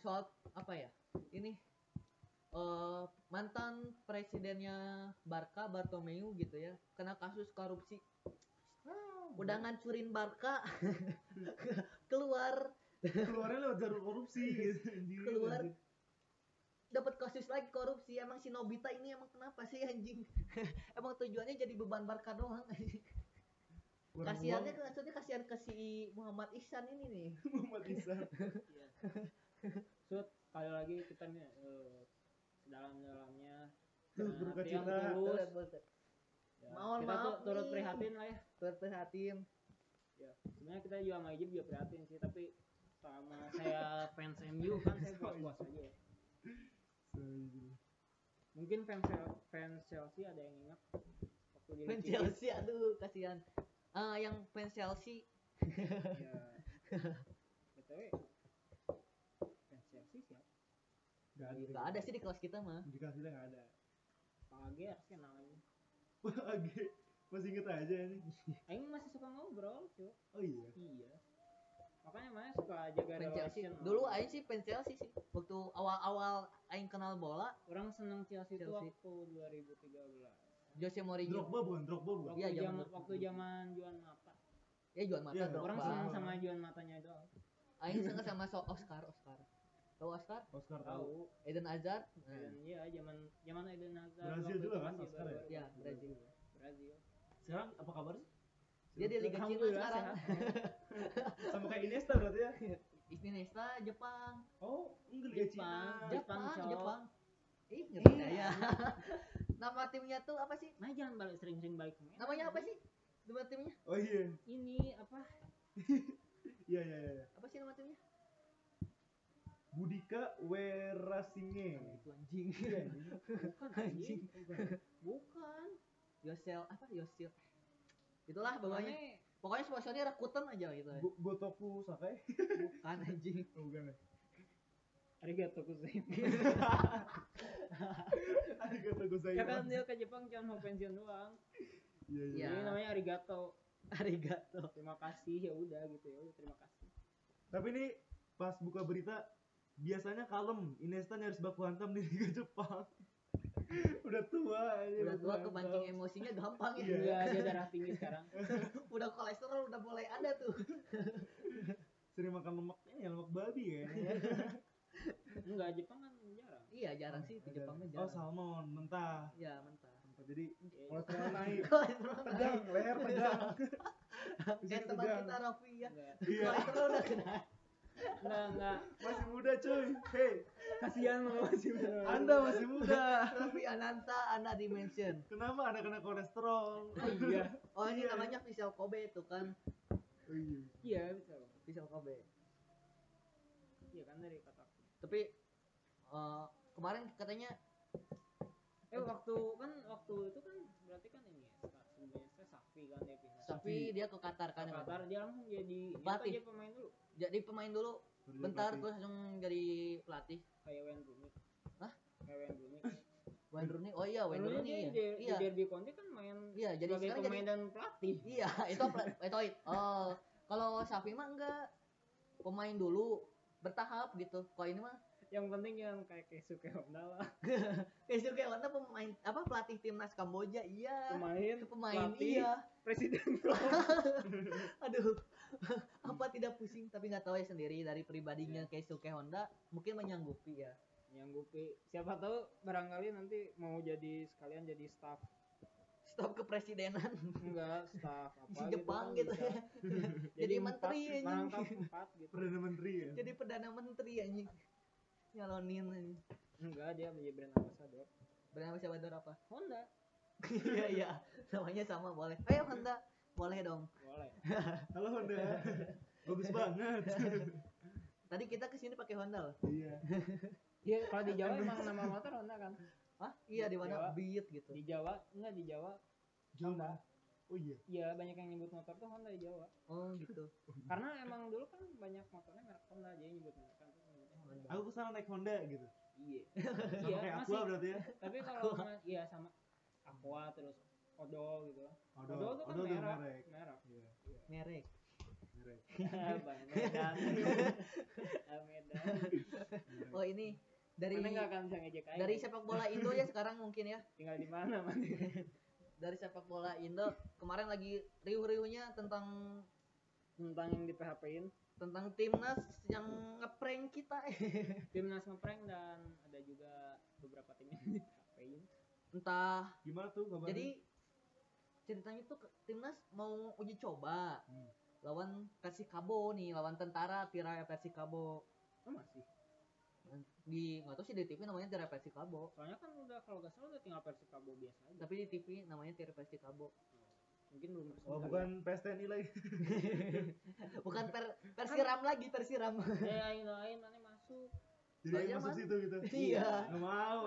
Speaker 3: soal apa ya? Ini eh mantan presidennya Barca Bartomeu gitu ya, kena kasus korupsi. Udah ngancurin Barca keluar
Speaker 4: Keluarnya lewat jalur korupsi gitu. anjing.
Speaker 3: Iya, Keluar. dapat kasus lagi korupsi emang si Nobita ini emang kenapa sih anjing emang tujuannya jadi beban Barca doang anjing.
Speaker 4: Kurang
Speaker 3: kasihannya maksudnya kasihan ke si Muhammad Ihsan ini nih
Speaker 4: uang, Muhammad Ihsan.
Speaker 2: so sekali lagi kita nih eh, dalam-dalamnya Nah,
Speaker 4: Turut Hmm, berduka
Speaker 2: yang
Speaker 4: cita.
Speaker 2: tulus, ya,
Speaker 3: Mohon
Speaker 2: kita
Speaker 3: maaf
Speaker 2: tu- turut
Speaker 3: nih.
Speaker 2: prihatin lah ya
Speaker 3: berperhatiin
Speaker 2: sebenarnya kita juga sama Ijib juga prihatin sih tapi sama saya fans MU kan saya puas-puas aja ya.
Speaker 4: Sorry.
Speaker 2: mungkin fans Chel- fans Chelsea ada yang ingat waktu di
Speaker 3: fans Chelsea aduh kasihan ah yang fans Chelsea
Speaker 2: ya btw fans Chelsea siapa
Speaker 4: Nggak ada.
Speaker 3: nggak ada sih di kelas kita mah
Speaker 4: Di kelas kita nggak ada.
Speaker 2: Pagi Arsenal ini.
Speaker 4: Oke. Masih inget aja nih.
Speaker 2: Aing masih suka ngobrol, cuy.
Speaker 4: Oh iya.
Speaker 2: Iya. Makanya mana suka jaga
Speaker 3: fans Chelsea
Speaker 2: relation.
Speaker 3: dulu aing sih fans Chelsea sih waktu awal-awal aing kenal bola
Speaker 2: orang seneng Chelsea, itu
Speaker 3: Chelsea.
Speaker 2: waktu 2013.
Speaker 3: Jose Mourinho
Speaker 4: Drogba bukan, Drogba bukan.
Speaker 2: Waktu
Speaker 3: Iya, zaman
Speaker 2: zaman
Speaker 3: 2013.
Speaker 2: waktu zaman Juan Mata.
Speaker 3: ya jual mata
Speaker 4: Iya,
Speaker 2: Orang
Speaker 4: Wah.
Speaker 3: Drogba
Speaker 2: seneng sama Juan Matanya doang.
Speaker 3: aing suka sama so Oscar Oscar tahu Oscar
Speaker 4: Oscar tahu.
Speaker 2: Tahu.
Speaker 3: Eden Hazard nah.
Speaker 2: Dan iya zaman zaman Eden Hazard.
Speaker 4: Brazil
Speaker 2: waktu
Speaker 4: juga
Speaker 2: itu
Speaker 4: kan,
Speaker 2: masih
Speaker 4: Oscar
Speaker 2: baru-
Speaker 3: ya Brazil
Speaker 2: Brazil.
Speaker 4: Sekarang apa kabar sih?
Speaker 3: dia di Liga Cina
Speaker 2: Alhamdulillah,
Speaker 3: sekarang
Speaker 4: Sama kayak Iniesta berarti ya?
Speaker 3: Iniesta Jepang
Speaker 4: Oh, enggak
Speaker 3: Iya,
Speaker 4: Liga Cina.
Speaker 2: Jepang.
Speaker 3: Jepang
Speaker 2: cowok.
Speaker 3: Jepang ih nggak
Speaker 2: Iya.
Speaker 3: percaya nama timnya tuh apa sih
Speaker 2: Nah, jangan balik sering-sering balik. ke Medan.
Speaker 3: namanya apa sih nama timnya
Speaker 4: Oh iya.
Speaker 2: Ini apa?
Speaker 4: Iya iya iya.
Speaker 3: apa sih nama timnya
Speaker 4: Budika Werasinge.
Speaker 3: itu anjing
Speaker 4: Iya.
Speaker 2: Bukan anjing. Bukan.
Speaker 3: Yosel apa Yosel itulah
Speaker 2: Pokoknya
Speaker 3: bawahnya pokoknya sponsornya Rakuten aja gitu ya.
Speaker 4: Go- Gotoku Sakai.
Speaker 3: bukan anjing
Speaker 4: Oh, bukan ya.
Speaker 2: arigato gozaimasu.
Speaker 4: Arigato
Speaker 2: Ya kan
Speaker 4: gozaimasu.
Speaker 2: dia ke Jepang cuma mau pensiun doang.
Speaker 4: Iya iya.
Speaker 3: Iya.
Speaker 2: Ini namanya arigato.
Speaker 3: arigato
Speaker 2: Terima kasih ya udah gitu ya. Udah terima kasih.
Speaker 4: Tapi ini pas buka berita biasanya kalem. Iniesta nyaris baku hantam di Liga Jepang. Udah tua aja.
Speaker 3: udah tua
Speaker 4: baku
Speaker 3: kepancing
Speaker 4: hantam.
Speaker 3: emosinya gampang ya
Speaker 4: Iya.
Speaker 2: Iya, dia darah tinggi sekarang.
Speaker 3: udah kolesterol udah mulai ada tuh
Speaker 4: Sering makan lemaknya ya lemak babi ya.
Speaker 2: Enggak, Jepang kan jarang.
Speaker 3: iya jarang sih di Jepang mah
Speaker 4: Oh,
Speaker 3: jarang
Speaker 4: salmon mentah.
Speaker 3: ya mentah
Speaker 4: Jadi
Speaker 2: Ya,
Speaker 4: kolesterol naik.
Speaker 3: kolesterol naik.
Speaker 4: Tegang, leher tegang.
Speaker 3: kayak
Speaker 4: Di sini
Speaker 3: teman
Speaker 4: tegang.
Speaker 3: kita Raffi ya
Speaker 2: Enggak,
Speaker 4: Iya,
Speaker 3: kolesterol udah kena
Speaker 2: enggak, enggak.
Speaker 4: masih muda cuy. Hey,
Speaker 2: Kasihan mau masih
Speaker 4: Anda masih muda.
Speaker 3: Raffi Ananta Anda Dimension
Speaker 4: Kenapa Anda kena kolesterol?
Speaker 2: Iya,
Speaker 3: oh ini
Speaker 4: Iya.
Speaker 3: namanya pisau Kobe tuh kan
Speaker 4: Oh iya.
Speaker 2: iya bisa.
Speaker 3: pisau Kobe
Speaker 2: Iya kan dari kata.
Speaker 3: tapi eh, kemarin katanya
Speaker 2: Eh waktu kan waktu itu kan berarti kan ini ya. Sebenarnya saya Safi kan dia pindah.
Speaker 3: tapi dia ke Qatar kan
Speaker 2: Ke Qatar dia langsung jadi ini apa
Speaker 3: Pelatih.
Speaker 2: dia pemain dulu
Speaker 3: jadi pemain dulu
Speaker 4: Baru
Speaker 3: bentar
Speaker 4: dilatih.
Speaker 3: terus langsung jadi pelatih
Speaker 2: kayak Wayne Rooney.
Speaker 3: Hah?
Speaker 2: Kayak Wayne Rooney.
Speaker 3: Wayne Rooney oh iya Wayne
Speaker 2: Wayne Rooney dia
Speaker 3: Rooney ya
Speaker 2: di, di
Speaker 3: iya
Speaker 2: Derby County kan main
Speaker 3: iya jadi
Speaker 2: sebagai
Speaker 3: sekarang jadi
Speaker 2: pemain dan pelatih.
Speaker 3: iya itu apa- itu oh kalau Safi mah enggak pemain dulu bertahap gitu kalau ini mah
Speaker 2: yang penting yang kayak Keisuke Honda lah
Speaker 3: Kaiser Kewanta pemain apa pelatih timnas Kamboja iya
Speaker 2: pemain
Speaker 3: itu pemain
Speaker 2: pelatih.
Speaker 3: iya
Speaker 2: presiden
Speaker 3: aduh
Speaker 2: Iya.
Speaker 3: apa tidak pusing tapi nggak tahu ya sendiri dari pribadinya Keisuke Honda mungkin menyanggupi ya
Speaker 2: yang gupi siapa tahu barangkali nanti mau jadi sekalian jadi staff
Speaker 3: Stop kepresidenan.
Speaker 2: enggak staff apa
Speaker 3: Di
Speaker 2: gitu
Speaker 3: Jepang
Speaker 2: kan
Speaker 3: gitu
Speaker 2: bisa.
Speaker 3: ya.
Speaker 2: jadi
Speaker 3: Jadi
Speaker 2: empat,
Speaker 3: menteri anjing.
Speaker 2: merangkap empat gitu
Speaker 4: perdana menteri ya
Speaker 3: Jadi perdana menteri anjing. Nyalonin anjing.
Speaker 2: enggak dia menjadi brand ambassador
Speaker 3: Bernama siapa Dor apa?
Speaker 2: Honda
Speaker 3: Iya iya. Namanya sama boleh. Ayo Honda. Boleh dong.
Speaker 2: boleh
Speaker 4: halo Honda bagus banget
Speaker 3: Tadi kita kesini pakai Honda loh.
Speaker 4: iya
Speaker 2: iya kalau di Jawa emang nama motor Honda kan
Speaker 3: Hah? Iya di mana?
Speaker 2: Jawa.
Speaker 3: Beat gitu.
Speaker 2: di Jawa enggak di Jawa
Speaker 4: Jawa oh iya
Speaker 2: ya banyak yang nyebut motor tuh Honda di Jawa
Speaker 3: Oh gitu.
Speaker 2: karena emang dulu kan banyak motornya merek Honda jadi nyebut merek kan nyebutnya Honda.
Speaker 4: aku kesana naik Honda gitu
Speaker 2: iya
Speaker 4: sama
Speaker 2: iya
Speaker 4: kayak aku
Speaker 2: masih
Speaker 4: berarti ya
Speaker 2: tapi kalau ma- iya sama Aqua terus Odol gitu Odol tuh kan
Speaker 4: Odol tuh
Speaker 2: merek
Speaker 4: merek
Speaker 2: merek Eh,
Speaker 4: iya
Speaker 3: Merek.
Speaker 4: merek
Speaker 2: Bang Medan Bang Medan
Speaker 4: merek.
Speaker 3: Oh ini dari
Speaker 2: Mana nggak akan bisa ngejek aja
Speaker 3: dari sepak bola Indo ya sekarang mungkin ya.
Speaker 2: tinggal di mana man
Speaker 3: Dari sepak bola Indo kemarin lagi riuh-riuhnya tentang
Speaker 2: tentang yang di PHP in
Speaker 3: tentang timnas yang ngeprank kita Eh,
Speaker 2: timnas ngeprank dan ada juga beberapa tim yang di PHP in
Speaker 3: entah
Speaker 4: gimana tuh kabarnya
Speaker 3: Jadi ceritanya tuh ke- timnas mau uji coba
Speaker 4: Hmm.
Speaker 3: lawan Persikabo nih, lawan tentara Tira Persikabo
Speaker 2: oh masih
Speaker 3: di nggak tahu sih di TV namanya Tira Persikabo,
Speaker 2: soalnya kan udah kalau nggak salah udah tinggal Persikabo biasa aja
Speaker 3: tapi di TV namanya Tira Persikabo.
Speaker 2: mungkin belum resmi
Speaker 4: oh
Speaker 2: kali ya.
Speaker 4: bukan PSTNI lagi
Speaker 3: Bukan per,
Speaker 4: Kan
Speaker 3: Persiram lagi, Persiram.
Speaker 2: eh ayo lain mana masuk
Speaker 4: jadi
Speaker 3: Soalnya
Speaker 4: yang masuk
Speaker 3: kan-
Speaker 4: situ gitu
Speaker 3: Iya.
Speaker 4: nggak mau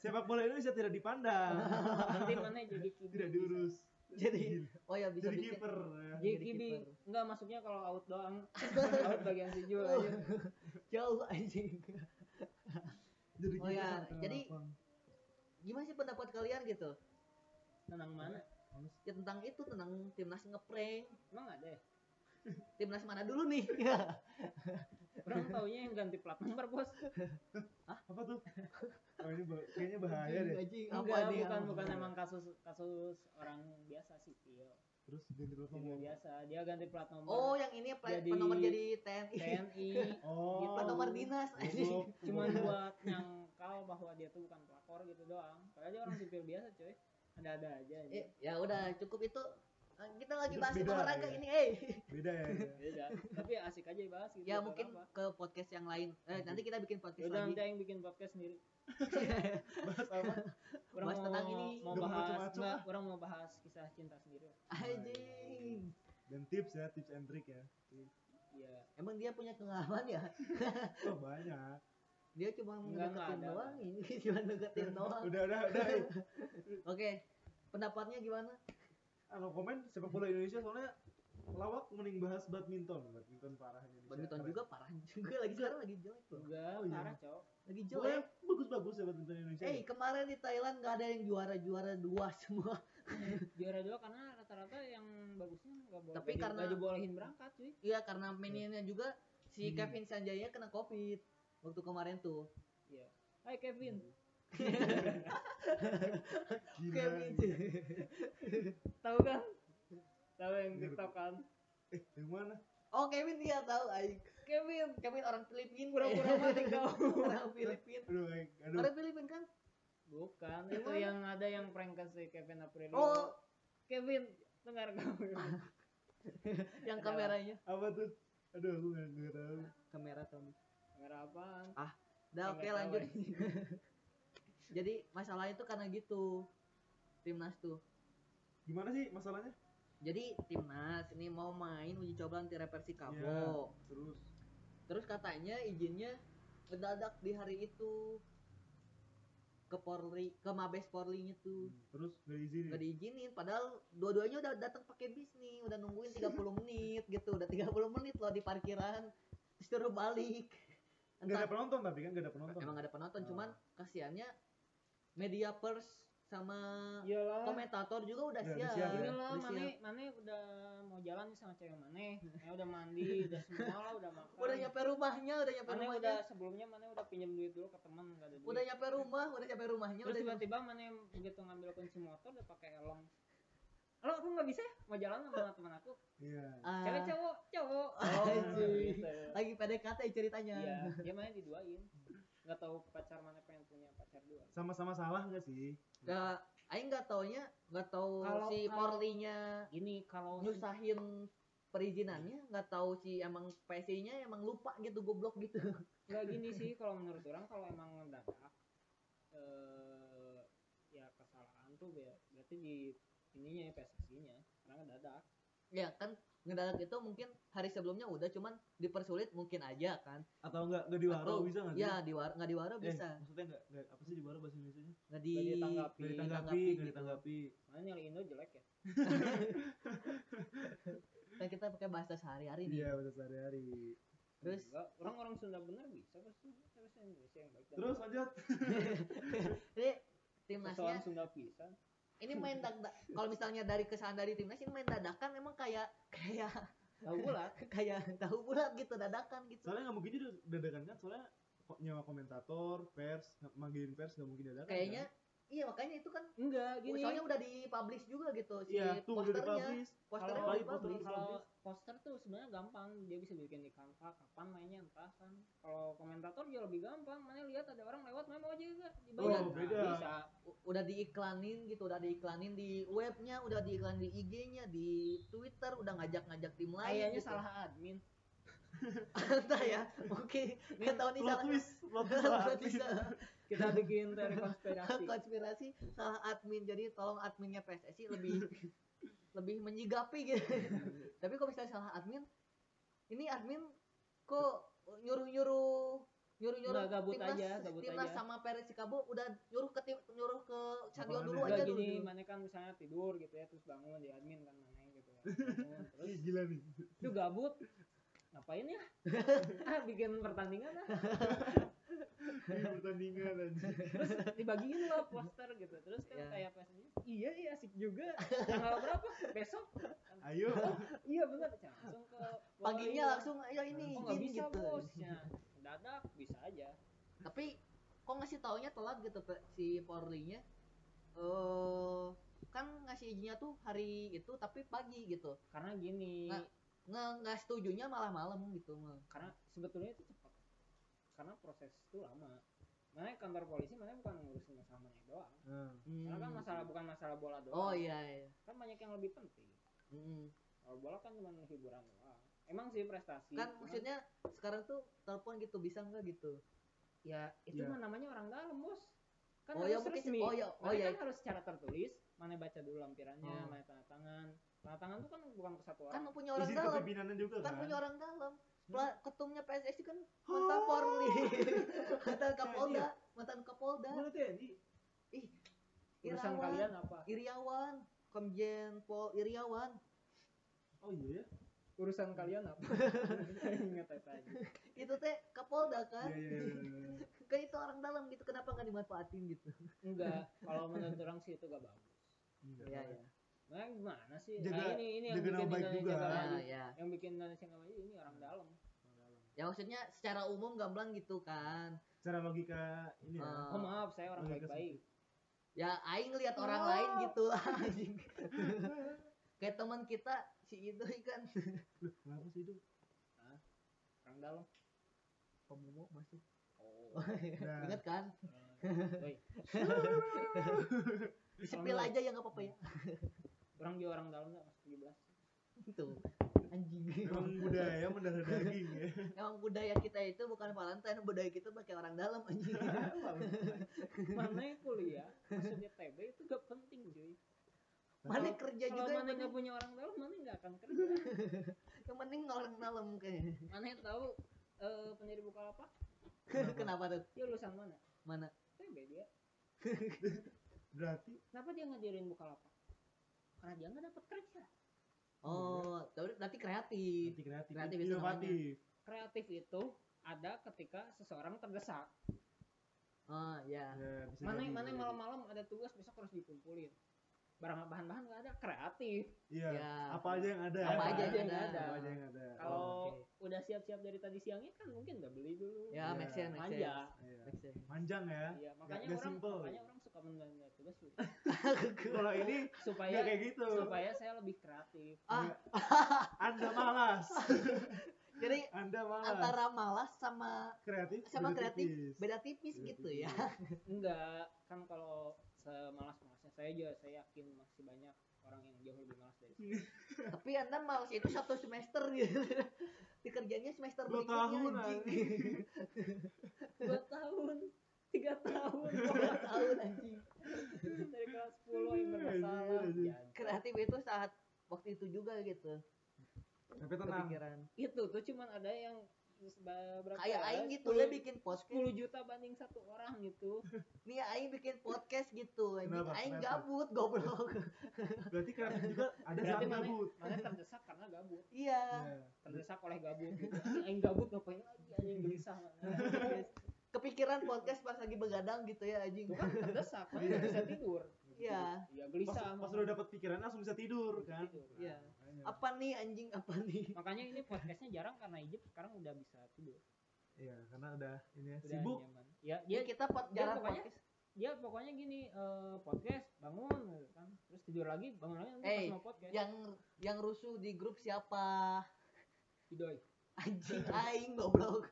Speaker 4: sepak bola Indonesia tidak dipandang
Speaker 2: nanti mana jadi kibi
Speaker 4: tidak diurus
Speaker 3: Jadi oh ya bisa
Speaker 4: jadi
Speaker 3: bikin
Speaker 4: kiper ya.
Speaker 2: jadi
Speaker 3: Jadi
Speaker 2: kibi
Speaker 3: kiper.
Speaker 2: nggak masuknya kalau out doang out bagian sijil aja
Speaker 3: jauh anjing.
Speaker 4: jadi
Speaker 3: Oh ya, jadi-
Speaker 4: lapang.
Speaker 3: Gimana sih pendapat kalian gitu?
Speaker 2: tenang mana
Speaker 3: Ya tentang itu tentang timnas ngeprank.
Speaker 2: emang ada ya
Speaker 3: Timnas mana dulu nih?
Speaker 4: Nah,
Speaker 2: orang taunya yang ganti plat nomor bos
Speaker 4: apa tuh oh ini bah- kayaknya bahaya iya deh
Speaker 3: Anjing, apa
Speaker 2: enggak
Speaker 3: nih?
Speaker 2: bukan bukan
Speaker 4: Apa?
Speaker 2: emang kasus kasus orang biasa sipil
Speaker 4: terus ganti dulu
Speaker 2: sipil biasa dia ganti plat
Speaker 3: Oh, iya.
Speaker 2: nomor
Speaker 3: yang ini plat
Speaker 2: Jadi-
Speaker 3: nomor jadi TNI.
Speaker 2: TNI
Speaker 4: oh
Speaker 3: Plat nomor dinas anjing.
Speaker 4: Goblok.
Speaker 2: cuma
Speaker 3: Iya.
Speaker 2: buat nyangkal bahwa dia tuh bukan pelakor gitu doang padahal dia orang sipil biasa cuy ada ada aja aja
Speaker 3: Eh, ya udah cukup itu. Nah, Kita lagi
Speaker 4: Itu
Speaker 3: bahas
Speaker 4: beda,
Speaker 3: olahraga
Speaker 4: ya.
Speaker 3: ini, eh.
Speaker 4: beda ya ya.
Speaker 2: beda tapi asik aja dibahas gitu
Speaker 3: Ya
Speaker 2: buat
Speaker 3: mungkin
Speaker 2: apa.
Speaker 3: ke podcast yang lain. Eh, nanti kita bikin podcast
Speaker 2: Yaudah nanti
Speaker 3: lagi.
Speaker 2: yang bikin podcast sendiri
Speaker 4: bahas apa
Speaker 2: orang
Speaker 3: Bahas
Speaker 2: mau,
Speaker 3: tentang ini.
Speaker 2: mau
Speaker 4: Jangan
Speaker 2: bahas
Speaker 4: macem-macem
Speaker 2: enggak, orang mau bahas kisah cinta sendiri
Speaker 3: Anjing.
Speaker 4: dan tips ya tips and trick ya
Speaker 2: iya
Speaker 3: Emang dia punya pengalaman ya?
Speaker 4: oh banyak
Speaker 3: Dia cuma
Speaker 2: Enggak, enggak
Speaker 3: ngedeketin
Speaker 2: ada.
Speaker 3: doang ini, cuma ngedeketin doang.
Speaker 4: udah udah udah eh.
Speaker 3: Oke. Pendapatnya gimana?
Speaker 4: ah, no komen sepak bola Indonesia soalnya lawak mending bahas badminton badminton parah Indonesia
Speaker 3: Badminton
Speaker 4: Keren.
Speaker 3: juga parah juga lagi sekarang lagi jelek loh.
Speaker 2: enggak
Speaker 4: Oh, iya.
Speaker 2: parah cowok
Speaker 3: Lagi
Speaker 4: Pokoknya
Speaker 3: jelek.
Speaker 4: bagus-bagus ya badminton Indonesia
Speaker 3: Eh, kemarin di Thailand nggak ada yang juara-juara dua semua.
Speaker 2: juara dua karena rata-rata yang bagusnya nggak boleh
Speaker 3: Tapi
Speaker 2: nggak di-
Speaker 3: karena-
Speaker 2: nggak dibolehin berangkat cuy
Speaker 3: Iya, karena mainnya juga si
Speaker 4: Hmm.
Speaker 3: Kevin Sanjaya kena Covid waktu kemarin tuh.
Speaker 2: Hai Kevin
Speaker 4: Hmm. Gila,
Speaker 3: Kevin.
Speaker 4: gila.
Speaker 2: tahu kan tahu yang
Speaker 4: Iya,
Speaker 2: TikTok kan
Speaker 4: eh yang mana
Speaker 3: Oh Kevin dia tahu aing.
Speaker 2: Kevin
Speaker 3: Kevin orang Filipin
Speaker 2: pura-pura mati kau
Speaker 3: orang Filipin.
Speaker 4: aduh Aing, aduh
Speaker 3: Orang Filipin kan?
Speaker 2: bukan
Speaker 3: Yang
Speaker 2: itu
Speaker 3: mana?
Speaker 2: yang ada yang prank ke si Kevin Aprilio
Speaker 3: Oh,
Speaker 2: Kevin dengar kau
Speaker 3: yang
Speaker 2: Ada.
Speaker 3: kameranya.
Speaker 4: apa tuh aduh aku nggak nggak tahu
Speaker 3: Kamera Tommy.
Speaker 2: dengar apaan
Speaker 3: Dah oke
Speaker 2: Kamera
Speaker 3: lanjut. Jadi masalahnya itu karena gitu. Timnas tuh.
Speaker 4: gimana sih masalahnya
Speaker 3: Jadi timnas ini mau main uji coba anti Persikabo.
Speaker 4: Iya. terus
Speaker 3: Terus katanya izinnya mendadak di hari itu ke Polri, ke Mabes Polri itu.
Speaker 4: Hmm, terus nggak izin
Speaker 3: nggak diizinin padahal dua-duanya udah datang pakai bis nih udah nungguin 30 menit gitu udah 30 menit loh di parkiran terus suruh balik
Speaker 4: nggak ada
Speaker 3: entah
Speaker 4: penonton tapi kan nggak ada penonton
Speaker 3: emang gak ada penonton
Speaker 4: Oh.
Speaker 3: cuman kasihannya media pers sama
Speaker 2: iyalah
Speaker 3: komentator juga udah
Speaker 4: Iya. Udah,
Speaker 3: siap,
Speaker 4: udah siap ya?
Speaker 2: Gini Iya, lah,
Speaker 3: Udah
Speaker 2: Mane,
Speaker 3: siap.
Speaker 2: Mane udah mau jalan nih sama cewek Mane. Mane udah mandi, udah semua lah, udah makan.
Speaker 3: udah nyampe rumahnya udah nyampe
Speaker 2: Mane
Speaker 3: rumahnya
Speaker 2: udah sebelumnya Mane udah pinjam duit dulu ke teman enggak ada duit.
Speaker 3: udah nyampe rumah udah nyampe rumahnya
Speaker 2: Terus
Speaker 3: udah nyampe-
Speaker 2: tiba-tiba Mane begitu ngambil kunci motor udah pakai helm. Halo, aku nggak bisa ya? Mau jalan sama teman aku.
Speaker 4: iya
Speaker 3: Ah, Oh, iya.
Speaker 2: Cewek cowok, cowok.
Speaker 3: Anjing.
Speaker 2: gitu.
Speaker 3: lagi PDKT ceritanya
Speaker 4: Iya.
Speaker 2: Iya, dia main diduain. Nggak nggak tahu pacar mana pengen punya pacar dua
Speaker 4: Sama-sama salah nggak sih?
Speaker 3: Nggak, Aing nggak taunya, nggak tahu
Speaker 2: Kalau-
Speaker 3: si
Speaker 2: kalau-
Speaker 3: Porlinya
Speaker 2: gini kalau
Speaker 3: nyusahin perizinannya, nggak tahu si emang PC-nya emang lupa gitu goblok gitu.
Speaker 2: nggak gini sih kalau menurut orang kalau emang mendadak eh ya kesalahan tuh ber- berarti di ininya PSSI-nya karena mendadak
Speaker 3: ya kan ngedadak itu mungkin hari sebelumnya udah cuman dipersulit mungkin aja kan.
Speaker 4: Atau nggak nggak diwaro
Speaker 3: Atau-
Speaker 4: bisa nggak sih?
Speaker 3: Ya di war nggak di waro
Speaker 4: Eh,
Speaker 3: bisa,
Speaker 4: maksudnya nggak nggak apa sih diwaro bahasa Indonesia?
Speaker 3: nggak
Speaker 2: nggak
Speaker 3: di
Speaker 2: ditanggapi.
Speaker 4: Nggak ditanggapi,
Speaker 3: ditanggapi
Speaker 4: nggak
Speaker 3: gitu.
Speaker 4: ditanggapi.
Speaker 2: mana nyari Indo jelek ya
Speaker 3: kan kita pakai bahasa sehari-hari nih.
Speaker 4: Iya, bahasa sehari-hari.
Speaker 3: Terus
Speaker 2: Enggak, orang-orang Sunda bener bisa pasti terus Indonesia yang baik dan
Speaker 4: Terus
Speaker 2: benar.
Speaker 4: lanjut.
Speaker 3: ini
Speaker 2: Persoalan
Speaker 3: timnasnya
Speaker 2: Sunda bisa
Speaker 3: ini main dag dag- kalau misalnya dari kesalahan dari timnas ini main dadakan emang kayak kayak
Speaker 2: tahu bulat
Speaker 3: kayak tahu bulat gitu dadakan gitu.
Speaker 4: Soalnya nggak mungkin juga dadakan kan, soalnya kok nyawa komentator, pers, nggak- manggilin pers nggak mungkin kan? dadakan.
Speaker 3: Kayaknya iya makanya itu kan
Speaker 2: enggak gini
Speaker 3: soalnya udah dipublish juga gitu
Speaker 4: kan?
Speaker 3: si
Speaker 4: iya, tuh udah
Speaker 3: posternya.
Speaker 4: dipublish.
Speaker 3: Posternya
Speaker 2: kalau
Speaker 3: udah
Speaker 4: Apalagi poster
Speaker 3: dipublish.
Speaker 2: kalau
Speaker 4: publish.
Speaker 2: poster tuh sebenarnya gampang dia bisa bikin di Canva kapan mainnya entah kan kalau komentator jauh lebih gampang mana lihat ada orang lewat memo aja juga dibayar Nah,
Speaker 4: Oh, beda.
Speaker 2: bisa
Speaker 3: U- udah diiklanin gitu, udah diiklanin di webnya, udah diiklanin di IG-nya, di Twitter, udah ngajak-ngajak tim lain.
Speaker 2: kayaknya
Speaker 3: gitu.
Speaker 2: salah admin
Speaker 3: Entah ya, mungkin nggak tahu nih
Speaker 4: Plot
Speaker 3: salah.
Speaker 4: twist, plot twist.
Speaker 3: Plot
Speaker 4: salah
Speaker 3: twist,
Speaker 4: admin.
Speaker 3: salah-
Speaker 2: Iya, kita bikin teori konspirasi
Speaker 3: konspirasi salah admin jadi tolong adminnya PSSI lebih lebih menyikapi gitu tapi kalau misalnya salah admin ini admin kok nyuruh nyuruh nyuruh nyuruh
Speaker 2: Nggak, gabut aja, gabut
Speaker 3: timnas
Speaker 2: aja.
Speaker 3: sama Persikabo udah nyuruh ke tim, nyuruh ke Sadio
Speaker 4: Lapangan
Speaker 3: dulu
Speaker 4: ya.
Speaker 3: aja
Speaker 2: Enggak
Speaker 3: dulu
Speaker 2: gini, mana kan misalnya tidur gitu ya, terus bangun di admin kan mana gitu ya. Bangun,
Speaker 4: Ih,
Speaker 2: terus
Speaker 4: gila nih.
Speaker 2: tuh gabut. Ngapain ya? ah, bikin pertandingan lah.
Speaker 4: Ini pertandingan aja.
Speaker 2: Terus dibagiin lah poster gitu. Terus kan
Speaker 3: Ya.
Speaker 2: kayak pesannya, iya iya asik juga. Tanggal berapa? Besok.
Speaker 4: Ayo.
Speaker 2: Iya benar, langsung ke
Speaker 3: paginya
Speaker 2: Wali.
Speaker 3: langsung ayo ini
Speaker 2: Oh,
Speaker 3: izin
Speaker 2: nggak bisa
Speaker 3: gitu
Speaker 2: bos. Ya, dadak bisa aja.
Speaker 3: tapi kok ngasih taunya telat gitu Pe- si Porlinya eh kan ngasih izinnya tuh hari itu tapi pagi gitu
Speaker 2: Karena gini,
Speaker 3: Nah. nggak nggak setujunya malah malam gitu
Speaker 2: karena sebetulnya itu cepat. Karena proses itu lama. Mana kantor polisi mana bukan ngurusin masalah mana doang.
Speaker 4: Nah,
Speaker 3: Hmm.
Speaker 2: Karena kan masalah bukan masalah bola doang.
Speaker 3: oh iya, iya.
Speaker 2: Kan banyak yang lebih penting.
Speaker 3: Mm.
Speaker 2: Kalau bola kan cuma hiburan doang. Emang sih prestasi.
Speaker 3: kan
Speaker 2: cuman-
Speaker 3: maksudnya sekarang tuh telepon gitu bisa nggak gitu
Speaker 2: ya itu
Speaker 4: Ya.
Speaker 2: mah namanya orang dalam, Bos. Kan
Speaker 3: Oh,
Speaker 2: harus
Speaker 3: ya, mungkin-
Speaker 2: resmi.
Speaker 3: oh, ya, oh,
Speaker 2: Makanya
Speaker 3: ya.
Speaker 2: kan harus secara tertulis, mana baca dulu lampirannya,
Speaker 3: Oh.
Speaker 2: mana tanda tangan. Tanda tangan tuh kan bukan ke satu
Speaker 3: kan
Speaker 2: orang.
Speaker 3: punya orang
Speaker 4: Izin
Speaker 3: dalam
Speaker 4: kepimpinannya juga
Speaker 3: kan
Speaker 4: kan.
Speaker 3: punya orang dalam Pla-
Speaker 2: Hmm?
Speaker 3: ketumnya PSSI kan mantan Porli mantan Kapolda
Speaker 2: Iya.
Speaker 3: mantan Kapolda
Speaker 4: Boleh TNI.
Speaker 3: ih
Speaker 2: Urusan
Speaker 3: Irawan.
Speaker 2: kalian apa?
Speaker 3: Iriawan Komjen Pol Iriawan
Speaker 4: Oh iya ya.
Speaker 2: Urusan kalian apa? Ingat aja.
Speaker 3: itu teh Kapolda kan
Speaker 4: Iya iya iya.
Speaker 3: kayak itu orang dalam gitu kenapa nggak dimanfaatin gitu
Speaker 2: Enggak, kalau menurut orang sih itu gak bagus.
Speaker 4: Iya.
Speaker 3: ya ya
Speaker 2: Nah, gimana sih?
Speaker 4: Jaga-
Speaker 2: nah, ini ini
Speaker 4: jaga nama baik
Speaker 2: Indonesia
Speaker 4: juga.
Speaker 2: nggak
Speaker 3: ya,
Speaker 4: Nah,
Speaker 2: maju.
Speaker 3: ya.
Speaker 2: Yang bikin Indonesia nggak maju ini orang dalam.
Speaker 3: Ya, maksudnya secara umum gamblang gitu kan
Speaker 4: Secara logika ini ya.
Speaker 3: Eh,
Speaker 2: Oh, maaf, saya orang
Speaker 4: Logika
Speaker 2: baik-baik.
Speaker 3: ya aing lihat
Speaker 2: Iya.
Speaker 3: orang lain gitu lah anjing. kayak teman kita si itu kan
Speaker 4: Loh, kenapa sih itu?
Speaker 2: Orang dalam.
Speaker 3: pemomo masih
Speaker 2: Oh.
Speaker 4: Nah,
Speaker 3: ingat kan
Speaker 2: Woi,
Speaker 4: Iya.
Speaker 3: di sepil
Speaker 2: Orang-
Speaker 3: aja ya nggak apa-apa ya
Speaker 2: orang dia orang dalam nggak masuk 17
Speaker 3: itu Gitu. anjing
Speaker 4: Emang budaya mendarah daging ya.
Speaker 3: emang budaya kita itu bukan Valentine budaya kita pakai orang dalam anjing
Speaker 4: Iya.
Speaker 2: mana yang kuliah maksudnya TB itu gak penting cuy
Speaker 3: mana
Speaker 4: Ya
Speaker 3: kerja
Speaker 2: kalau
Speaker 3: juga yang
Speaker 2: mana
Speaker 3: penting,
Speaker 2: nggak punya orang dalam mana nggak akan kerja
Speaker 3: yang penting orang dalam kayaknya
Speaker 2: mana yang tahu eh pendiri bukalapak
Speaker 3: kenapa tuh
Speaker 2: dia lulusan mana
Speaker 3: mana
Speaker 4: Iya.
Speaker 2: TB dia
Speaker 4: Berarti
Speaker 2: kenapa dia ngajarin bukalapak karena dia nggak dapat kerja
Speaker 3: oh tapi berarti kreatif
Speaker 4: kreatif, kreatif,
Speaker 3: Kreatif itu
Speaker 4: inovatif.
Speaker 2: kreatif itu ada ketika seseorang terdesak
Speaker 3: oh ya
Speaker 4: Ya, bisa
Speaker 2: mana
Speaker 4: jadi,
Speaker 2: mana
Speaker 4: bisa jadi.
Speaker 2: malam-malam ada tugas besok harus dikumpulin barang bahan-bahan nggak ada kreatif
Speaker 4: Iya.
Speaker 3: ya
Speaker 4: Apa aja yang ada?
Speaker 3: Apa
Speaker 4: ya?
Speaker 3: aja yang ada.
Speaker 4: Apa aja yang ada.
Speaker 2: kalau udah siap-siap dari tadi siangnya kan mungkin udah beli dulu
Speaker 3: ya make sense make sense
Speaker 2: aja
Speaker 4: Iya.
Speaker 3: make sense
Speaker 4: Panjang ya.
Speaker 2: Iya, makanya
Speaker 4: nggak
Speaker 2: orang
Speaker 4: simple.
Speaker 2: makanya orang suka menunda tugas Bu.
Speaker 4: Kalau ini
Speaker 2: supaya
Speaker 4: nggak kayak gitu.
Speaker 2: supaya saya lebih kreatif.
Speaker 3: ah
Speaker 4: Anda malas.
Speaker 3: jadi Jadi
Speaker 4: Anda malas.
Speaker 3: antara malas sama
Speaker 4: kreatif
Speaker 3: sama
Speaker 4: beda
Speaker 3: kreatif
Speaker 4: tipis.
Speaker 3: beda tipis
Speaker 4: Beda
Speaker 3: gitu
Speaker 4: tipis.
Speaker 3: ya.
Speaker 2: enggak kan kalau semalas-malasnya saya juga saya yakin masih banyak orang yang jauh lebih malas dari saya
Speaker 3: Tapi Anda malas itu satu semester gitu. Dikerjanya semester
Speaker 4: Dua
Speaker 3: berikutnya
Speaker 4: tahun
Speaker 3: anjing.
Speaker 2: dua tahun tiga tahun
Speaker 3: Dua tahun anjing.
Speaker 2: dari kelas 10 yang
Speaker 4: Anjing,
Speaker 2: bermasalah
Speaker 4: anjing.
Speaker 2: ya,
Speaker 3: Kreatif itu saat waktu itu juga gitu
Speaker 4: Tapi tenang,
Speaker 3: kepikiran.
Speaker 2: itu tuh cuman ada yang berapa
Speaker 3: Kayak aing gitu ya
Speaker 2: Sepuluh-
Speaker 3: bikin podcast.
Speaker 2: 10 juta banding satu orang gitu
Speaker 3: Nih aing bikin podcast gitu. Anjing
Speaker 4: Kenapa?
Speaker 3: aing
Speaker 4: Kenapa?
Speaker 3: gabut goblok. Iya.
Speaker 4: berarti kreatif juga ada
Speaker 2: Berarti
Speaker 4: saat
Speaker 2: mana-
Speaker 4: gabut.
Speaker 2: makanya terdesak karena gabut
Speaker 3: Iya.
Speaker 4: Ya.
Speaker 2: terdesak oleh gabut gitu. Aing gabut ngapain lagi anjing gelisah
Speaker 3: Kepikiran podcast pas lagi begadang gitu ya anjing.
Speaker 2: Tuh kan terdesak kan nggak bisa tidur
Speaker 3: Iya.
Speaker 2: ya
Speaker 4: Pas,
Speaker 2: gelisah
Speaker 4: pas
Speaker 2: makanya.
Speaker 4: udah dapet pikiran langsung bisa tidur kan.
Speaker 3: Iya.
Speaker 4: Makanya.
Speaker 3: Apa nih anjing apa nih?
Speaker 2: makanya ini podcastnya jarang karena Ijip sekarang udah bisa tidur
Speaker 4: Iya, karena udah ini ya,
Speaker 2: udah
Speaker 4: sibuk.
Speaker 2: nyaman. ya dia
Speaker 3: Ya kita pot
Speaker 2: dia
Speaker 3: jarang
Speaker 2: pokoknya-
Speaker 3: podcast.
Speaker 2: dia pokoknya gini eh, podcast bangun gitu kan terus tidur lagi bangun lagi nanti
Speaker 3: Eh,
Speaker 2: pas mau podcast
Speaker 3: Yang yang rusuh di grup siapa?
Speaker 2: Idoy.
Speaker 3: Anjing aing goblok.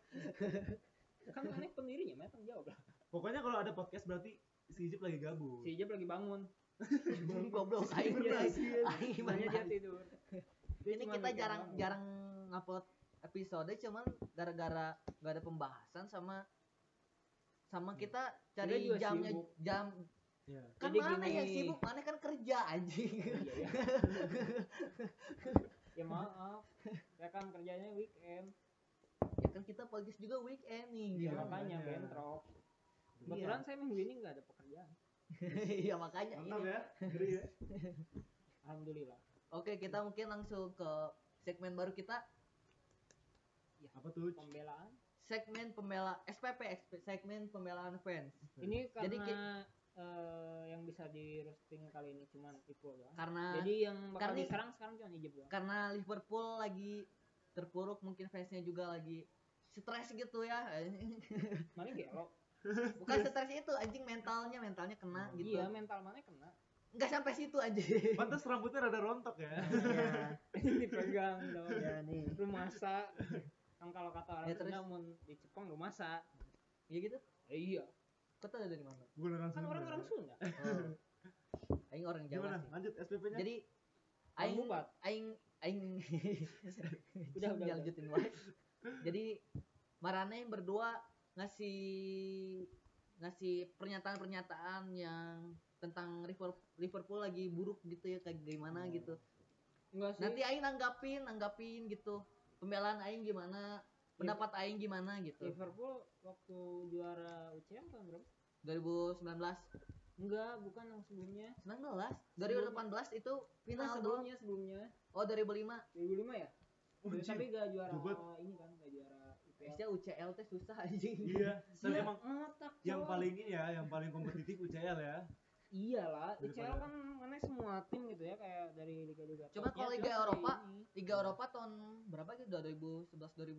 Speaker 2: kan aneh pendirinya mana tanggung jawab lah
Speaker 4: Pokoknya kalau ada podcast berarti si Ijip lagi gabut.
Speaker 2: si Ijip lagi bangun
Speaker 3: goblok aing
Speaker 2: Iya,
Speaker 3: guys. Aing
Speaker 2: makanya dia
Speaker 3: mana?
Speaker 2: tidur Dia
Speaker 3: Ini
Speaker 2: cuma
Speaker 3: kita
Speaker 2: mikir
Speaker 3: jarang
Speaker 2: bangun.
Speaker 3: jarang ngupload episode cuman gara-gara gak ada pembahasan sama sama
Speaker 2: Hmm.
Speaker 3: kita
Speaker 2: Kita
Speaker 3: cari
Speaker 2: juga
Speaker 3: jamnya
Speaker 2: sibuk.
Speaker 3: jam
Speaker 4: Iya.
Speaker 3: kan
Speaker 2: Jadi
Speaker 3: mana yang
Speaker 2: gini.
Speaker 3: sibuk mana kan kerja anjing
Speaker 2: Iya, ya. ya maaf saya kan kerjanya weekend
Speaker 3: ya kan kita podcast juga weekend nih
Speaker 4: Iya,
Speaker 2: ya makanya
Speaker 4: makanya.
Speaker 2: bentrok kebetulan saya minggu ini nggak ada pekerjaan
Speaker 3: iya makanya
Speaker 4: Mantap
Speaker 3: ini.
Speaker 4: ya. Ngeri ya.
Speaker 2: alhamdulillah
Speaker 3: oke kita mungkin langsung ke segmen baru kita
Speaker 4: Apa tuh?
Speaker 2: pembelaan
Speaker 3: segmen pembela SPP SP, segmen pembelaan fans
Speaker 2: ini karena
Speaker 3: Hmm. Jadi
Speaker 2: eh, yang bisa di roasting kali ini cuman itu doang
Speaker 3: karena
Speaker 2: jadi yang bakal
Speaker 3: Ah, karena-
Speaker 2: diserang sekarang cuma Ijip doang
Speaker 3: karena Liverpool lagi terpuruk mungkin fansnya juga lagi stres gitu ya
Speaker 2: mana gelo
Speaker 3: bukan stres itu anjing mentalnya mentalnya kena gitu
Speaker 2: iya mental mana kena
Speaker 3: nggak sampai situ anjing
Speaker 4: Pantas rambutnya rada rontok ya.
Speaker 3: Kan
Speaker 2: dipegang dong
Speaker 3: ya nih
Speaker 2: rumasa kan kalau kata orang
Speaker 3: Ya, terus?
Speaker 2: Sunda mun di Jepang rumasa
Speaker 3: ya gitu
Speaker 2: Ya, iya
Speaker 3: kau tahu dari mana
Speaker 4: Bukan orang
Speaker 2: kan
Speaker 4: Sunda.
Speaker 2: orang-orang Sunda
Speaker 3: Oh. aing orang Jawa
Speaker 4: Gimana?
Speaker 3: sih
Speaker 4: Lanjut SPP-nya.
Speaker 3: jadi
Speaker 2: Bang
Speaker 3: aing
Speaker 2: Bubat
Speaker 3: aing aing
Speaker 2: udah, udah.
Speaker 3: lanjutin wae. jadi Marane berdua ngasih ngasih pernyataan-pernyataan yang tentang Liver- Liverpool lagi buruk gitu ya kayak
Speaker 2: Hmm.
Speaker 3: gimana gitu
Speaker 2: enggak sih
Speaker 3: nanti Aing nanggapin nanggapin gitu pembelaan Aing gimana pendapat Aing gimana gitu
Speaker 2: Liverpool waktu juara UCL tahun berapa
Speaker 3: 2019
Speaker 2: enggak bukan yang sebelumnya
Speaker 3: 19 2018 itu
Speaker 2: Enggak,
Speaker 3: final doang
Speaker 2: sebelumnya sebelumnya
Speaker 3: oh 2005
Speaker 2: 2005 ya
Speaker 4: Uji.
Speaker 2: tapi gak juara
Speaker 4: Bubat.
Speaker 2: ini kan gak juara IPL
Speaker 3: Kayaknya UCL teh susah anjing
Speaker 4: Iya. Dan
Speaker 2: Iya,
Speaker 4: emang
Speaker 2: ngotak
Speaker 4: yang
Speaker 2: coy.
Speaker 4: paling ini ya, yang paling kompetitif UCL ya.
Speaker 2: iyalah UCL
Speaker 4: Daripada-
Speaker 2: kan mana semua tim gitu ya kayak dari liga-liga
Speaker 3: Cuma
Speaker 2: topnya,
Speaker 3: kalau Liga
Speaker 2: terus dari
Speaker 3: Eropa,
Speaker 2: ini.
Speaker 3: Liga Eropa tahun berapa gitu 2011 2012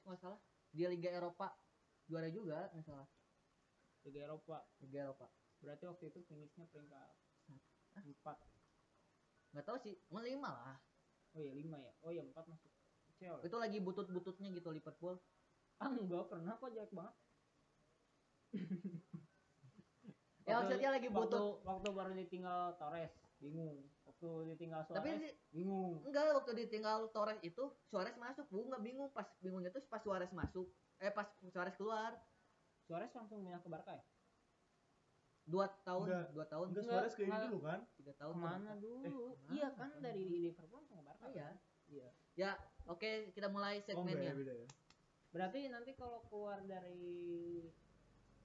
Speaker 3: kalau nggak salah dia Liga Eropa juara juga nggak salah
Speaker 2: Liga Eropa
Speaker 3: Liga Eropa
Speaker 2: berarti waktu itu finishnya peringkat empat
Speaker 3: nggak tahu sih emang lima lah
Speaker 2: oh ya lima ya oh ya empat masuk UCL
Speaker 3: itu lagi butut-bututnya gitu Liverpool
Speaker 2: ah enggak pernah kok jelek banget
Speaker 3: ya
Speaker 2: Waktu-
Speaker 3: maksudnya lagi
Speaker 2: waktu,
Speaker 3: butut
Speaker 2: waktu baru ditinggal Torres bingung waktu ditinggal Suarez
Speaker 3: tapi di-
Speaker 2: bingung
Speaker 3: enggak waktu ditinggal Torres itu Suarez masuk gue nggak bingung pas bingungnya tuh pas Suarez masuk eh pas Suarez keluar
Speaker 2: Suarez langsung pindah ke Barca ya
Speaker 3: dua tahun
Speaker 4: Enggak.
Speaker 3: dua tahun
Speaker 4: Enggak
Speaker 2: Enggak,
Speaker 4: Suarez ke ini
Speaker 2: enggak.
Speaker 4: dulu kan?
Speaker 3: tiga tahun
Speaker 2: Oh, kemana
Speaker 3: kan.
Speaker 2: dulu
Speaker 4: Eh,
Speaker 2: iya
Speaker 3: kemana?
Speaker 2: kan dari Liverpool langsung ke Barca
Speaker 3: Oh, ya
Speaker 2: iya
Speaker 3: ya oke kita mulai
Speaker 4: Oh, enggak ya,
Speaker 3: segmennya
Speaker 4: beda ya.
Speaker 2: berarti nanti kalau keluar dari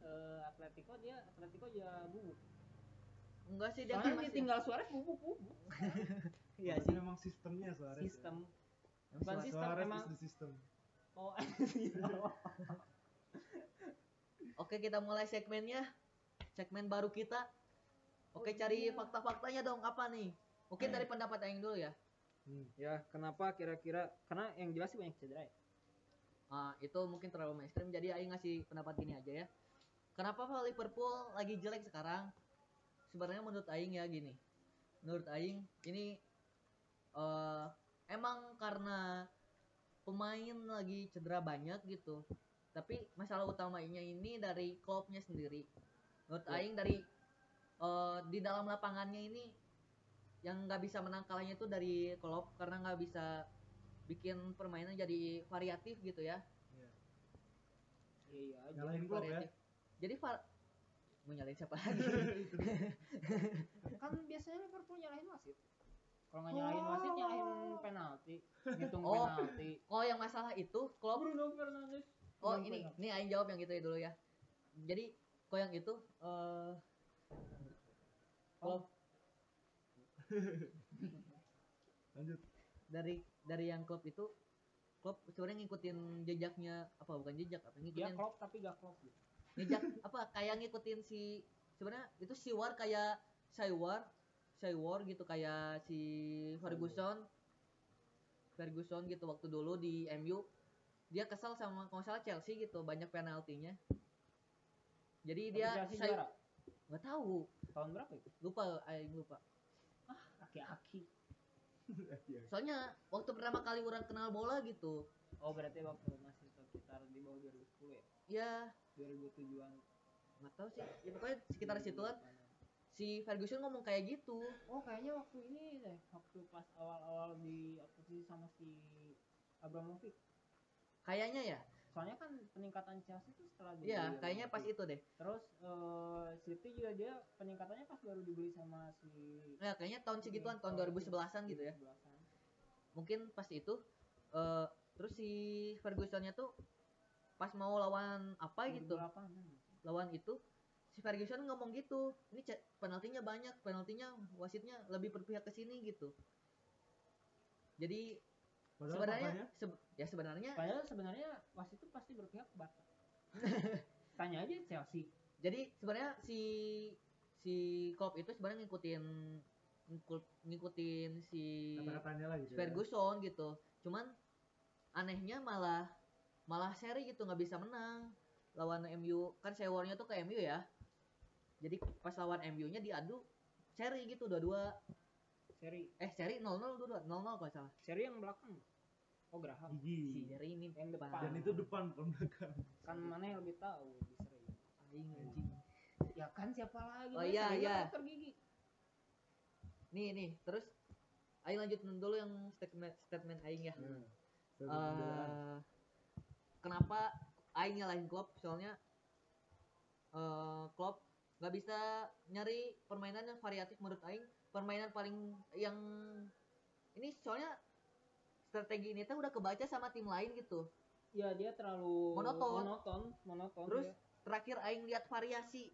Speaker 2: eh, Atletico dia Atletico ya bubuk
Speaker 3: enggak sih dia kan
Speaker 2: soalnya
Speaker 3: masih
Speaker 2: ditinggal Suarez bubuk bubuk ya.
Speaker 3: Iya
Speaker 4: Berarti
Speaker 3: sih
Speaker 4: memang sistemnya Suarez.
Speaker 2: sistem
Speaker 4: Ya.
Speaker 2: bukan
Speaker 4: Suarez
Speaker 2: sistem,
Speaker 4: Suarez
Speaker 2: emang-
Speaker 4: is the system.
Speaker 2: oh
Speaker 3: Oke, kita mulai segmennya. Segmen baru kita. Oke, cari fakta-faktanya dong apa nih? Mungkin dari pendapat Aing dulu ya.
Speaker 4: Hmm.
Speaker 2: ya kenapa kira-kira karena yang jelas sih banyak cedera ya
Speaker 3: Ah, itu mungkin terlalu mainstream jadi Aing ngasih pendapat gini aja ya. Kenapa Liverpool lagi jelek sekarang? Sebenarnya menurut Aing ya gini. Menurut Aing ini eh emang karena pemain lagi cedera banyak gitu tapi masalah utamanya ini dari klubnya sendiri menurut Aing dari eh, di dalam lapangannya ini yang nggak bisa menang kalahnya itu dari klub karena nggak bisa bikin permainan jadi variatif gitu ya
Speaker 2: Iya, iya aja.
Speaker 4: Nyalahin klub ya.
Speaker 3: variatif jadi var- mau nyalain siapa lagi
Speaker 2: Kan biasanya Liverpool nyalahin wasit. Kalau nggak nyalahin wasit, nyalahin penalti. Hitung
Speaker 3: Oh.
Speaker 2: penalti.
Speaker 3: oh yang masalah itu klub
Speaker 2: Bruno Fernandes.
Speaker 3: Oh
Speaker 2: Bukan
Speaker 3: ini,
Speaker 2: banyak.
Speaker 3: ini Aing jawab yang itu ya dulu ya. Jadi kok yang itu eh klub
Speaker 4: Lanjut.
Speaker 3: dari dari yang klub itu klub sebenarnya ngikutin jejaknya apa bukan jejak apa
Speaker 2: Dia
Speaker 3: ngikutin
Speaker 2: klop tapi gak klop gitu.
Speaker 3: jejak apa kayak ngikutin si sebenarnya itu siwar kayak Saiwar Saiwar gitu kayak si Ferguson Ferguson gitu waktu dulu di MU dia kesal sama kalau nggak salah Chelsea gitu banyak penaltinya jadi
Speaker 2: Tapi
Speaker 3: dia
Speaker 2: Chelsea
Speaker 3: Sai-
Speaker 2: juara.
Speaker 3: nggak tahu
Speaker 2: Tahun berapa itu?
Speaker 3: lupa aing lupa
Speaker 2: Aki-aki.
Speaker 4: Eh, iya.
Speaker 3: soalnya waktu pertama kali orang kenal bola gitu
Speaker 2: Oh berarti waktu masih sekitar di bawah 2010 ya?
Speaker 3: ya
Speaker 2: 2007-an.
Speaker 3: nggak tahu sih ya pokoknya sekitar situan si Ferguson ngomong kayak gitu
Speaker 2: Oh kayaknya waktu ini deh, waktu pas awal-awal di apa sih sama si Abramovich.
Speaker 3: kayaknya ya
Speaker 2: Soalnya kan peningkatan Chelsea itu setelah dibeli
Speaker 3: iya kayaknya pas
Speaker 2: Abramovich.
Speaker 3: itu deh
Speaker 2: Terus eh, City juga dia peningkatannya pas baru dibeli sama si
Speaker 3: ya kayakan tahun
Speaker 2: Hmm,
Speaker 3: segituan tahun 2011an gitu ya
Speaker 2: 2011-an.
Speaker 3: mungkin pas itu eh terus si Fergusonnya tuh pas mau lawan apa
Speaker 2: Hmm.
Speaker 3: gitu
Speaker 2: 2008-an.
Speaker 3: lawan itu si Ferguson ngomong gitu ini ce- penaltinya banyak penaltinya wasitnya lebih berpihak ke sini gitu jadi
Speaker 4: Padahal faktanya,
Speaker 3: sebenarnya seb- ya sebenarnya
Speaker 2: Padahal sebenarnya wasit itu pasti berpihak ke Barca. Tanya aja Chelsea.
Speaker 3: jadi sebenarnya si si Klopp itu sebenarnya ngikutin ngikut- ngikutin si
Speaker 4: kata-katanya lah gitu. ya.
Speaker 3: Ferguson gitu cuman anehnya malah malah seri gitu nggak bisa menang lawan MU kan sewornya tuh ke MU ya jadi pas lawan MU nya diadu seri gitu dua-dua
Speaker 2: Seri,
Speaker 3: eh seri 0-0 dua-dua 0-0 kalau nggak salah
Speaker 2: seri yang belakang. Oh Graham.
Speaker 3: si
Speaker 4: Gigi.
Speaker 3: seri ini
Speaker 2: Yang depan.
Speaker 3: Pak.
Speaker 4: Dan itu depan bukan belakang.
Speaker 2: Kan mana yang lebih tahu di seri.
Speaker 3: Aing, anjing.
Speaker 2: Ya kan siapa lagi?
Speaker 3: Oh,
Speaker 2: Mas?
Speaker 3: iya,
Speaker 2: Seri
Speaker 3: iya.
Speaker 2: kan tergigi.
Speaker 3: nih nih terus Aing lanjutin dulu yang statement statement Aing ya
Speaker 4: Nah,
Speaker 3: Eh,
Speaker 4: satu pembelaan.
Speaker 3: kenapa Aing nyalahin Klopp soalnya eh Klopp nggak bisa nyari permainan yang variatif menurut Aing permainan paling yang ini soalnya strategi ini tuh udah kebaca sama tim lain gitu
Speaker 2: Ya dia terlalu
Speaker 3: Monoton.
Speaker 2: monoton, monoton
Speaker 3: terus
Speaker 2: dia.
Speaker 3: terakhir Aing lihat variasi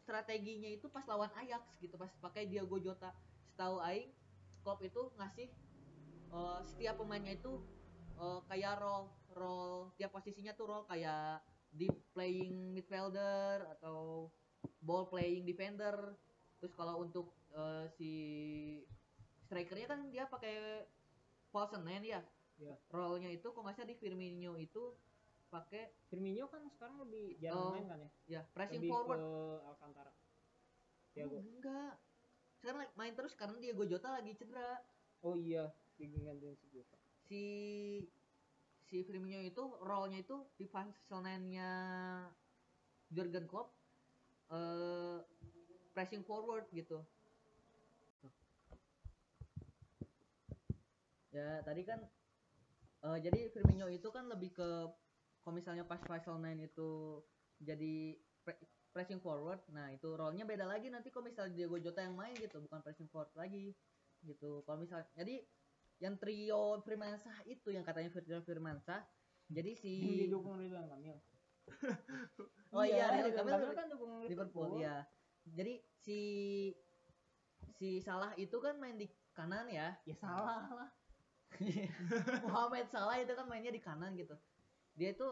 Speaker 3: strateginya itu pas lawan Ajax gitu pas pakai Diogo Jota setahu Aing Klopp itu ngasih eh, setiap pemainnya itu eh, kayak role role tiap posisinya tuh role kayak deep playing midfielder atau ball playing defender terus kalau untuk eh, si strikernya kan dia pakai false nine ya
Speaker 2: Iya.
Speaker 3: role-nya itu kok nggak salah di Firmino itu pakai
Speaker 2: Firmino kan sekarang lebih
Speaker 3: Oh,
Speaker 2: jarang main kan ya.
Speaker 3: ya pressing
Speaker 2: lebih
Speaker 3: forward Hmm,
Speaker 2: ke ya, Alcantara. Thiago.
Speaker 3: enggak sekarang lagi- main terus karena Diego Jota lagi cedera
Speaker 2: Oh iya, digantiin si Jota.
Speaker 3: si si Firmino itu role-nya itu di nya Jurgen Klopp eh pressing forward gitu ya tadi kan eh, jadi Firmino itu kan lebih ke kalau misalnya pas Faisal 9 itu jadi pre- pressing forward nah itu role-nya beda lagi nanti kalau misalnya Diego Jota yang main gitu bukan pressing forward lagi gitu kalau misalnya jadi yang trio Firmansyah itu yang katanya trio Firmansyah jadi si
Speaker 2: Yang didukung Ridwan Kamil.
Speaker 3: oh iya Ridwan Kamil
Speaker 2: kan dukung
Speaker 3: Liverpool ya jadi si si Salah itu kan main di kanan ya
Speaker 2: Ya salah lah.
Speaker 3: Mohamed Salah itu kan mainnya di kanan gitu dia itu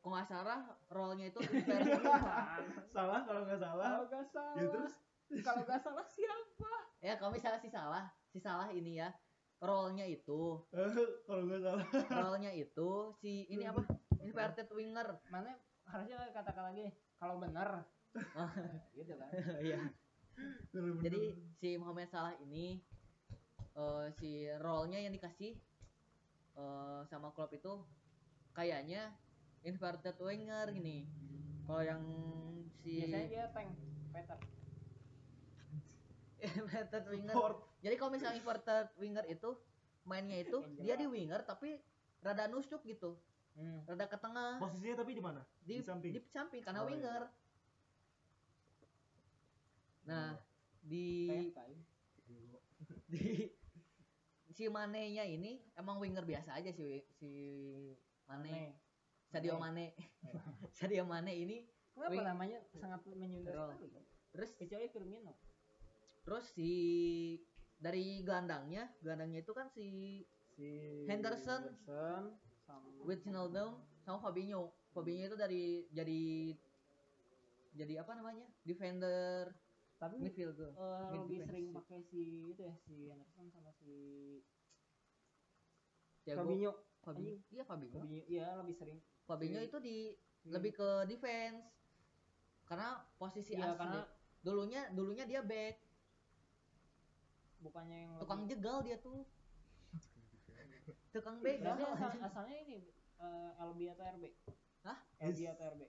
Speaker 3: kalau nggak salah role-nya itu inverted.
Speaker 4: Salah kalau nggak salah.
Speaker 2: Kalau gak salah.
Speaker 4: Ya terus
Speaker 2: Kalau gak salah siapa?
Speaker 3: ya kalau misalnya si Salah si Salah ini ya role-nya itu
Speaker 4: eh, kalau nggak salah
Speaker 3: role-nya itu si ini apa inverted winger
Speaker 2: Mana harusnya kata-kata lagi kalau benar.
Speaker 3: Ah.
Speaker 2: gitu kan.
Speaker 3: Iya.
Speaker 4: Kalau bener-
Speaker 3: jadi si Mohamed Salah ini eh si role-nya yang dikasih eh, sama klub itu kayaknya inverted winger gini. Kalau yang si
Speaker 2: biasanya dia tank peter
Speaker 3: inverted winger.
Speaker 4: Support.
Speaker 3: Jadi kalau misalnya inverted winger itu mainnya itu dia di winger tapi rada nusuk gitu,
Speaker 2: hmm.
Speaker 3: rada ke tengah,
Speaker 4: Posisinya tapi di mana?
Speaker 3: di,
Speaker 4: di samping.
Speaker 3: di samping karena
Speaker 4: Oh, iya.
Speaker 3: winger. Nah, di
Speaker 2: tank kan. time
Speaker 3: di si Mane-nya ini emang winger biasa aja sih si Mane,
Speaker 2: aneh
Speaker 3: Sadio Mane. Sadio Mane ini
Speaker 2: kenapa
Speaker 3: Wing.
Speaker 2: namanya sangat menyundut
Speaker 3: Roll.
Speaker 2: sekali ya?
Speaker 3: terus
Speaker 2: kecuali Firmino
Speaker 3: terus si dari gelandangnya, gelandangnya itu kan si
Speaker 2: si
Speaker 3: Henderson.
Speaker 2: Henderson sama
Speaker 3: Wijnaldum sama Fabinho. Fabinho itu dari jadi jadi apa namanya? defender
Speaker 2: tapi
Speaker 3: midfielder.
Speaker 2: eh,
Speaker 3: Mid
Speaker 2: lebih sering
Speaker 3: defensive.
Speaker 2: pakai si itu ya si Henderson sama si
Speaker 3: Thiago
Speaker 2: Fabinho
Speaker 3: Ya, Fabinho. Iya Fabinho.
Speaker 2: Fabinho iya lebih sering
Speaker 3: Fabinho itu di
Speaker 2: Hmm.
Speaker 3: lebih ke defense. Karena posisi
Speaker 2: Iya,
Speaker 3: asli.
Speaker 2: karena-
Speaker 3: dulunya dulunya dia back,
Speaker 2: bukannya yang
Speaker 3: tukang
Speaker 2: lebih-
Speaker 3: jegal dia tuh. tukang
Speaker 2: Berarti
Speaker 3: begal.
Speaker 2: asal- asalnya Nah, ini eh, LB atau RB
Speaker 3: Hah?
Speaker 2: LB atau RB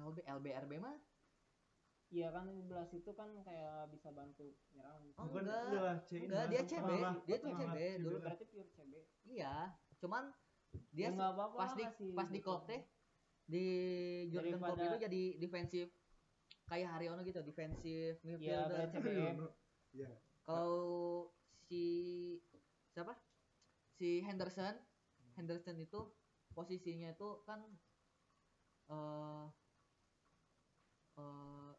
Speaker 3: LB LBRB mah?
Speaker 2: iya kan belas itu kan kayak bisa bantu nyerang
Speaker 3: Oh,
Speaker 4: Bukan
Speaker 3: enggak.
Speaker 4: lah, C,
Speaker 3: Enggak,
Speaker 4: nah,
Speaker 3: dia
Speaker 4: tengah
Speaker 3: CB.
Speaker 4: lah,
Speaker 3: Dia tuh
Speaker 4: tengah
Speaker 3: CB
Speaker 4: lah,
Speaker 3: dulu
Speaker 4: lah.
Speaker 2: berarti pure CB
Speaker 3: Iya, cuman dia
Speaker 2: Ya nggak apa-apa
Speaker 3: pas di
Speaker 2: lah, masih
Speaker 3: pas di
Speaker 2: gitu.
Speaker 3: klub teh di Jurgen Klopp
Speaker 2: Daripada-
Speaker 3: itu jadi defensif kayak Haryono gitu, defensif
Speaker 2: Iya,
Speaker 3: midfielder.
Speaker 2: berarti CBM.
Speaker 3: Kalau si siapa? Si Henderson, Henderson itu posisinya itu kan eh eh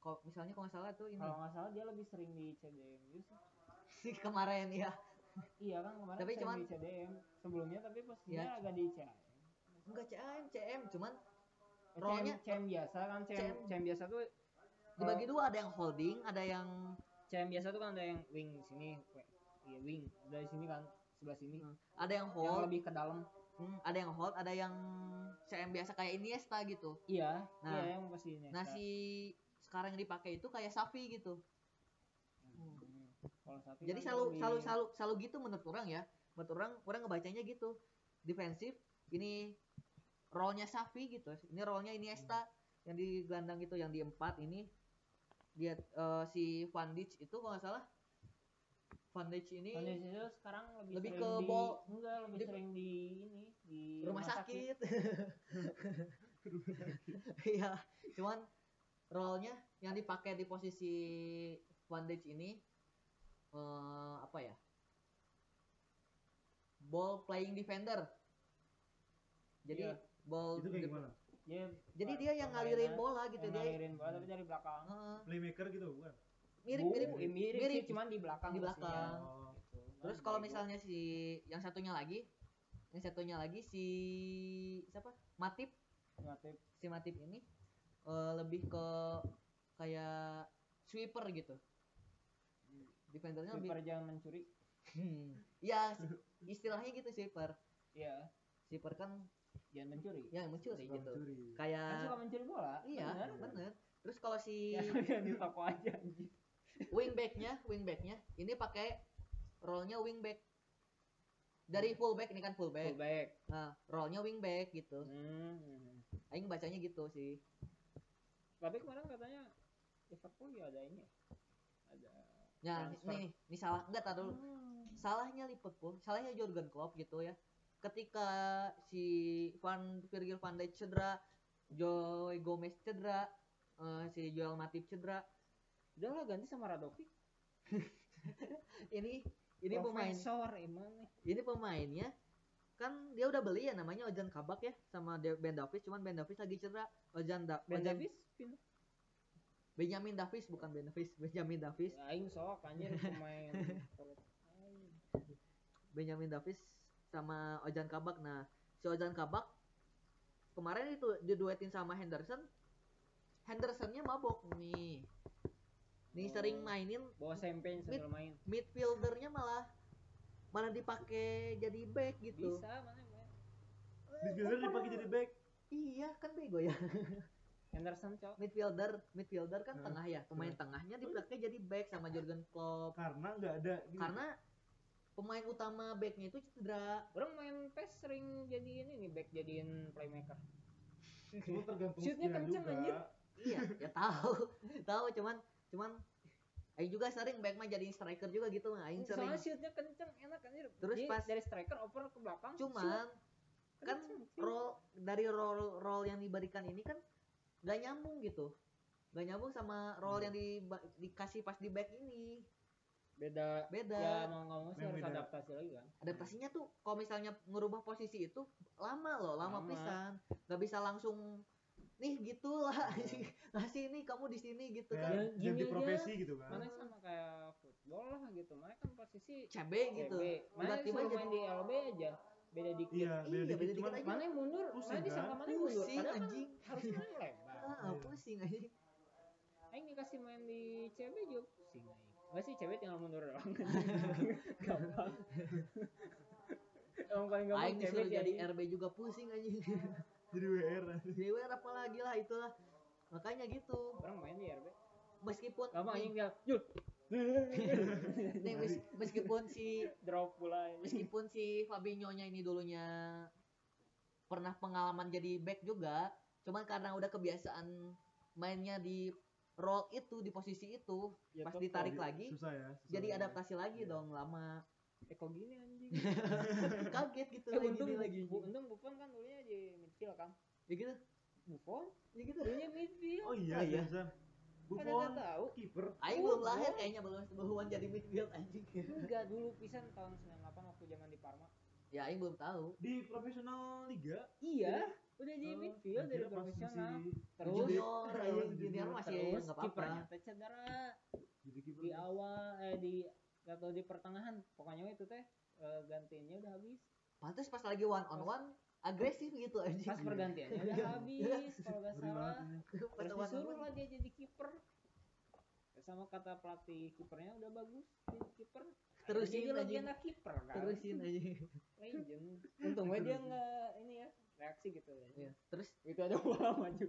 Speaker 3: kalau misalnya kalau nggak salah tuh ini
Speaker 2: kalau nggak salah dia lebih sering di CDMU sih
Speaker 3: si kemarin ya.
Speaker 2: iya kan kemarin
Speaker 3: Tapi
Speaker 2: sering
Speaker 3: cuman-
Speaker 2: di CDM sebelumnya tapi posisinya
Speaker 3: Ya.
Speaker 2: agak di CM
Speaker 3: Enggak CM, CM cuman
Speaker 2: Eh,
Speaker 3: Role-nya-
Speaker 2: CM, CM biasa kan CM,
Speaker 3: CM.
Speaker 2: CM biasa tuh
Speaker 3: dibagi dua ada yang holding, ada yang
Speaker 2: CM biasa tuh kan ada yang wing di sini we- iya wing dari sini kan sebelah sini
Speaker 3: ada
Speaker 2: yang
Speaker 3: yang hold,
Speaker 2: lebih ke dalam
Speaker 3: Hmm, ada yang hold, ada yang CM biasa kayak Iniesta gitu.
Speaker 2: iya
Speaker 3: Nah.
Speaker 2: iya yang pasti ini
Speaker 3: Nah, si sekarang yang dipakai itu kayak Safi gitu.
Speaker 2: Hmm. Kalau sapi
Speaker 3: Jadi
Speaker 2: kan
Speaker 3: selalu
Speaker 2: lebih-
Speaker 3: selalu selalu selalu gitu menurut orang ya. Menurut orang orang ngebacanya gitu. Defensif ini role-nya Safi gitu. Ini role-nya Iniesta yang di gelandang gitu yang di empat ini dia eh, si Van Dijk itu kalau nggak salah Van Dijk ini
Speaker 2: Kalau di situ sekarang lebih,
Speaker 3: Lebih
Speaker 2: sering
Speaker 3: ke
Speaker 2: di,
Speaker 3: bol-
Speaker 2: enggak lebih
Speaker 3: di-
Speaker 2: sering di ini di
Speaker 3: rumah sakit. Iya, cuman role-nya yang dipakai di posisi Van Dijk ini eh apa ya? Ball playing defender. Jadi
Speaker 2: Iya.
Speaker 3: ball
Speaker 4: Itu kayak
Speaker 3: de-
Speaker 4: gimana?
Speaker 2: Dia
Speaker 3: Jadi dia yang ngalirin bola gitu
Speaker 2: Iya. Yang
Speaker 3: dia.
Speaker 2: ngalirin bola tapi dari belakang.
Speaker 3: Heeh,
Speaker 4: Playmaker gitu bukan?
Speaker 3: Mirip-mirip
Speaker 2: Bu, eh, mirip, sih,
Speaker 3: mirip.
Speaker 2: cuman di belakang.
Speaker 3: Di
Speaker 2: posisinya.
Speaker 3: belakang.
Speaker 4: Oh.
Speaker 2: Gitu.
Speaker 3: Terus
Speaker 2: Nah,
Speaker 3: kalau
Speaker 2: baik.
Speaker 3: misalnya si yang satunya lagi, yang satunya lagi si siapa? Matip
Speaker 2: Matip.
Speaker 3: si Matip ini eh, lebih ke kayak sweeper gitu. Defendernya lebih
Speaker 2: Kiper jangan mencuri.
Speaker 3: Hmm. Ya, istilahnya gitu sweeper.
Speaker 2: Iya,
Speaker 3: Sweeper kan
Speaker 2: jangan mencuri.
Speaker 3: yang mencuri
Speaker 4: Suka
Speaker 3: gitu.
Speaker 4: mencuri.
Speaker 2: Kan suka
Speaker 3: Kayak
Speaker 2: mencuri bola.
Speaker 3: iya,
Speaker 2: benar.
Speaker 3: bener. Terus kalau si
Speaker 2: Ya, yang di toko aja anjing.
Speaker 3: wingbacknya, wingbacknya ini pakai role-nya wingback. Dari fullback ini kan fullback.
Speaker 2: Hmm. Fullback.
Speaker 3: Nah, role-nya wingback gitu.
Speaker 2: Hmm.
Speaker 3: Aing bacanya gitu sih.
Speaker 2: Tapi kemarin katanya Liverpool ya ada ini. Ada
Speaker 3: Ya,
Speaker 2: Transfer.
Speaker 3: nih, ini salah enggak tahu dulu.
Speaker 2: Hmm.
Speaker 3: salahnya Liverpool, salahnya Jurgen Klopp gitu ya. Ketika si Van Virgil van Dijk cedera, Joe Gomez cedera, eh, si Joel Matip cedera.
Speaker 2: Udah lah ganti sama Radovic.
Speaker 3: Ini ini pemain
Speaker 2: Profesor emang nih.
Speaker 3: ini pemainnya kan dia udah beli ya namanya Ojan Kabak ya sama De- Ben Davis cuman Ben Davis lagi cedera Ojan da
Speaker 2: Ben
Speaker 3: Ojan-
Speaker 2: Davis pindah.
Speaker 3: Benjamin Davis bukan Ben Davis Benjamin Davis
Speaker 2: Ya, Aing sok anjir pemain. Aing.
Speaker 3: Benjamin Davis sama Ojan Kabak nah si Ojan Kabak kemarin itu diduetin sama Henderson Hendersonnya mabok nih nih
Speaker 2: Oh.
Speaker 3: sering mainin
Speaker 2: Bawa sempen sambil main.
Speaker 3: midfieldernya malah malah dipakai jadi back gitu
Speaker 2: Bisa mana main.
Speaker 4: Midfielder dipakai jadi back.
Speaker 3: iya kan bego ya
Speaker 2: Henderson cok.
Speaker 3: midfielder midfielder kan
Speaker 4: Hah?
Speaker 3: tengah
Speaker 2: Iya.
Speaker 3: ya pemain tengahnya dipakai jadi back sama Jurgen
Speaker 2: Iya.
Speaker 3: Klopp
Speaker 4: karena nggak ada gitu. di-
Speaker 3: karena pemain utama backnya itu cedera
Speaker 2: Orang main PES sering jadiin ini back jadiin playmaker.
Speaker 4: Cuma tergantung
Speaker 2: Shootnya
Speaker 4: skill
Speaker 2: kenceng, anjir.
Speaker 3: iya ya tahu tahu cuman cuman Aing juga sering back mah jadi striker juga gitu mah Aing sering
Speaker 2: Soalnya shootnya kenceng, enak anjir.
Speaker 3: Terus
Speaker 2: Jadi
Speaker 3: pas-
Speaker 2: dari striker oper ke belakang.
Speaker 3: cuman
Speaker 2: shoot,
Speaker 3: kan
Speaker 2: kenceng, shoot.
Speaker 3: role dari role role yang diberikan ini kan gak nyambung gitu gak nyambung sama role yang diba- dikasih pas di back ini
Speaker 2: beda ya
Speaker 3: beda
Speaker 2: mau nggak mau sih
Speaker 4: Main
Speaker 2: harus
Speaker 4: beda.
Speaker 2: adaptasi lagi kan.
Speaker 3: adaptasinya tuh kalau misalnya ngerubah posisi itu lama loh lama,
Speaker 2: Lama.
Speaker 3: pisan nggak bisa langsung nih gitulah ngasih ini kamu di sini gitu
Speaker 2: Ya,
Speaker 3: kan
Speaker 4: Kayak
Speaker 2: gini
Speaker 4: ganti
Speaker 2: aja.
Speaker 4: profesi gitu kan.
Speaker 2: Mana sama kayak football lah gitu. Mana kan posisi
Speaker 3: CB gitu
Speaker 2: CB. Mana
Speaker 3: Tiba-tiba
Speaker 2: suruh main
Speaker 3: jadi-
Speaker 2: di LB aja. Beda dikit.
Speaker 4: Iya,
Speaker 3: Iya,
Speaker 4: beda
Speaker 3: beda
Speaker 4: dikit
Speaker 3: dikit
Speaker 4: cuman
Speaker 3: aja.
Speaker 2: Mana yang mundur,
Speaker 4: Pusing,
Speaker 2: mana disangka
Speaker 4: kan?
Speaker 2: mana yang mundur.
Speaker 3: Pusing,
Speaker 2: Padahal kan
Speaker 3: anjing.
Speaker 2: harusnya yang lebar.
Speaker 3: ah,
Speaker 4: Iya.
Speaker 3: pusing aja
Speaker 2: Aing dikasih main di CB juga pusing aing. Enggak sih CB tinggal mundur doang. gampang. Emang paling gampang
Speaker 3: Aing
Speaker 2: CB
Speaker 3: disuruh
Speaker 2: jadi
Speaker 3: jadi RB juga pusing aja
Speaker 4: jadi WR.
Speaker 3: Dewer apalagi lah itulah makanya gitu
Speaker 2: orang main di RB.
Speaker 3: meskipun
Speaker 2: Gampang
Speaker 3: nih-
Speaker 2: aing tinggal yul.
Speaker 3: nih, mes- meskipun si
Speaker 2: Drop pula anjing.
Speaker 3: meskipun si Fabinho nya ini dulunya pernah pengalaman jadi back juga cuman karena udah kebiasaan mainnya di role itu di posisi itu
Speaker 2: Ya,
Speaker 3: pas
Speaker 2: tetap.
Speaker 3: ditarik lagi
Speaker 4: Susah ya. susah
Speaker 3: jadi
Speaker 4: ya.
Speaker 3: adaptasi lagi
Speaker 4: Iya.
Speaker 3: dong lama
Speaker 2: Eh kok gini anjing.
Speaker 3: kaget gitu
Speaker 2: Eh
Speaker 3: lagi
Speaker 2: untung
Speaker 3: dia
Speaker 2: lagi.
Speaker 3: lagi
Speaker 2: Bu, untung Buffon kan dulunya di midfield kan.
Speaker 3: ya gitu
Speaker 2: Buffon
Speaker 3: ya gitu
Speaker 2: dulunya midfield.
Speaker 4: Oh iya,
Speaker 3: Oh, iya.
Speaker 4: iya.
Speaker 2: Kan
Speaker 4: Susan.
Speaker 2: enggak
Speaker 4: Buffon
Speaker 2: tahu.
Speaker 4: kiper.
Speaker 2: Uh.
Speaker 3: Aing belum lahir kayaknya belum belum jadi midfield anjing
Speaker 2: Enggak dulu pisan tahun 98 waktu zaman di Parma.
Speaker 3: ya Aing belum tahu
Speaker 4: Di profesional liga.
Speaker 2: Iya, udah jadi
Speaker 4: eh,
Speaker 2: midfield dari
Speaker 4: dia pas
Speaker 2: profesional.
Speaker 4: masih-
Speaker 2: Terus
Speaker 3: junior Aing junior masih
Speaker 2: terus
Speaker 3: nggak
Speaker 2: kipernya
Speaker 3: apa-apa
Speaker 2: teh cedera
Speaker 4: Jadi kiper.
Speaker 2: di awal eh di atau di pertengahan pokoknya itu teh eh, gantiannya udah habis
Speaker 3: pantas pas lagi one on one agresif gitu anjing
Speaker 2: pas pergantiannya udah habis kalau nggak
Speaker 4: Ngeri
Speaker 2: salah
Speaker 4: banget ini.
Speaker 3: Pas
Speaker 2: terus
Speaker 3: one on
Speaker 2: disuruh
Speaker 3: one.
Speaker 2: lah dia jadi kiper sama kata pelatih kipernya udah bagus jadi kiper
Speaker 3: Terusin
Speaker 2: jadi
Speaker 3: aja.
Speaker 2: legenda kiper kan
Speaker 3: terusin Iya. aja
Speaker 2: legend untungnya dia nggak ini ya reaksi gitu ya
Speaker 3: Iya. terus
Speaker 2: itu ada bola maju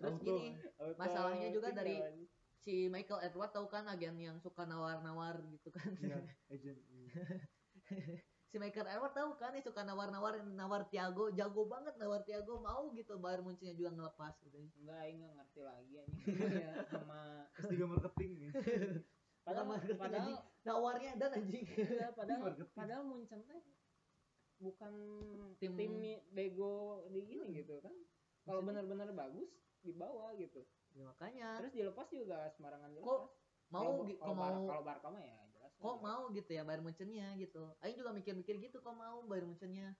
Speaker 3: terus
Speaker 4: Auto.
Speaker 3: gini
Speaker 2: Auto
Speaker 3: Masalahnya juga
Speaker 2: tinggal.
Speaker 3: dari- si Michael Edward tahu kan agen yang suka nawar-nawar gitu kan
Speaker 4: Iya, agent. Iya.
Speaker 3: si Michael Edward tahu kan yang suka nawar-nawar nawar Thiago jago banget nawar Thiago mau gitu Bayern Munchennya juga ngelepas gitu
Speaker 2: Enggak, Aing nggak ngerti lagi anjing ya sama
Speaker 4: S3 marketing nih.
Speaker 2: padahal
Speaker 3: ngerti
Speaker 2: padahal
Speaker 3: anjing. nawarnya dan anjing
Speaker 2: enggak, padahal
Speaker 4: Marketing.
Speaker 2: padahal Munchen teh bukan tim,
Speaker 3: Tim- Hmm.
Speaker 2: mi- bego di ini gitu kan. Kalau
Speaker 3: Maksudnya?
Speaker 2: benar-benar bagus dibawa gitu.
Speaker 3: ya, makanya
Speaker 2: Terus dilepas juga semarangan dilepas.
Speaker 3: Kok mau
Speaker 2: Kalau-
Speaker 3: gi-
Speaker 2: kalau
Speaker 3: kok
Speaker 2: Bar-
Speaker 3: mau
Speaker 2: kalau Barca mah ya jelas.
Speaker 3: kok mau gitu ya Bayern Munchennya gitu Aing juga mikir-mikir gitu kok mau Bayern Munchennya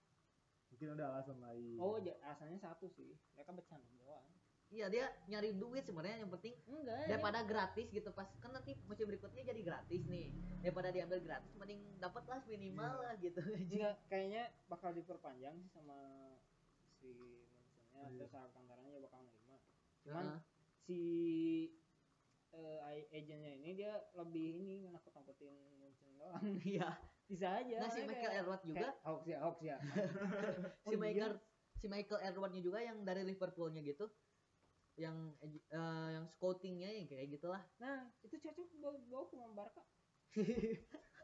Speaker 4: Mungkin ada alasan lain.
Speaker 2: Oh, ja- alasannya satu sih. Mereka bercanda doang.
Speaker 3: iya dia nyari duit sebenarnya yang penting
Speaker 2: Enggak. ini-
Speaker 3: daripada gratis gitu pas kan nanti musim berikutnya jadi gratis nih daripada diambil gratis mending dapat lah minimal lah gitu anjing.
Speaker 2: Enggak, kayaknya bakal diperpanjang sih sama si Munsennya
Speaker 4: Iya.
Speaker 2: terus Alcantaranya ya bakal nerima. Cuman
Speaker 3: Heeh.
Speaker 2: si eh, ai- agennya ini dia lebih ini nakut-nakutin Munsen doang.
Speaker 3: iya
Speaker 2: Bisa aja.
Speaker 3: nah
Speaker 2: makanya
Speaker 3: si Michael
Speaker 2: Ya, kayak- oh iya.
Speaker 3: Edward juga
Speaker 2: kayak hoax ya, hoax ya.
Speaker 3: si Michael si Michael Edwardnya juga yang dari Liverpoolnya gitu yang eh, yang scoutingnya yang kayak gitulah
Speaker 2: Nah, itu cocok bawa, bawa ke Barca.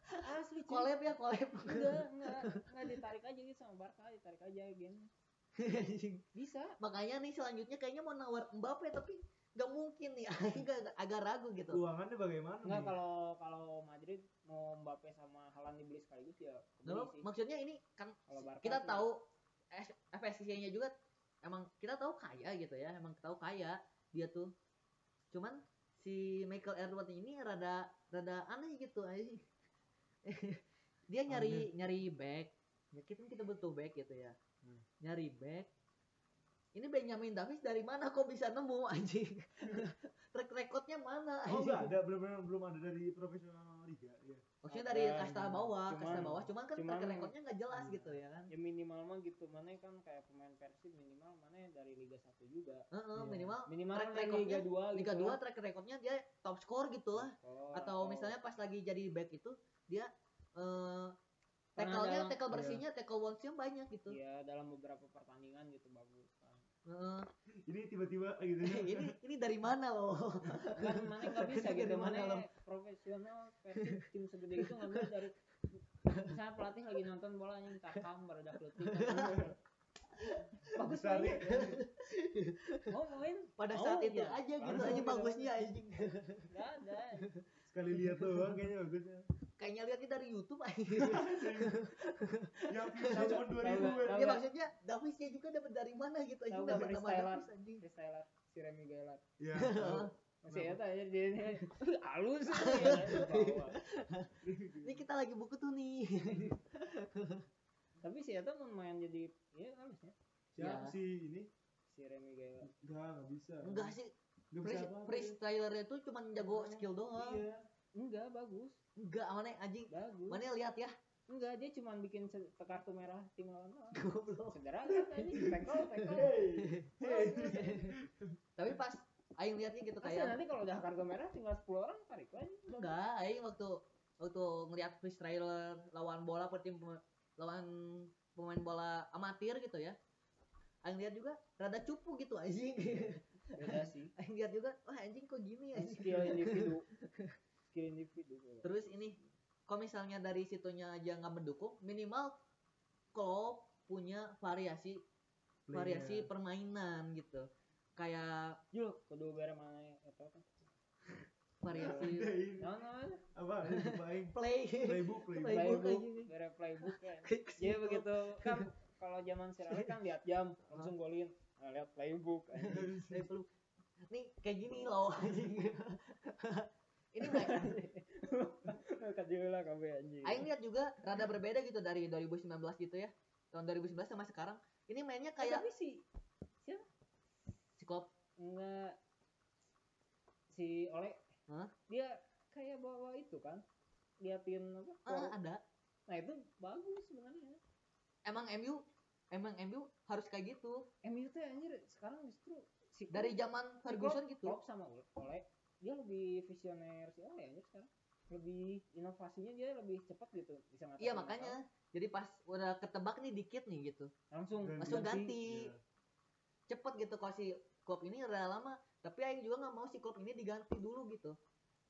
Speaker 2: Asli cuy.
Speaker 3: collab ya collab
Speaker 2: Enggak, enggak, enggak ditarik aja gitu sama Barca, ditarik aja game. Bisa.
Speaker 3: makanya nih selanjutnya kayaknya mau nawar Mbappe tapi nggak mungkin nih agak agak ragu gitu
Speaker 4: Keuangannya bagaimana?
Speaker 2: Enggak
Speaker 4: nih?
Speaker 2: kalau kalau Madrid mau Mbappe sama Haaland dibeli sekaligus ya
Speaker 3: Nggak
Speaker 2: kebeli
Speaker 3: apa-
Speaker 2: sih.
Speaker 3: maksudnya ini kan
Speaker 2: Kalau Barca
Speaker 3: kita
Speaker 2: sih.
Speaker 3: tahu FSC-nya juga emang kita tahu kaya gitu ya emang tahu kaya dia tuh cuman si Michael Edward ini rada rada aneh gitu anjing. dia nyari nyari back ya kita kita butuh back gitu ya
Speaker 4: Hmm.
Speaker 3: nyari back ini Benjamin Davis dari mana kok bisa nemu anjing track recordnya mana
Speaker 4: Oh
Speaker 3: anjing
Speaker 4: enggak ada benar-benar belum ada dari profesional liga ya.
Speaker 3: maksudnya dari
Speaker 2: Ada,
Speaker 3: kasta
Speaker 2: ada.
Speaker 3: bawah kasta
Speaker 2: Cuman-
Speaker 3: bawah cuman kan
Speaker 2: cuman-
Speaker 3: track recordnya nggak jelas
Speaker 4: Iya.
Speaker 3: gitu ya kan
Speaker 2: Ya minimal mah gitu, mana kan kayak pemain Persib minimal mana dari Liga 1 juga.
Speaker 3: Heeh,
Speaker 4: Iya.
Speaker 3: minimal
Speaker 2: Minimal
Speaker 3: Track
Speaker 2: kan dari Liga 2
Speaker 3: Liga
Speaker 2: gitu.
Speaker 3: 2 track recordnya dia top score gitu lah
Speaker 2: Oh.
Speaker 3: atau misalnya pas lagi jadi back itu dia eh
Speaker 2: Pernah Iya.
Speaker 3: tackle-nya
Speaker 2: ada-
Speaker 3: tackle bersihnya tackle walls-nya banyak gitu
Speaker 2: Iya, dalam beberapa pertandingan gitu bagus kan.
Speaker 3: Heeh.
Speaker 4: Ini tiba-tiba eh, gitu.
Speaker 3: ini ini dari mana loh?
Speaker 2: kan mana nggak bisa
Speaker 3: Dari
Speaker 2: gitu
Speaker 3: mana
Speaker 2: mana
Speaker 3: lo?
Speaker 2: profesional versi tim segede itu ngambil dari misalnya pelatih lagi nonton bola anjing takam barudak lutut bagus
Speaker 4: Besar iya.
Speaker 2: banget
Speaker 4: nih.
Speaker 2: mau main
Speaker 3: Pada
Speaker 2: Oh,
Speaker 3: saat itu
Speaker 2: iya.
Speaker 3: aja gitu
Speaker 4: Langsung
Speaker 3: aja
Speaker 4: gitu.
Speaker 3: bagusnya anjing.
Speaker 2: nggak ada
Speaker 4: Sekali lihat doang kayaknya ya. bagusnya.
Speaker 3: Kayaknya lihatnya dari YouTube anjing.
Speaker 2: Iya.
Speaker 4: Yang view tahun 2000
Speaker 2: Tahu
Speaker 3: ya
Speaker 2: nggak?
Speaker 3: maksudnya Davisnya juga dapat dari mana gitu anjing
Speaker 2: Tahu nggak
Speaker 3: dapat nama
Speaker 2: freestyle-an?
Speaker 3: Davis anjing.
Speaker 2: freestyler si Remy Gaelat
Speaker 4: Ya.
Speaker 2: masih ya
Speaker 4: Kenapa?
Speaker 2: aja dia dia- halus
Speaker 3: Iya.
Speaker 2: ya, dibawa.
Speaker 3: Ini kita lagi buku tuh nih.
Speaker 2: tapi si Eta mau main jadi ya halus ya
Speaker 4: Siapa
Speaker 3: Ya.
Speaker 4: sih ini?
Speaker 2: si Remy Gaelat
Speaker 4: Enggak, enggak bisa.
Speaker 3: Enggak sih,
Speaker 4: Enggak bisa
Speaker 3: Free-
Speaker 4: apa-apa.
Speaker 3: freestyler itu cuma jago skill doang.
Speaker 4: Iya.
Speaker 2: enggak bagus
Speaker 3: Enggak, mana anjing.
Speaker 2: bagus
Speaker 3: Mana lihat ya.
Speaker 2: enggak dia cuma bikin se- kartu merah tim lawan doang.
Speaker 3: Goblok.
Speaker 2: sederhana anjing tackle tackle
Speaker 4: Hey.
Speaker 3: Tapi pas aing lihatnya gitu
Speaker 2: Asli
Speaker 3: kayak
Speaker 2: nanti kalau udah kartu merah tinggal 10 orang tarik lagi.
Speaker 3: enggak, aing waktu waktu ngelihat freestyler lawan bola pertim lawan pemain bola amatir gitu ya. Aing lihat juga rada cupu gitu anjing.
Speaker 2: Beda sih.
Speaker 3: aing lihat juga, wah anjing kok gini
Speaker 2: Ini
Speaker 3: anjing.
Speaker 2: Eh, skill individu. Skill individu. bro.
Speaker 3: Terus ini kalau misalnya dari situnya aja nggak mendukung, minimal klub punya variasi variasi
Speaker 4: Player.
Speaker 3: permainan gitu. Kayak
Speaker 2: Jul, kudu bere mana ya? Eta apa?
Speaker 4: Ada
Speaker 3: variasi
Speaker 4: ini.
Speaker 2: Nah, nah, nah.
Speaker 4: Apa? Ini lupa aing.
Speaker 3: play.
Speaker 4: Playbook, playbook.
Speaker 3: Playbook
Speaker 2: Playbook,
Speaker 3: aja nih.
Speaker 2: bere playbook kan.
Speaker 3: Kayak
Speaker 2: Jadi
Speaker 3: gitu.
Speaker 2: begitu kan kalau zaman Sir Ali kan lihat jam langsung golin. Nah, lihat playbook. anjing.
Speaker 3: Play peluk. Nih kayak gini loh anjing. ini kayak-
Speaker 2: Kajeula kabeh anjing.
Speaker 3: aing lihat juga rada berbeda gitu dari 2019 gitu ya. Tahun 2019 sama sekarang ini mainnya
Speaker 2: Eh,
Speaker 3: kayak
Speaker 2: tapi si
Speaker 3: psikolog
Speaker 2: enggak si Ole.
Speaker 3: Hah?
Speaker 2: Dia kayak bawa itu kan. Liatin apa?
Speaker 3: ah, ada.
Speaker 2: Nah, itu bagus sebenarnya.
Speaker 3: Emang MU emang MU harus kayak gitu.
Speaker 2: MU tuh Eh, anjir sekarang justru si
Speaker 3: Dari zaman Ferguson
Speaker 2: Klopp-
Speaker 3: gitu.
Speaker 2: Klopp sama Ole dia lebih visioner si Ole anjir sekarang lebih inovasinya dia lebih cepat gitu bisa ngatakan
Speaker 3: Iya makanya. Jadi pas udah ketebak nih dikit nih gitu.
Speaker 2: langsung
Speaker 4: Ganti.
Speaker 3: Langsung ganti.
Speaker 4: Iya.
Speaker 3: Cepet gitu kalau si klub ini rada lama. Tapi Aing juga nggak mau si klub ini diganti dulu gitu.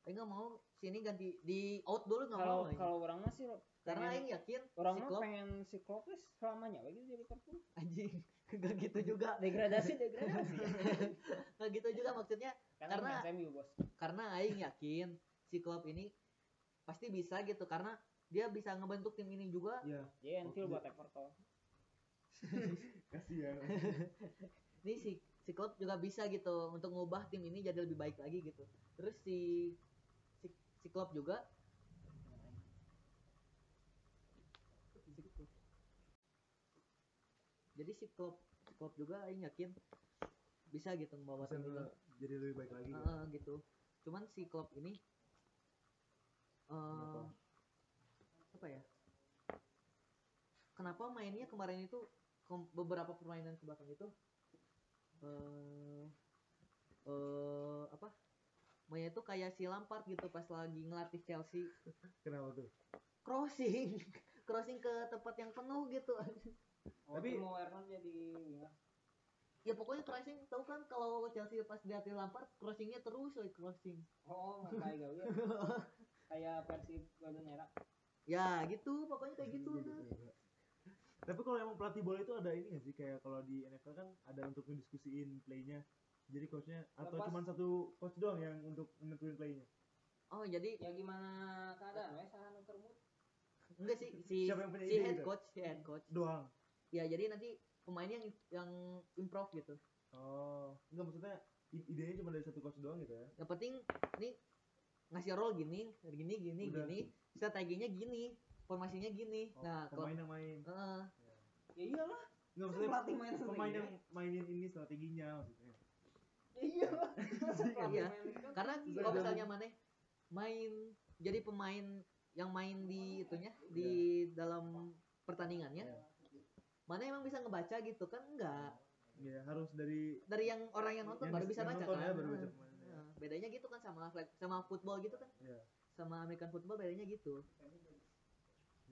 Speaker 3: Aing nggak mau sini ganti di out dulu nggak
Speaker 2: kalau
Speaker 3: mau. Aing.
Speaker 2: kalau orang masih
Speaker 3: Karena Aing yakin
Speaker 2: orang mah
Speaker 3: Oh, iya. si klub
Speaker 2: pengen si Klopp wes selamanya lagi di Liverpool
Speaker 3: anjing nggak gitu juga
Speaker 2: degradasi degradasi
Speaker 3: nggak gitu juga maksudnya
Speaker 2: karena,
Speaker 3: Karena-
Speaker 2: karena MU bos
Speaker 3: karena Aing yakin si klub ini pasti bisa gitu karena dia bisa ngebentuk tim ini juga
Speaker 4: Ya,
Speaker 2: dia Anfield buat Everton
Speaker 4: kasih ya.
Speaker 3: nih si si klub juga bisa gitu untuk ngubah tim ini jadi lebih baik lagi gitu terus si si, si klub juga Si Klopp. jadi si klub si klub juga Aing yakin bisa gitu membawa
Speaker 4: Bisa
Speaker 3: tim ini
Speaker 4: jadi lebih baik lagi. ya.
Speaker 3: Heeh, gitu cuman si klub ini eh
Speaker 4: Kenapa?
Speaker 3: apa ya kenapa mainnya kemarin itu kom- beberapa permainan ke belakang itu eh eh, apa mainnya itu kayak si Lampard gitu pas lagi ngelatih Chelsea
Speaker 4: Kenapa tuh?
Speaker 3: crossing crossing ke tempat yang penuh gitu
Speaker 4: Tapi-
Speaker 2: tapi mau Werner Oh, jadi winger
Speaker 3: ya pokoknya crossing tahu kan kalau Chelsea pas dilatih Lampard crossingnya terus woy, crossing
Speaker 2: oh mau kayak gawe kayak versi Golden Era
Speaker 3: ya gitu pokoknya kayak
Speaker 4: Iya,
Speaker 3: gitu nah.
Speaker 4: Tapi kalau emang pelatih bola itu ada ini nggak sih kayak kalau di NFL kan ada untuk mendiskusiin playnya. Jadi coachnya atau
Speaker 2: Lepas.
Speaker 4: cuma satu coach doang yang untuk menentuin playnya.
Speaker 3: oh jadi
Speaker 2: ya gimana keadaan Eh, wes sahan termut
Speaker 3: enggak sih si
Speaker 4: Siapa yang punya
Speaker 3: si
Speaker 4: ide
Speaker 3: head
Speaker 4: gitu?
Speaker 3: coach si head coach
Speaker 4: Doang.
Speaker 3: ya jadi nanti pemainnya yang yang improve gitu
Speaker 4: Oh, enggak maksudnya i- idenya cuma dari satu coach doang gitu ya.
Speaker 3: yang penting nih ngasih roll gini gini gini
Speaker 4: Udah.
Speaker 3: gini strateginya gini formasinya gini
Speaker 4: Oh,
Speaker 3: nah eh, kalau
Speaker 4: pemain yang main.
Speaker 3: Heeh.
Speaker 2: ya iyalah
Speaker 4: Enggak maksudnya
Speaker 2: pelatih main
Speaker 4: pemain
Speaker 2: sendiri.
Speaker 4: yang mainin ini strateginya maksudnya.
Speaker 2: Ya iyalah masa pelatih
Speaker 3: Iya.
Speaker 2: main kan?
Speaker 3: karena
Speaker 4: Bisa
Speaker 3: kalau
Speaker 4: jadi.
Speaker 3: misalnya mana main jadi pemain yang main di itunya di dalam pertandingannya
Speaker 4: Iya.
Speaker 3: mana emang bisa ngebaca gitu kan enggak
Speaker 4: Iya, harus dari
Speaker 3: dari yang orang yang nonton
Speaker 4: yang
Speaker 3: baru
Speaker 4: dis-
Speaker 3: bisa
Speaker 4: yang
Speaker 3: baca
Speaker 4: nonton
Speaker 3: kan
Speaker 4: ya, baru baca pemainnya.
Speaker 3: Nah, bedanya gitu kan sama sama football gitu kan
Speaker 4: Iya.
Speaker 3: sama American football bedanya gitu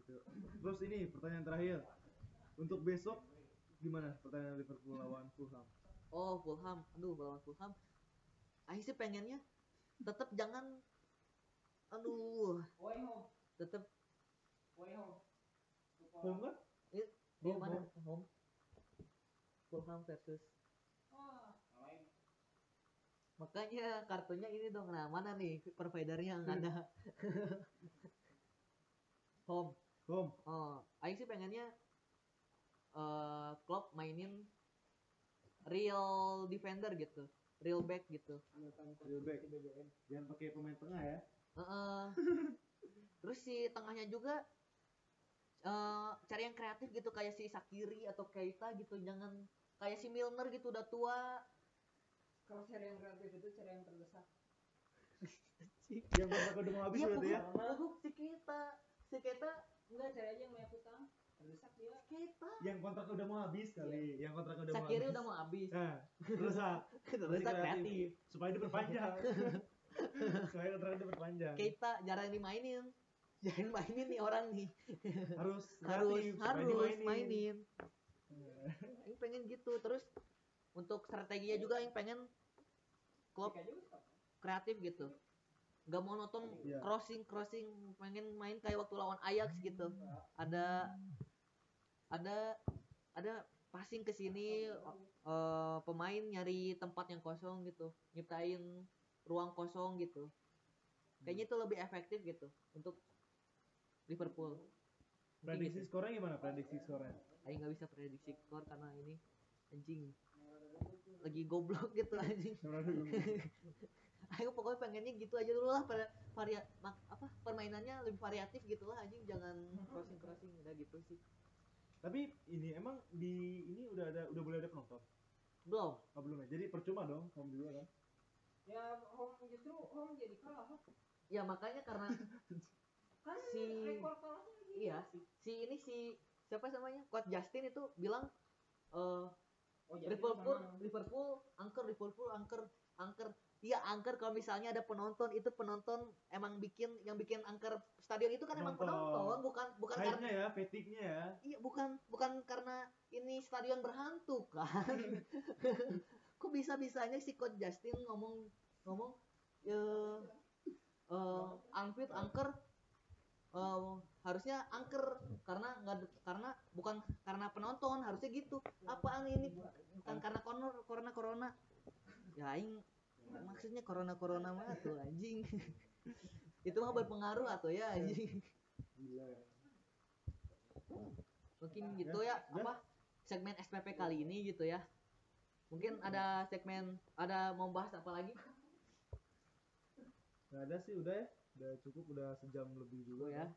Speaker 4: gitu. Terus ini pertanyaan terakhir. Untuk besok gimana pertanyaan Liverpool lawan Fulham?
Speaker 3: oh Fulham aduh lawan Fulham Aing sih pengennya tetap jangan aduh
Speaker 2: Way home,
Speaker 3: tetap
Speaker 2: way home.
Speaker 4: Home kan?
Speaker 3: dia
Speaker 4: Home,
Speaker 3: Iya. mana home Fulham versus
Speaker 2: Wah, lain.
Speaker 3: makanya kartunya ini dong nah mana nih providernya nggak ada home
Speaker 4: Home.
Speaker 3: Oh, Aing sih pengennya eh Klopp mainin real defender gitu, real back gitu.
Speaker 2: Hamilton
Speaker 4: Real back.
Speaker 2: versus BBM.
Speaker 4: Jangan pakai pemain tengah ya.
Speaker 3: Heeh. Terus si tengahnya juga eh cari yang kreatif gitu kayak si Sakiri atau Keita gitu, jangan kayak si Milner gitu udah tua.
Speaker 2: Kalau cara yang kreatif itu cara yang terdesak.
Speaker 4: Yang bakal kedung habis
Speaker 3: Iya,
Speaker 4: berarti ya.
Speaker 3: pokok- pokok si Keita, si Keita,
Speaker 2: Enggak, cara aja yang banyak utang. Terdesak dia.
Speaker 3: Keita.
Speaker 4: Yang kontrak udah mau habis kali. Yang kontrak udah mau
Speaker 3: Sakiri
Speaker 4: habis.
Speaker 3: Iya. udah mau habis.
Speaker 4: Nah, terus ah,
Speaker 3: Terus
Speaker 4: kreatif.
Speaker 3: kreatif.
Speaker 4: supaya diperpanjang. supaya kontrak diperpanjang.
Speaker 3: Keita jarang dimainin. Jangan mainin nih orang nih. harus
Speaker 4: Harus kreatif, supaya
Speaker 3: harus
Speaker 4: dimainin.
Speaker 3: mainin. Iya. Aing pengen gitu terus untuk strateginya juga yang pengen Klopp
Speaker 2: Jika juga.
Speaker 3: kreatif gitu. Gak monoton
Speaker 4: Iya.
Speaker 3: crossing crossing pengen main kayak waktu lawan Ajax gitu. Ada ada ada passing ke sini eh, pemain nyari tempat yang kosong gitu, nyiptain ruang kosong gitu. Kayaknya itu lebih efektif gitu untuk Liverpool.
Speaker 4: Prediksi skornya gimana? Prediksi skornya.
Speaker 3: Aing nggak bisa prediksi skor karena ini anjing lagi goblok gitu anjing. Aing pokoknya pengennya gitu aja dulu lah pada varia mak- apa permainannya lebih variatif gitu lah anjing jangan crossing crossing udah gitu sih.
Speaker 4: Tapi ini emang di ini udah ada udah boleh ada penonton.
Speaker 3: Belum.
Speaker 4: Oh, belum ya. Jadi percuma dong home dulu kan.
Speaker 2: Ya, home justru home jadi kalah.
Speaker 3: Ya makanya karena
Speaker 2: Kan
Speaker 3: Si-
Speaker 2: rekor kalahnya lagi.
Speaker 3: iya si ini si siapa namanya Coach Justin itu bilang eh
Speaker 2: Oh, jadi
Speaker 4: Iya,
Speaker 3: Liverpool
Speaker 2: sama.
Speaker 3: Liverpool angker Liverpool angker angker Iya angker kalau misalnya ada penonton itu penonton emang bikin yang bikin angker stadion itu kan emang
Speaker 4: Penonton.
Speaker 3: penonton bukan bukan karena
Speaker 4: Hype-nya ya, fatigue-nya ya.
Speaker 3: Iya bukan bukan karena ini stadion berhantu kan. Kok bisa bisanya si Coach Justin ngomong ngomong eh eh Anfield angker eh, harusnya angker karena nggak ada- karena bukan karena penonton harusnya gitu apaan ini bukan karena corona corona corona ya aing maksudnya corona corona mah tuh anjing itu mah berpengaruh atau ya anjing
Speaker 4: Gila ya.
Speaker 3: mungkin gitu ya
Speaker 4: ya.
Speaker 3: apa segmen SPP kali ini gitu ya mungkin ada segmen ada mau bahas apa lagi
Speaker 4: Nggak ada sih udah ya. Udah cukup udah sejam lebih juga
Speaker 3: oh ya
Speaker 4: ya.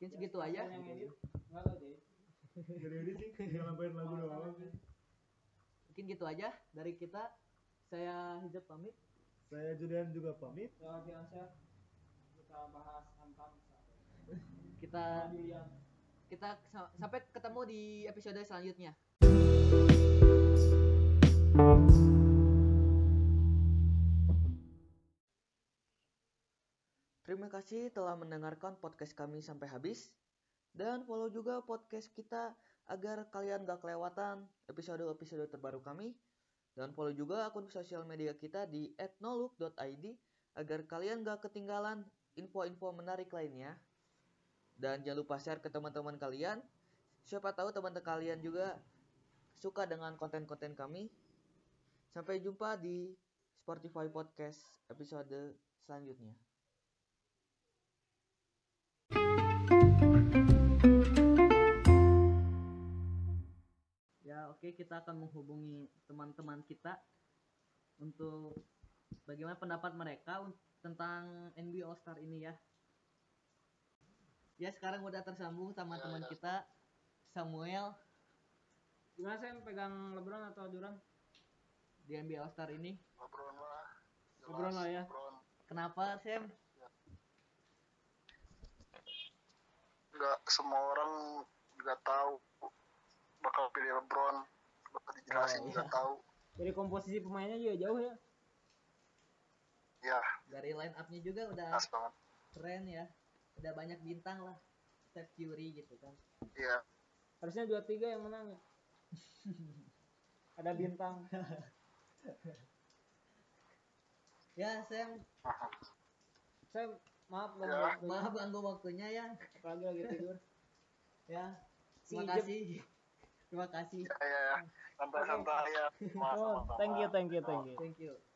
Speaker 3: mungkin segitu aja
Speaker 2: Yang edit enggak tahu deh.
Speaker 4: Jadi ini sih tinggal nambahin lagu doang.
Speaker 3: mungkin gitu aja dari kita saya hijab pamit
Speaker 4: Saya Julian juga pamit.
Speaker 2: Lawan Fiansyah, kita bahas tentang
Speaker 3: kita
Speaker 2: Julian.
Speaker 3: kita sa- sampai ketemu di episode selanjutnya
Speaker 1: Terima kasih telah mendengarkan podcast kami sampai habis. Dan follow juga podcast kita agar kalian gak kelewatan episode-episode terbaru kami. Dan follow juga akun sosial media kita di @noluk.id agar kalian gak ketinggalan info-info menarik lainnya. Dan jangan lupa share ke teman-teman kalian. Siapa tahu teman-teman kalian juga suka dengan konten-konten kami. Sampai jumpa di Spotify Podcast episode selanjutnya.
Speaker 3: ya oke kita akan menghubungi teman-teman kita untuk bagaimana pendapat mereka un- tentang NBA All Star ini ya ya sekarang udah tersambung sama teman kita Samuel
Speaker 2: Gimana Sam pegang LeBron atau Duran?
Speaker 3: di NBA All Star ini.
Speaker 7: LeBron lah. Jelas,
Speaker 2: LeBron lah ya.
Speaker 7: LeBron.
Speaker 3: Kenapa Sam?
Speaker 7: Nggak semua orang juga tahu bakal pilih LeBron. Bakal dijelasin
Speaker 3: Oh,
Speaker 7: juga
Speaker 2: iya.
Speaker 7: tahu.
Speaker 2: Dari komposisi pemainnya juga jauh ya.
Speaker 7: Ya,
Speaker 3: Dari line up-nya juga udah
Speaker 7: jelas banget.
Speaker 3: keren ya. Udah banyak bintang lah. Steph Curry gitu kan.
Speaker 7: Iya.
Speaker 2: Harusnya dua tiga yang menang. ya. ada bintang
Speaker 3: Ya, Sam.
Speaker 2: saya maaf bang
Speaker 7: Ya.
Speaker 3: Maaf ganggu waktunya ya.
Speaker 2: lagi lagi tidur
Speaker 3: Ya.
Speaker 2: Si
Speaker 3: Terima
Speaker 2: Ijep.
Speaker 3: kasih. Terima kasih.
Speaker 7: ya ya santai santai ya sama
Speaker 2: oh,
Speaker 7: sama
Speaker 2: thank you thank you thank you
Speaker 3: Thank you.